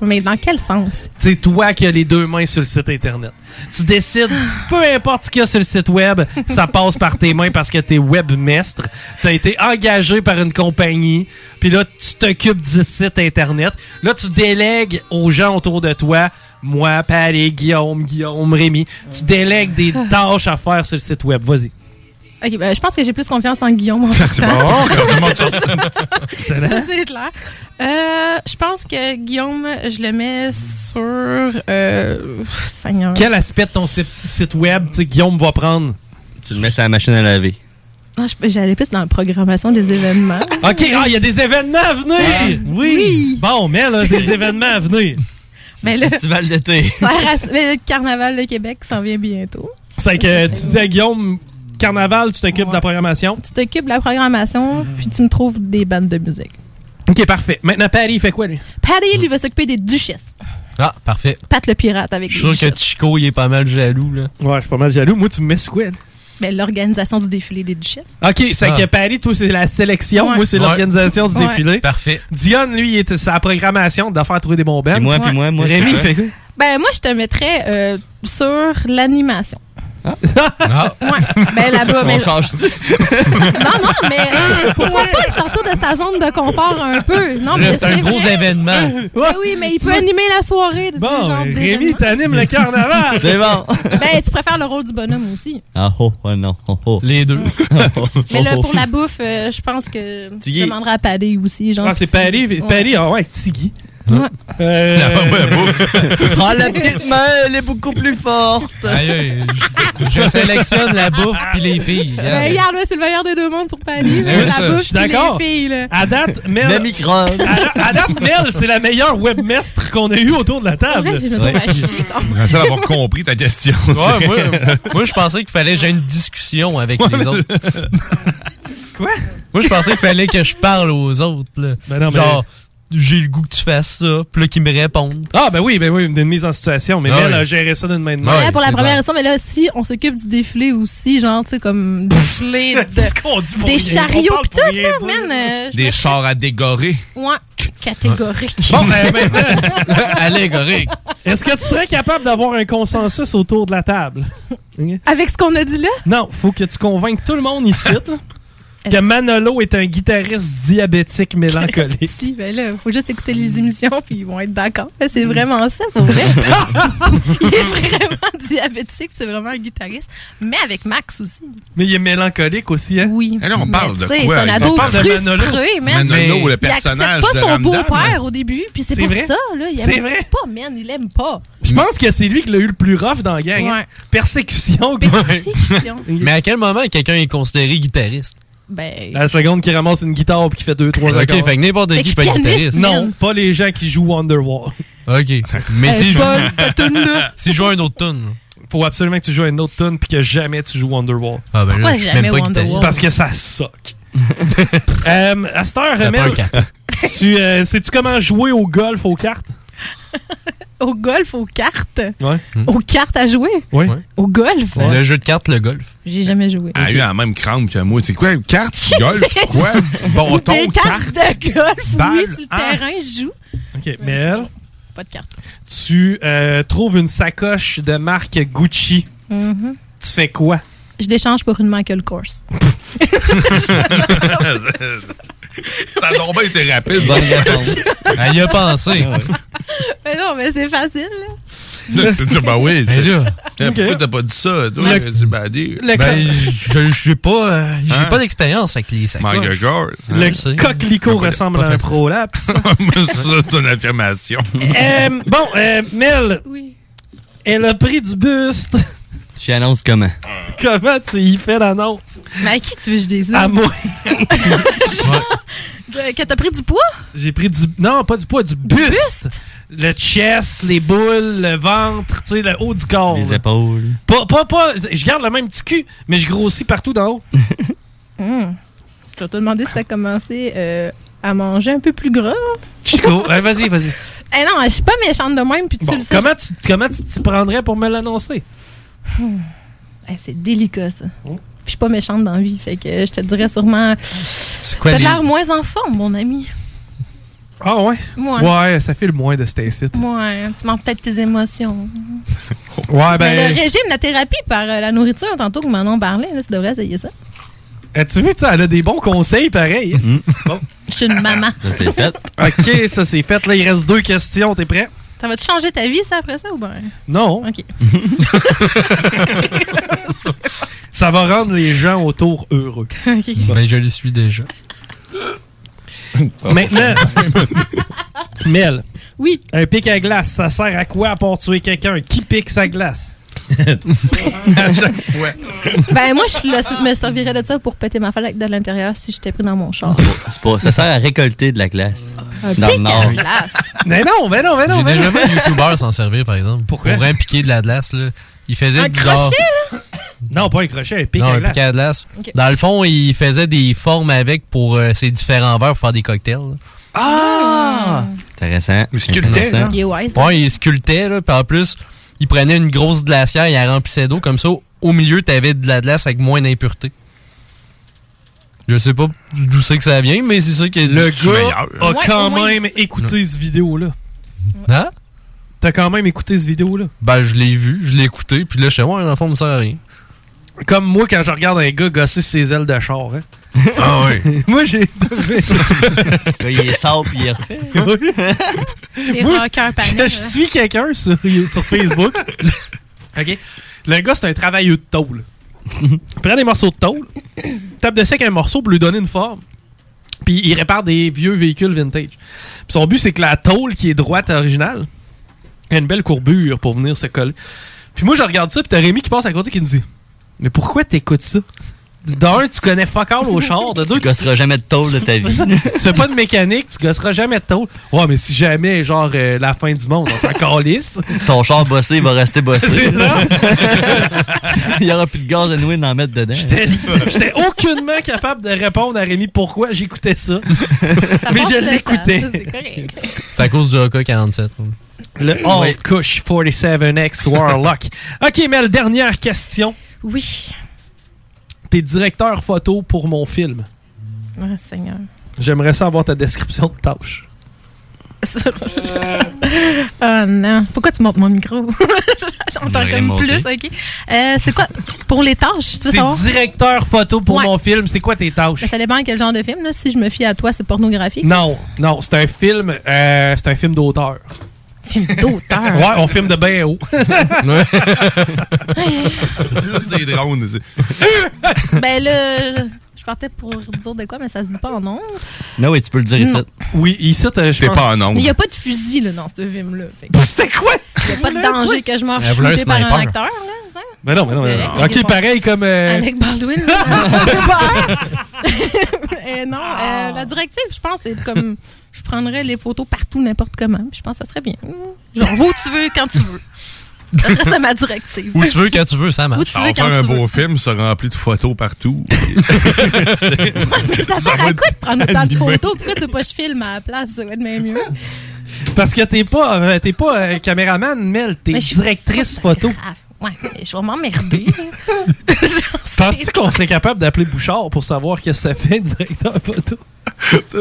Speaker 29: Mais dans quel sens?
Speaker 1: C'est toi qui as les deux mains sur le site Internet. Tu décides, peu importe ce qu'il y a sur le site Web, ça passe par tes mains parce que t'es webmestre. T'as été engagé par une compagnie, puis là, tu t'occupes du site Internet. Là, tu délègues aux gens autour de toi, moi, Paris, Guillaume, Guillaume, Rémi. Tu délègues des tâches à faire sur le site Web. Vas-y.
Speaker 29: Ok, ben, je pense que j'ai plus confiance en Guillaume en
Speaker 1: C'est
Speaker 29: partant.
Speaker 1: bon, comment tu Excellent.
Speaker 29: Ça, c'est clair. Euh, je pense que Guillaume, je le mets sur. Euh, Seigneur.
Speaker 1: Quel aspect de ton site, site Web, tu sais, Guillaume va prendre?
Speaker 17: Tu le mets sur la machine à laver.
Speaker 29: Ah, je- J'allais plus dans la programmation des événements.
Speaker 1: OK, ah, il y a des événements à venir! oui. Bon, mais là, des événements à venir.
Speaker 29: Mais le
Speaker 1: Festival d'été.
Speaker 29: Ça reste- mais le carnaval de Québec s'en vient bientôt.
Speaker 1: C'est que tu dis à Guillaume, carnaval, tu t'occupes de la programmation.
Speaker 29: Tu t'occupes de la programmation, puis tu me trouves des bandes de musique.
Speaker 1: OK, parfait. Maintenant, Paris, il fait quoi, lui?
Speaker 29: Patty, lui, va s'occuper des duchesses.
Speaker 20: Ah, parfait.
Speaker 29: Pat le pirate avec
Speaker 20: Je
Speaker 29: les
Speaker 20: suis sûr
Speaker 29: duchesses.
Speaker 20: que Chico, il est pas mal jaloux, là.
Speaker 1: Ouais, je suis pas mal jaloux. Moi, tu me mets sur quoi,
Speaker 29: Ben, L'organisation du défilé des duchesses.
Speaker 1: OK, c'est
Speaker 29: Ah.
Speaker 1: que Paris, toi, c'est la sélection.
Speaker 29: Ouais.
Speaker 1: Moi, c'est
Speaker 29: Ouais.
Speaker 1: l'organisation du
Speaker 29: Ouais.
Speaker 1: défilé. Parfait. Dion, lui, il est sa programmation d'affaires trouver des bons bands.
Speaker 29: moi, puis Ouais.
Speaker 1: Rémi, il fait quoi?
Speaker 29: Ben, moi, je te mettrais euh, sur l'animation. Ben là-bas, mais-
Speaker 3: change-tu?
Speaker 29: Non, non, mais pourquoi pas le sortir de sa zone de confort un peu? Non, Ah, mais
Speaker 20: Là, c'est un gros événement.
Speaker 29: Ben oui, mais il peut animer la soirée. de ce genre d'événement.
Speaker 1: t'animes le carnaval.
Speaker 17: C'est bon.
Speaker 29: Ben, tu préfères le rôle du bonhomme aussi.
Speaker 17: Ah, oh, oh, non. Oh, oh.
Speaker 20: Les deux.
Speaker 29: Mais là, pour la bouffe, euh, je pense que
Speaker 1: Tiggy.
Speaker 29: je demanderais à Paddy aussi. Genre,
Speaker 1: Ah, c'est Paris.
Speaker 29: Ouais.
Speaker 1: Paris, ah ouais, avec Tiggy.
Speaker 29: Ouais.
Speaker 1: Euh,
Speaker 17: Ah, la petite main, elle est beaucoup plus forte.
Speaker 20: Aïe, aïe, je, je sélectionne la bouffe puis les filles.
Speaker 29: Ben,
Speaker 20: Regarde.
Speaker 29: regarde, là, c'est le meilleur des deux mondes pour Paddy.
Speaker 20: Ben
Speaker 29: là,
Speaker 20: oui, ça,
Speaker 29: la
Speaker 20: je
Speaker 29: bouffe,
Speaker 20: suis
Speaker 29: puis
Speaker 1: d'accord.
Speaker 29: les filles. Là.
Speaker 1: À date, Mel.
Speaker 29: Le
Speaker 17: micro-ondes.
Speaker 1: À, à date, Mel, c'est la meilleure webmestre qu'on a eue autour de la table.
Speaker 29: Ouais, je me
Speaker 6: trouve à chier, J'aimerais ça avoir compris ta question.
Speaker 20: Ouais, moi, moi, je pensais qu'il fallait que j'aie une discussion avec
Speaker 6: Ouais, mais-
Speaker 20: les autres. Quoi? Moi, je pensais qu'il fallait que je parle aux autres. là.
Speaker 1: Ben non, mais-
Speaker 20: Genre, j'ai le goût que tu fasses ça, puis là, qu'ils me répondent.
Speaker 1: Ah, ben oui, ben oui, une mise en situation. Mais
Speaker 20: Ah
Speaker 1: Mel
Speaker 20: oui.
Speaker 1: a géré ça d'une main de
Speaker 29: Ouais,
Speaker 1: main.
Speaker 29: pour la première raison, mais là, si on s'occupe du défilé aussi, genre, tu sais, comme défilé de,
Speaker 1: pour
Speaker 29: des
Speaker 1: rien?
Speaker 29: chariots
Speaker 1: On parle
Speaker 29: pis tout,
Speaker 1: pour
Speaker 29: là,
Speaker 1: rien
Speaker 29: man, euh,
Speaker 6: Des chars à dégorer.
Speaker 29: je- ouais, catégorique.
Speaker 1: Bon,
Speaker 6: euh,
Speaker 1: ben, maintenant,
Speaker 20: allégorique.
Speaker 1: Est-ce que tu serais capable d'avoir un consensus autour de la table?
Speaker 29: Avec ce qu'on a dit là?
Speaker 1: Non, faut que tu convainques tout le monde ici là, que Manolo est un guitariste diabétique mélancolique.
Speaker 29: Si, ben là, faut juste écouter les émissions puis ils vont être d'accord. Ben,
Speaker 1: Mm.
Speaker 29: C'est vraiment ça, pour vrai. Il est vraiment diabétique, c'est vraiment un guitariste. Mais avec Max aussi.
Speaker 1: Mais il est mélancolique aussi, hein?
Speaker 29: Oui.
Speaker 6: là, Eh on parle de
Speaker 29: Tu sais,
Speaker 6: quoi?
Speaker 29: C'est un
Speaker 6: On
Speaker 29: ado
Speaker 6: parle de Manolo.
Speaker 29: frustré, man.
Speaker 6: Manolo, le
Speaker 29: il
Speaker 6: personnage
Speaker 29: accepte pas
Speaker 6: de
Speaker 29: son
Speaker 6: Ramdam.
Speaker 29: beau-père au début, puis c'est
Speaker 1: C'est
Speaker 29: pour
Speaker 1: vrai.
Speaker 29: ça, là. Il
Speaker 1: C'est
Speaker 29: aime
Speaker 1: vrai.
Speaker 29: pas, man, il aime pas.
Speaker 1: Je pense que c'est lui qui l'a eu le plus rough dans la gang. hein?
Speaker 29: Ouais.
Speaker 1: Persécution.
Speaker 29: Persécution.
Speaker 20: Mais à quel moment quelqu'un est considéré guitariste?
Speaker 29: Ben,
Speaker 1: La seconde qui ramasse une guitare puis qui fait deux, trois
Speaker 20: Ok,
Speaker 1: accords.
Speaker 20: fait que n'importe Fait qui que peut être pianiste, guitariste.
Speaker 1: Non,
Speaker 20: man. Euh,
Speaker 1: pas les gens qui jouent Wonderwall.
Speaker 20: OK. Mais si je
Speaker 1: Paul, cette
Speaker 20: joue...
Speaker 1: tune-là.
Speaker 20: si je joue un autre tune.
Speaker 1: Faut absolument que tu joues à une autre tune puis que jamais tu joues Wonderwall.
Speaker 20: Ah, ben là, Pourquoi je suis jamais même pas Wonderwall? guitariste.
Speaker 1: Parce que ça suck. Euh, à cette heure,
Speaker 20: Ça
Speaker 1: Mel,
Speaker 20: prend un café.
Speaker 1: tu, euh, sais-tu comment jouer au golf aux cartes?
Speaker 29: au golf, aux cartes.
Speaker 1: Ouais. Hmm.
Speaker 29: Aux cartes à jouer.
Speaker 1: Oui.
Speaker 29: Au golf.
Speaker 6: Le jeu de cartes, le golf.
Speaker 29: J'ai jamais joué.
Speaker 6: Elle Ah, a eu la même crampe que moi. C'est quoi? Carte, golf,
Speaker 29: C'est-
Speaker 6: quoi? Bâton,
Speaker 29: Des cartes
Speaker 6: carte.
Speaker 29: de golf, oui,
Speaker 6: balle,
Speaker 29: sur le
Speaker 6: ah.
Speaker 29: terrain, je joue.
Speaker 1: Ok, Mel,
Speaker 29: Pas de cartes.
Speaker 1: tu euh, trouves une sacoche de marque Gucci.
Speaker 29: Mhm.
Speaker 1: Tu fais quoi?
Speaker 29: Je l'échange pour une Michael Kors.
Speaker 6: Ça a donc bien été rapide. Ah,
Speaker 20: Bonne réponse. Elle y a pensé.
Speaker 29: mais non, mais c'est facile. là.
Speaker 6: Là, tu dis, ben oui.
Speaker 20: Ben là.
Speaker 6: Tiens, Pourquoi
Speaker 20: Ok.
Speaker 6: t'as pas dit ça? Toi,
Speaker 20: Le-
Speaker 6: T'as dit, ben, dis-
Speaker 20: Ben,
Speaker 6: Ben,
Speaker 20: je- j'ai pas, euh, j'ai
Speaker 6: Hein?
Speaker 20: pas d'expérience avec les sacs.
Speaker 6: My God.
Speaker 1: Le coquelicot ressemble à un prolapse.
Speaker 6: Ça, c'est une affirmation.
Speaker 1: Euh, bon, euh, Mel, elle a pris du buste.
Speaker 17: Tu annonces comment?
Speaker 1: Comment tu y fais l'annonce?
Speaker 29: Mais à qui tu veux que je dise ça?
Speaker 1: À moi.
Speaker 29: De- Euh, Que t'as pris du poids?
Speaker 1: J'ai pris du. Non, pas du poids, du buste. Le chest, les boules, le ventre, tu sais, le haut du corps.
Speaker 17: Les
Speaker 1: là.
Speaker 17: épaules.
Speaker 1: Pas, pas, pas. Je garde le même petit cul, mais je grossis partout d'en haut.
Speaker 29: Hmm. Je vais te demander si t'as commencé euh, à manger un peu plus gras.
Speaker 1: Chico, euh, vas-y, vas-y.
Speaker 29: Eh non, je suis pas méchante de même, puis tu
Speaker 1: Bon,
Speaker 29: le sais.
Speaker 1: comment tu comment tu t'y prendrais pour me l'annoncer?
Speaker 29: Hmm. Eh, c'est délicat, ça. Puis je suis pas méchante dans la vie, fait que euh, je te dirais sûrement...
Speaker 20: quoi
Speaker 29: T'as
Speaker 20: les-
Speaker 29: l'air moins en forme, mon ami.
Speaker 1: Ah ouais?
Speaker 29: Ouais.
Speaker 1: ça fait le moins de Stacy.
Speaker 29: Ouais, tu manques peut-être tes émotions.
Speaker 1: Ouais,
Speaker 29: Mais
Speaker 1: ben.
Speaker 29: le régime, la thérapie par euh, la nourriture, tantôt que Manon parlait, là, tu devrais essayer ça.
Speaker 1: As-tu vu, tu sais, elle a des bons conseils, pareil. Bon.
Speaker 29: Je suis une maman.
Speaker 17: Ça, c'est fait.
Speaker 1: OK, ça, c'est fait. Là, il reste deux questions. T'es prêt?
Speaker 29: Ça va te changer ta vie, ça, après ça, ou ben? bien?
Speaker 1: Non.
Speaker 29: OK.
Speaker 1: Ça va rendre les gens autour heureux.
Speaker 29: OK.
Speaker 20: Ben, je le suis déjà.
Speaker 1: Maintenant, Mel.
Speaker 29: Oui.
Speaker 1: Un pic à glace, ça sert à quoi à part tuer quelqu'un? Qui pique sa glace? à chaque fois.
Speaker 29: Ben, moi, je le- me servirais de ça pour péter ma falaque de l'intérieur si j'étais pris dans mon char.
Speaker 17: C'est pas- ça sert à récolter de la glace.
Speaker 1: Ah,
Speaker 29: Un
Speaker 17: Dans le
Speaker 29: pic à
Speaker 17: nord.
Speaker 28: Ah.
Speaker 29: glace.
Speaker 1: Mais non, mais non, mais non.
Speaker 20: Ah J'ai
Speaker 1: mais
Speaker 20: déjà
Speaker 1: non.
Speaker 20: vu un youtubeur s'en servir, par exemple.
Speaker 1: Pourquoi?
Speaker 20: Pour impiquer de la glace, là. Il faisait
Speaker 1: Un
Speaker 20: du genre-
Speaker 1: crochet, Non, pas un crochet, un pic
Speaker 20: Non,
Speaker 1: à
Speaker 20: un
Speaker 1: glace.
Speaker 20: pic à glace.
Speaker 29: Ok.
Speaker 20: Dans le fond, il faisait des formes avec pour euh, ses différents verres pour faire des cocktails.
Speaker 29: Ah!
Speaker 17: Intéressant.
Speaker 20: sculptait,
Speaker 17: Intéressant.
Speaker 29: Il est wise, là.
Speaker 20: Ouais, il sculptait, là. Puis en plus, il prenait une grosse glacière, il la remplissait d'eau. Comme ça, au milieu, t'avais de la glace avec moins d'impureté. Je sais pas d'où c'est que ça vient, mais c'est ça qui est
Speaker 1: Le
Speaker 20: C'est meilleur. hein.
Speaker 1: gars a quand
Speaker 20: Ouais, ouais,
Speaker 1: même
Speaker 20: c'est-
Speaker 1: écouté cette vidéo-là.
Speaker 20: Hein?
Speaker 1: T'as quand même écouté cette vidéo-là?
Speaker 20: Ben, je l'ai vu, je l'ai écouté, puis là, je sais, ouais, dans le fond, ça me sert à rien.
Speaker 1: Comme moi, quand je regarde un gars gosser ses ailes de char. Hein.
Speaker 2: Ah oui.
Speaker 1: moi, j'ai.
Speaker 3: il est sable puis il est refait.
Speaker 29: C'est
Speaker 1: Moi,
Speaker 29: rocker
Speaker 1: je-
Speaker 29: panel.
Speaker 1: Je suis quelqu'un sur, sur Facebook. OK. Le gars, c'est un travailleux de tôle. Il prend des morceaux de tôle, tape de sec un morceau pour lui donner une forme. Puis il répare des vieux véhicules vintage. Puis son but, c'est que la tôle qui est droite originale a une belle courbure pour venir se coller. Puis moi, je regarde ça, puis t'as Rémi qui passe à côté qui me dit Mais pourquoi t'écoutes ça D'un, tu connais fuck all au char. De deux,
Speaker 3: Tu gosseras jamais de tôle de ta
Speaker 1: c'est
Speaker 3: vie.
Speaker 1: ça. tu fais pas de mécanique, tu gosseras jamais de tôle. Ouais, mais si jamais, genre, euh, la fin du monde, on s'en calisse.
Speaker 3: Ton char bossé va rester bossé.
Speaker 1: C'est ça.
Speaker 3: il y aura plus de gaz à nouer d'en mettre dedans.
Speaker 1: J'étais j'étais aucunement capable de répondre à Rémi pourquoi j'écoutais ça. mais
Speaker 29: passe le
Speaker 1: je
Speaker 29: temps,
Speaker 1: l'écoutais.
Speaker 29: ça, c'est correct.
Speaker 30: C'est à cause du AK-47.
Speaker 1: Le All Cush 47X Warlock. OK, Mel, dernière question.
Speaker 29: Oui.
Speaker 1: T'es directeur photo pour mon film.
Speaker 29: Oh, Seigneur.
Speaker 1: J'aimerais ça avoir ta description de tâche.
Speaker 29: oh non. Pourquoi tu montes mon micro? J'entends
Speaker 1: Rien
Speaker 29: comme plus, ok. Euh, c'est quoi? Pour les tâches, tu veux
Speaker 1: T'es
Speaker 29: savoir?
Speaker 1: directeur photo pour mon film, c'est quoi tes tâches?
Speaker 29: Ben, ça dépend quel genre de film. Là. Si je me fie à toi, c'est pornographique.
Speaker 1: Non, non, c'est un film, euh, c'est un film d'auteur.
Speaker 29: Film d'auteur?
Speaker 1: ouais, on filme de bien haut.
Speaker 2: Juste des drones. c'est-
Speaker 29: ben là, je partais pour dire de quoi, mais ça se dit pas en nom.
Speaker 3: Non, oui, tu peux le dire ici.
Speaker 29: Non.
Speaker 1: Oui, ici, je
Speaker 3: T'es pas en
Speaker 29: Il n'y a pas de fusil là, dans ce film-là.
Speaker 1: C'était quoi?
Speaker 29: Il n'y a pas de danger que je meure
Speaker 1: Elle voulait un
Speaker 29: shooté par un
Speaker 1: sniper.
Speaker 29: acteur. Là, ça.
Speaker 1: Mais non, mais non, mais
Speaker 29: C'est
Speaker 1: non.
Speaker 29: vrai, il est
Speaker 1: Ok,
Speaker 29: pas-
Speaker 1: pareil comme. euh,
Speaker 29: Alec Baldwin. là, ça fait peur. Euh, non, euh, la directive, je pense, c'est comme je prendrais les photos partout, n'importe comment. puis Je pense que ça serait bien. Genre, où tu veux, quand tu veux. Ça serait ça, ma directive.
Speaker 30: Où tu veux, quand tu veux, ça
Speaker 29: Où
Speaker 30: marche.
Speaker 29: tu
Speaker 2: On
Speaker 29: veux,
Speaker 2: va
Speaker 29: quand
Speaker 2: faire un
Speaker 29: tu veux.
Speaker 2: beau film, ça remplit de photos partout.
Speaker 29: Mais ça
Speaker 2: Ça
Speaker 29: sert
Speaker 2: va
Speaker 29: à
Speaker 2: être
Speaker 29: quoi de prendre autant de
Speaker 2: animé.
Speaker 29: photos? Pourquoi tu veux pas que je filme à la place? Ça va être même mieux.
Speaker 1: Parce que t'es pas, euh, t'es pas euh, caméraman, Mel, t'es
Speaker 29: Mais je suis
Speaker 1: directrice photo.
Speaker 29: Grave. Ouais, mais je vais m'emmerder.
Speaker 1: Penses-tu qu'on serait capable d'appeler Bouchard pour savoir qu'est-ce que ça fait, directeur photo?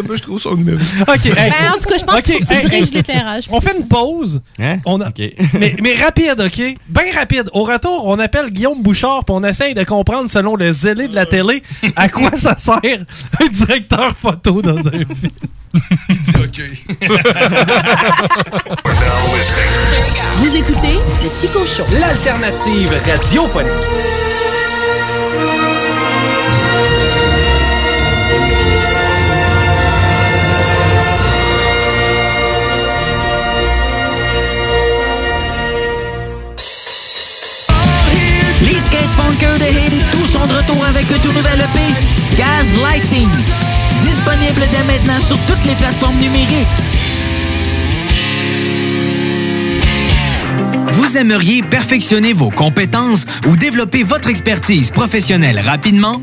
Speaker 2: Moi, je trouve son numéro.
Speaker 1: Ok, hey.
Speaker 29: Ben, en tout cas, je pense
Speaker 1: Ok,
Speaker 29: qu'il faut que tu
Speaker 1: hey,
Speaker 29: diriges
Speaker 1: hey.
Speaker 29: l'éclairage.
Speaker 1: On fait une pause. On a- mais, mais rapide, OK? Bien rapide. Au retour, on appelle Guillaume Bouchard pour on essaye de comprendre, selon le zélé de la télé, à quoi ça sert un directeur photo dans un film.
Speaker 11: Vous écoutez le Chico Show.
Speaker 1: L'alternative radiophonique.
Speaker 31: Les skatepunkers de Haiti, tous sont de retour avec un tout nouvel EP, Gaz Lighting. Disponible dès maintenant sur toutes les plateformes numériques.
Speaker 10: Vous aimeriez perfectionner vos compétences ou développer votre expertise professionnelle rapidement?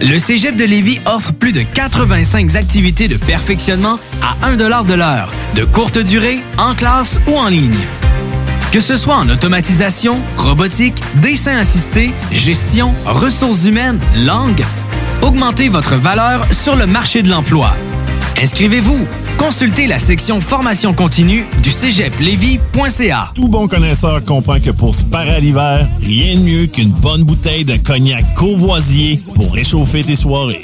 Speaker 10: Le Cégep de Lévis offre plus de 85 activités de perfectionnement à 1 de l'heure, de courte durée, en classe ou en ligne. Que ce soit en automatisation, robotique, dessin assisté, gestion, ressources humaines, langue, augmentez votre valeur sur le marché de l'emploi. Inscrivez-vous. Consultez la section formation continue du cégeplevy.ca.
Speaker 7: Tout bon connaisseur comprend que pour se parer à l'hiver, rien de mieux qu'une bonne bouteille de cognac courvoisier pour réchauffer tes soirées.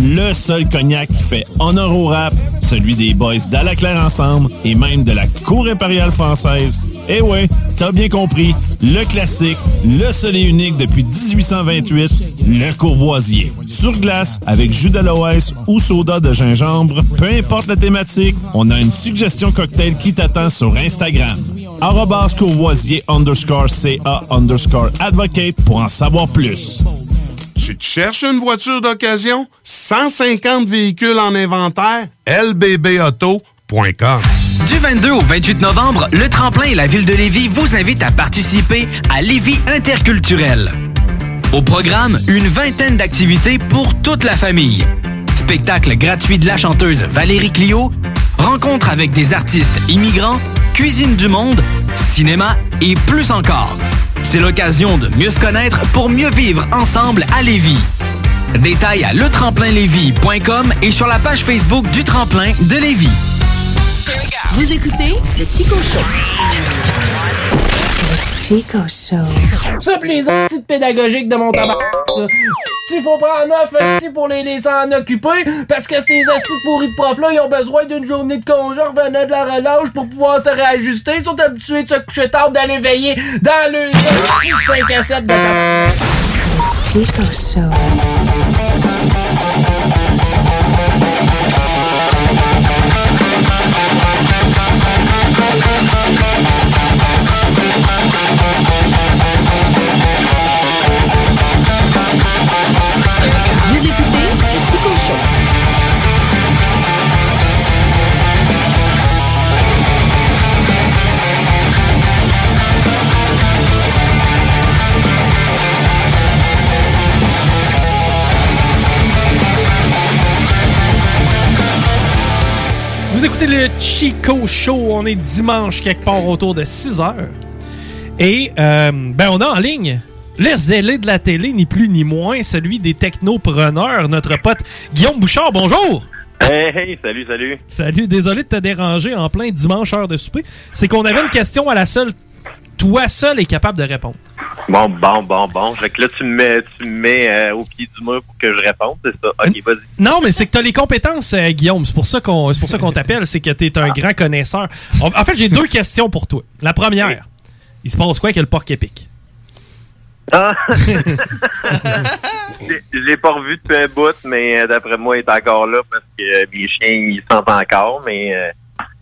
Speaker 7: Le seul cognac qui fait honneur au rap, celui des boys d'Alaclaire Ensemble et même de la Cour impériale française. Eh ouais, t'as bien compris, le classique, le seul et unique depuis 1828, le courvoisier. Sur glace, avec jus d'aloès ou soda de gingembre, peu importe la thématique, on a une suggestion cocktail qui t'attend sur Instagram. Arrobas courvoisier underscore CA underscore advocate pour en savoir plus.
Speaker 6: Tu te cherches une voiture d'occasion? 150 véhicules en inventaire? lbbauto.com
Speaker 10: Du 22 au 28 novembre, le Tremplin et la Ville de Lévis vous invitent à participer à Lévis interculturel. Au programme, une vingtaine d'activités pour toute la famille. Spectacle gratuit de la chanteuse Valérie Clio, rencontre avec des artistes immigrants, cuisine du monde, cinéma et plus encore. C'est l'occasion de mieux se connaître pour mieux vivre ensemble à Lévis. Détails à letremplinlévis.com et sur la page Facebook du Tremplin de Lévis.
Speaker 11: Vous écoutez le Chico Show.
Speaker 19: Chico Show.
Speaker 21: Ça, pis les petites pédagogiques de mon tabac, ça. Tu faut prendre neuf aussi pour les laisser en occuper, parce que ces astuces pourris de profs-là, ils ont besoin d'une journée de congé en revenant de la relâche pour pouvoir se réajuster. Ils sont habitués de se coucher tard, d'aller veiller dans le 5 à 7 de tabac.
Speaker 19: Chico Show.
Speaker 11: Vous écoutez Chico Show.
Speaker 1: Vous écoutez le Chico Show. On est dimanche quelque part autour de 6 heures. Et euh, ben on a en ligne le zélé de la télé, ni plus ni moins, celui des technopreneurs, notre pote Guillaume Bouchard. Bonjour!
Speaker 32: Hey, hey, salut, salut.
Speaker 1: Salut, désolé de te déranger en plein dimanche heure de souper. C'est qu'on avait une question à la seule. Toi seul est capable de répondre.
Speaker 32: Bon, bon, bon, bon. Fait que là, tu me mets, tu me mets euh, au pied du mur pour que je réponde, c'est ça?
Speaker 1: Hein?
Speaker 32: Ok, vas-y.
Speaker 1: Non, mais c'est que t'as les compétences, euh, Guillaume. C'est pour ça qu'on, c'est pour ça qu'on t'appelle. C'est que t'es un grand connaisseur. En, en fait, j'ai deux questions pour toi. La première, il se passe quoi avec le porc épic?
Speaker 32: Ah! Je l'ai- je l'ai pas revu depuis un bout, mais euh, d'après moi, il est encore là parce que euh, mes chiens, ils sentent encore, mais euh,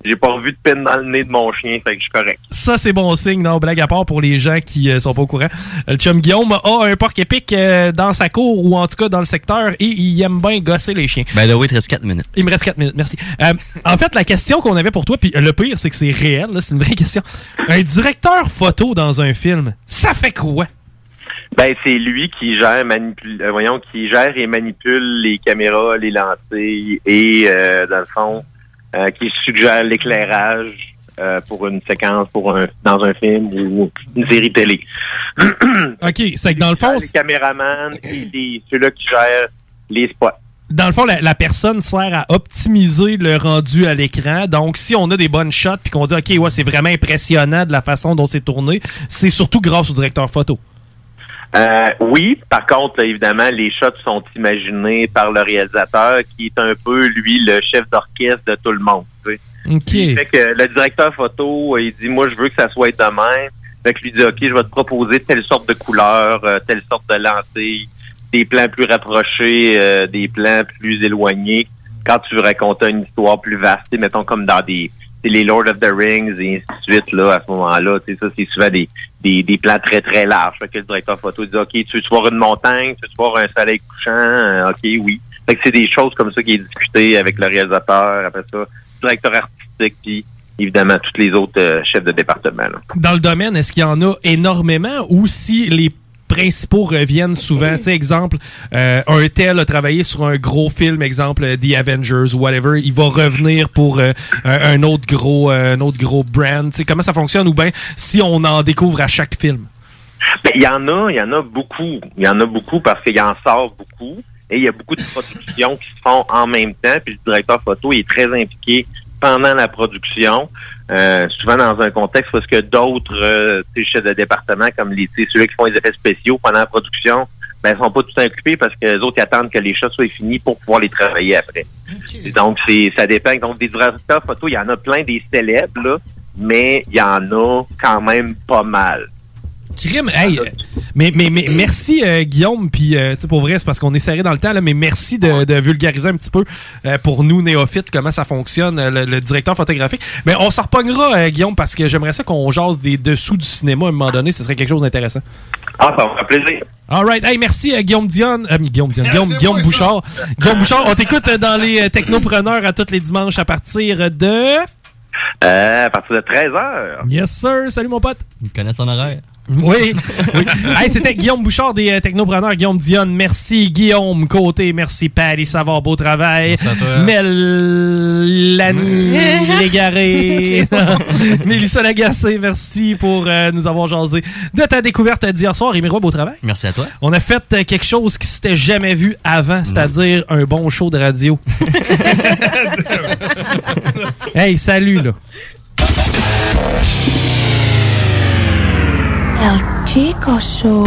Speaker 32: j'ai pas revu de peine dans le nez de mon chien, fait que je suis correct.
Speaker 1: Ça, c'est bon signe. Non, blague à part pour les gens qui euh, sont pas au courant. Le chum Guillaume a un porc épic euh, dans sa cour ou en tout cas dans le secteur et il aime bien gosser les chiens.
Speaker 17: Ben là, oui, il te reste 4 minutes.
Speaker 1: Il me reste 4 minutes, merci. Euh, en fait, la question qu'on avait pour toi, puis le pire, c'est que c'est réel, là, c'est une vraie question. Un directeur photo dans un film, ça fait quoi?
Speaker 32: Ben, c'est lui qui gère, manipule, euh, voyons, qui gère et manipule les caméras, les lentilles et, euh, dans le fond, euh, qui suggère l'éclairage euh, pour une séquence, pour un, dans un film ou une série télé.
Speaker 1: OK, c'est que dans le fond,
Speaker 32: Les caméramans et les- ceux-là qui gèrent les spots.
Speaker 1: dans le fond, la, la personne sert à optimiser le rendu à l'écran. Donc, si on a des bonnes shots puis qu'on dit, OK, ouais, c'est vraiment impressionnant de la façon dont c'est tourné, c'est surtout grâce au directeur photo.
Speaker 32: Euh, oui, par contre, là, évidemment, les shots sont imaginés par le réalisateur qui est un peu, lui, le chef d'orchestre de tout le monde. tu sais.
Speaker 1: OK.
Speaker 32: Fait que le directeur photo, euh, il dit, moi, je veux que ça soit demain. Fait que je lui dis, OK, je vais te proposer telle sorte de couleur, euh, telle sorte de lentille, des plans plus rapprochés, euh, des plans plus éloignés. Quand tu veux raconter une histoire plus vaste, tu sais, mettons comme dans des c'est les Lord of the Rings et ainsi de suite, là, à ce moment-là, tu sais, ça, c'est souvent des, des, des plans très, très larges. Fait que le directeur photo dit, OK, tu veux voir une montagne, tu veux voir un soleil couchant, Euh, OK, oui. Fait que c'est des choses comme ça qui est discuté avec le réalisateur, après ça, le directeur artistique, puis évidemment, tous les autres euh, chefs de département, là.
Speaker 1: dans le domaine, est-ce qu'il y en a énormément ou si les principaux reviennent souvent, tu sais, exemple, euh, un tel a travaillé sur un gros film, exemple euh, The Avengers ou whatever, il va revenir pour euh, un, un autre gros, euh, un autre gros brand, tu sais, comment ça fonctionne ou bien si on en découvre à chaque film.
Speaker 32: Ben, il y en a, il y en a beaucoup. Il y en a beaucoup parce qu'il en sort beaucoup. Et il y a beaucoup de productions qui se font en même temps. Puis le directeur photo il est très impliqué pendant la production. euh, souvent dans un contexte parce que d'autres euh, tu sais, chefs de département, comme les tu sais, ceux qui font les effets spéciaux pendant la production, ben ils sont pas tout occupés parce que les autres ils attendent que les shots soient finis pour pouvoir les travailler après. Donc c'est ça dépend. Donc des directeurs photo, il y en a plein des célèbres, là, mais il y en a quand même pas mal.
Speaker 1: Crime, hey, euh, mais, mais, mais merci euh, Guillaume, puis euh, tu sais, pour vrai, c'est parce qu'on est serré dans le temps, là, mais merci de, de vulgariser un petit peu euh, pour nous néophytes comment ça fonctionne, euh, le, le directeur photographique. Mais on s'en repognera, euh, Guillaume, parce que j'aimerais ça qu'on jase des dessous du cinéma à un moment donné, ce serait quelque chose d'intéressant.
Speaker 32: Ah, ça me fait plaisir.
Speaker 1: All right, hey, merci euh, Guillaume Dion, euh, Guillaume Dion, Guillaume, Guillaume Bouchard. Guillaume Bouchard, on t'écoute euh, dans les euh, technopreneurs à tous les dimanches à partir de...
Speaker 32: Euh, à partir de 13 heures.
Speaker 1: Yes sir, salut mon pote.
Speaker 17: Il connaît son horaire.
Speaker 1: Oui. oui. Hey, c'était Guillaume Bouchard des euh, Technopreneurs. Guillaume Dionne, merci. Guillaume Côté, merci. Paris Savard, beau travail. Mélanie Légaré. Non. Mélissa Lagacé, merci pour euh, nous avoir jasé de ta découverte d'hier soir. Émirois, beau travail.
Speaker 17: Merci à toi.
Speaker 1: On a fait euh, quelque chose qui s'était jamais vu avant, c'est-à-dire un bon show de radio. hey, salut, là.
Speaker 20: El Chico Show.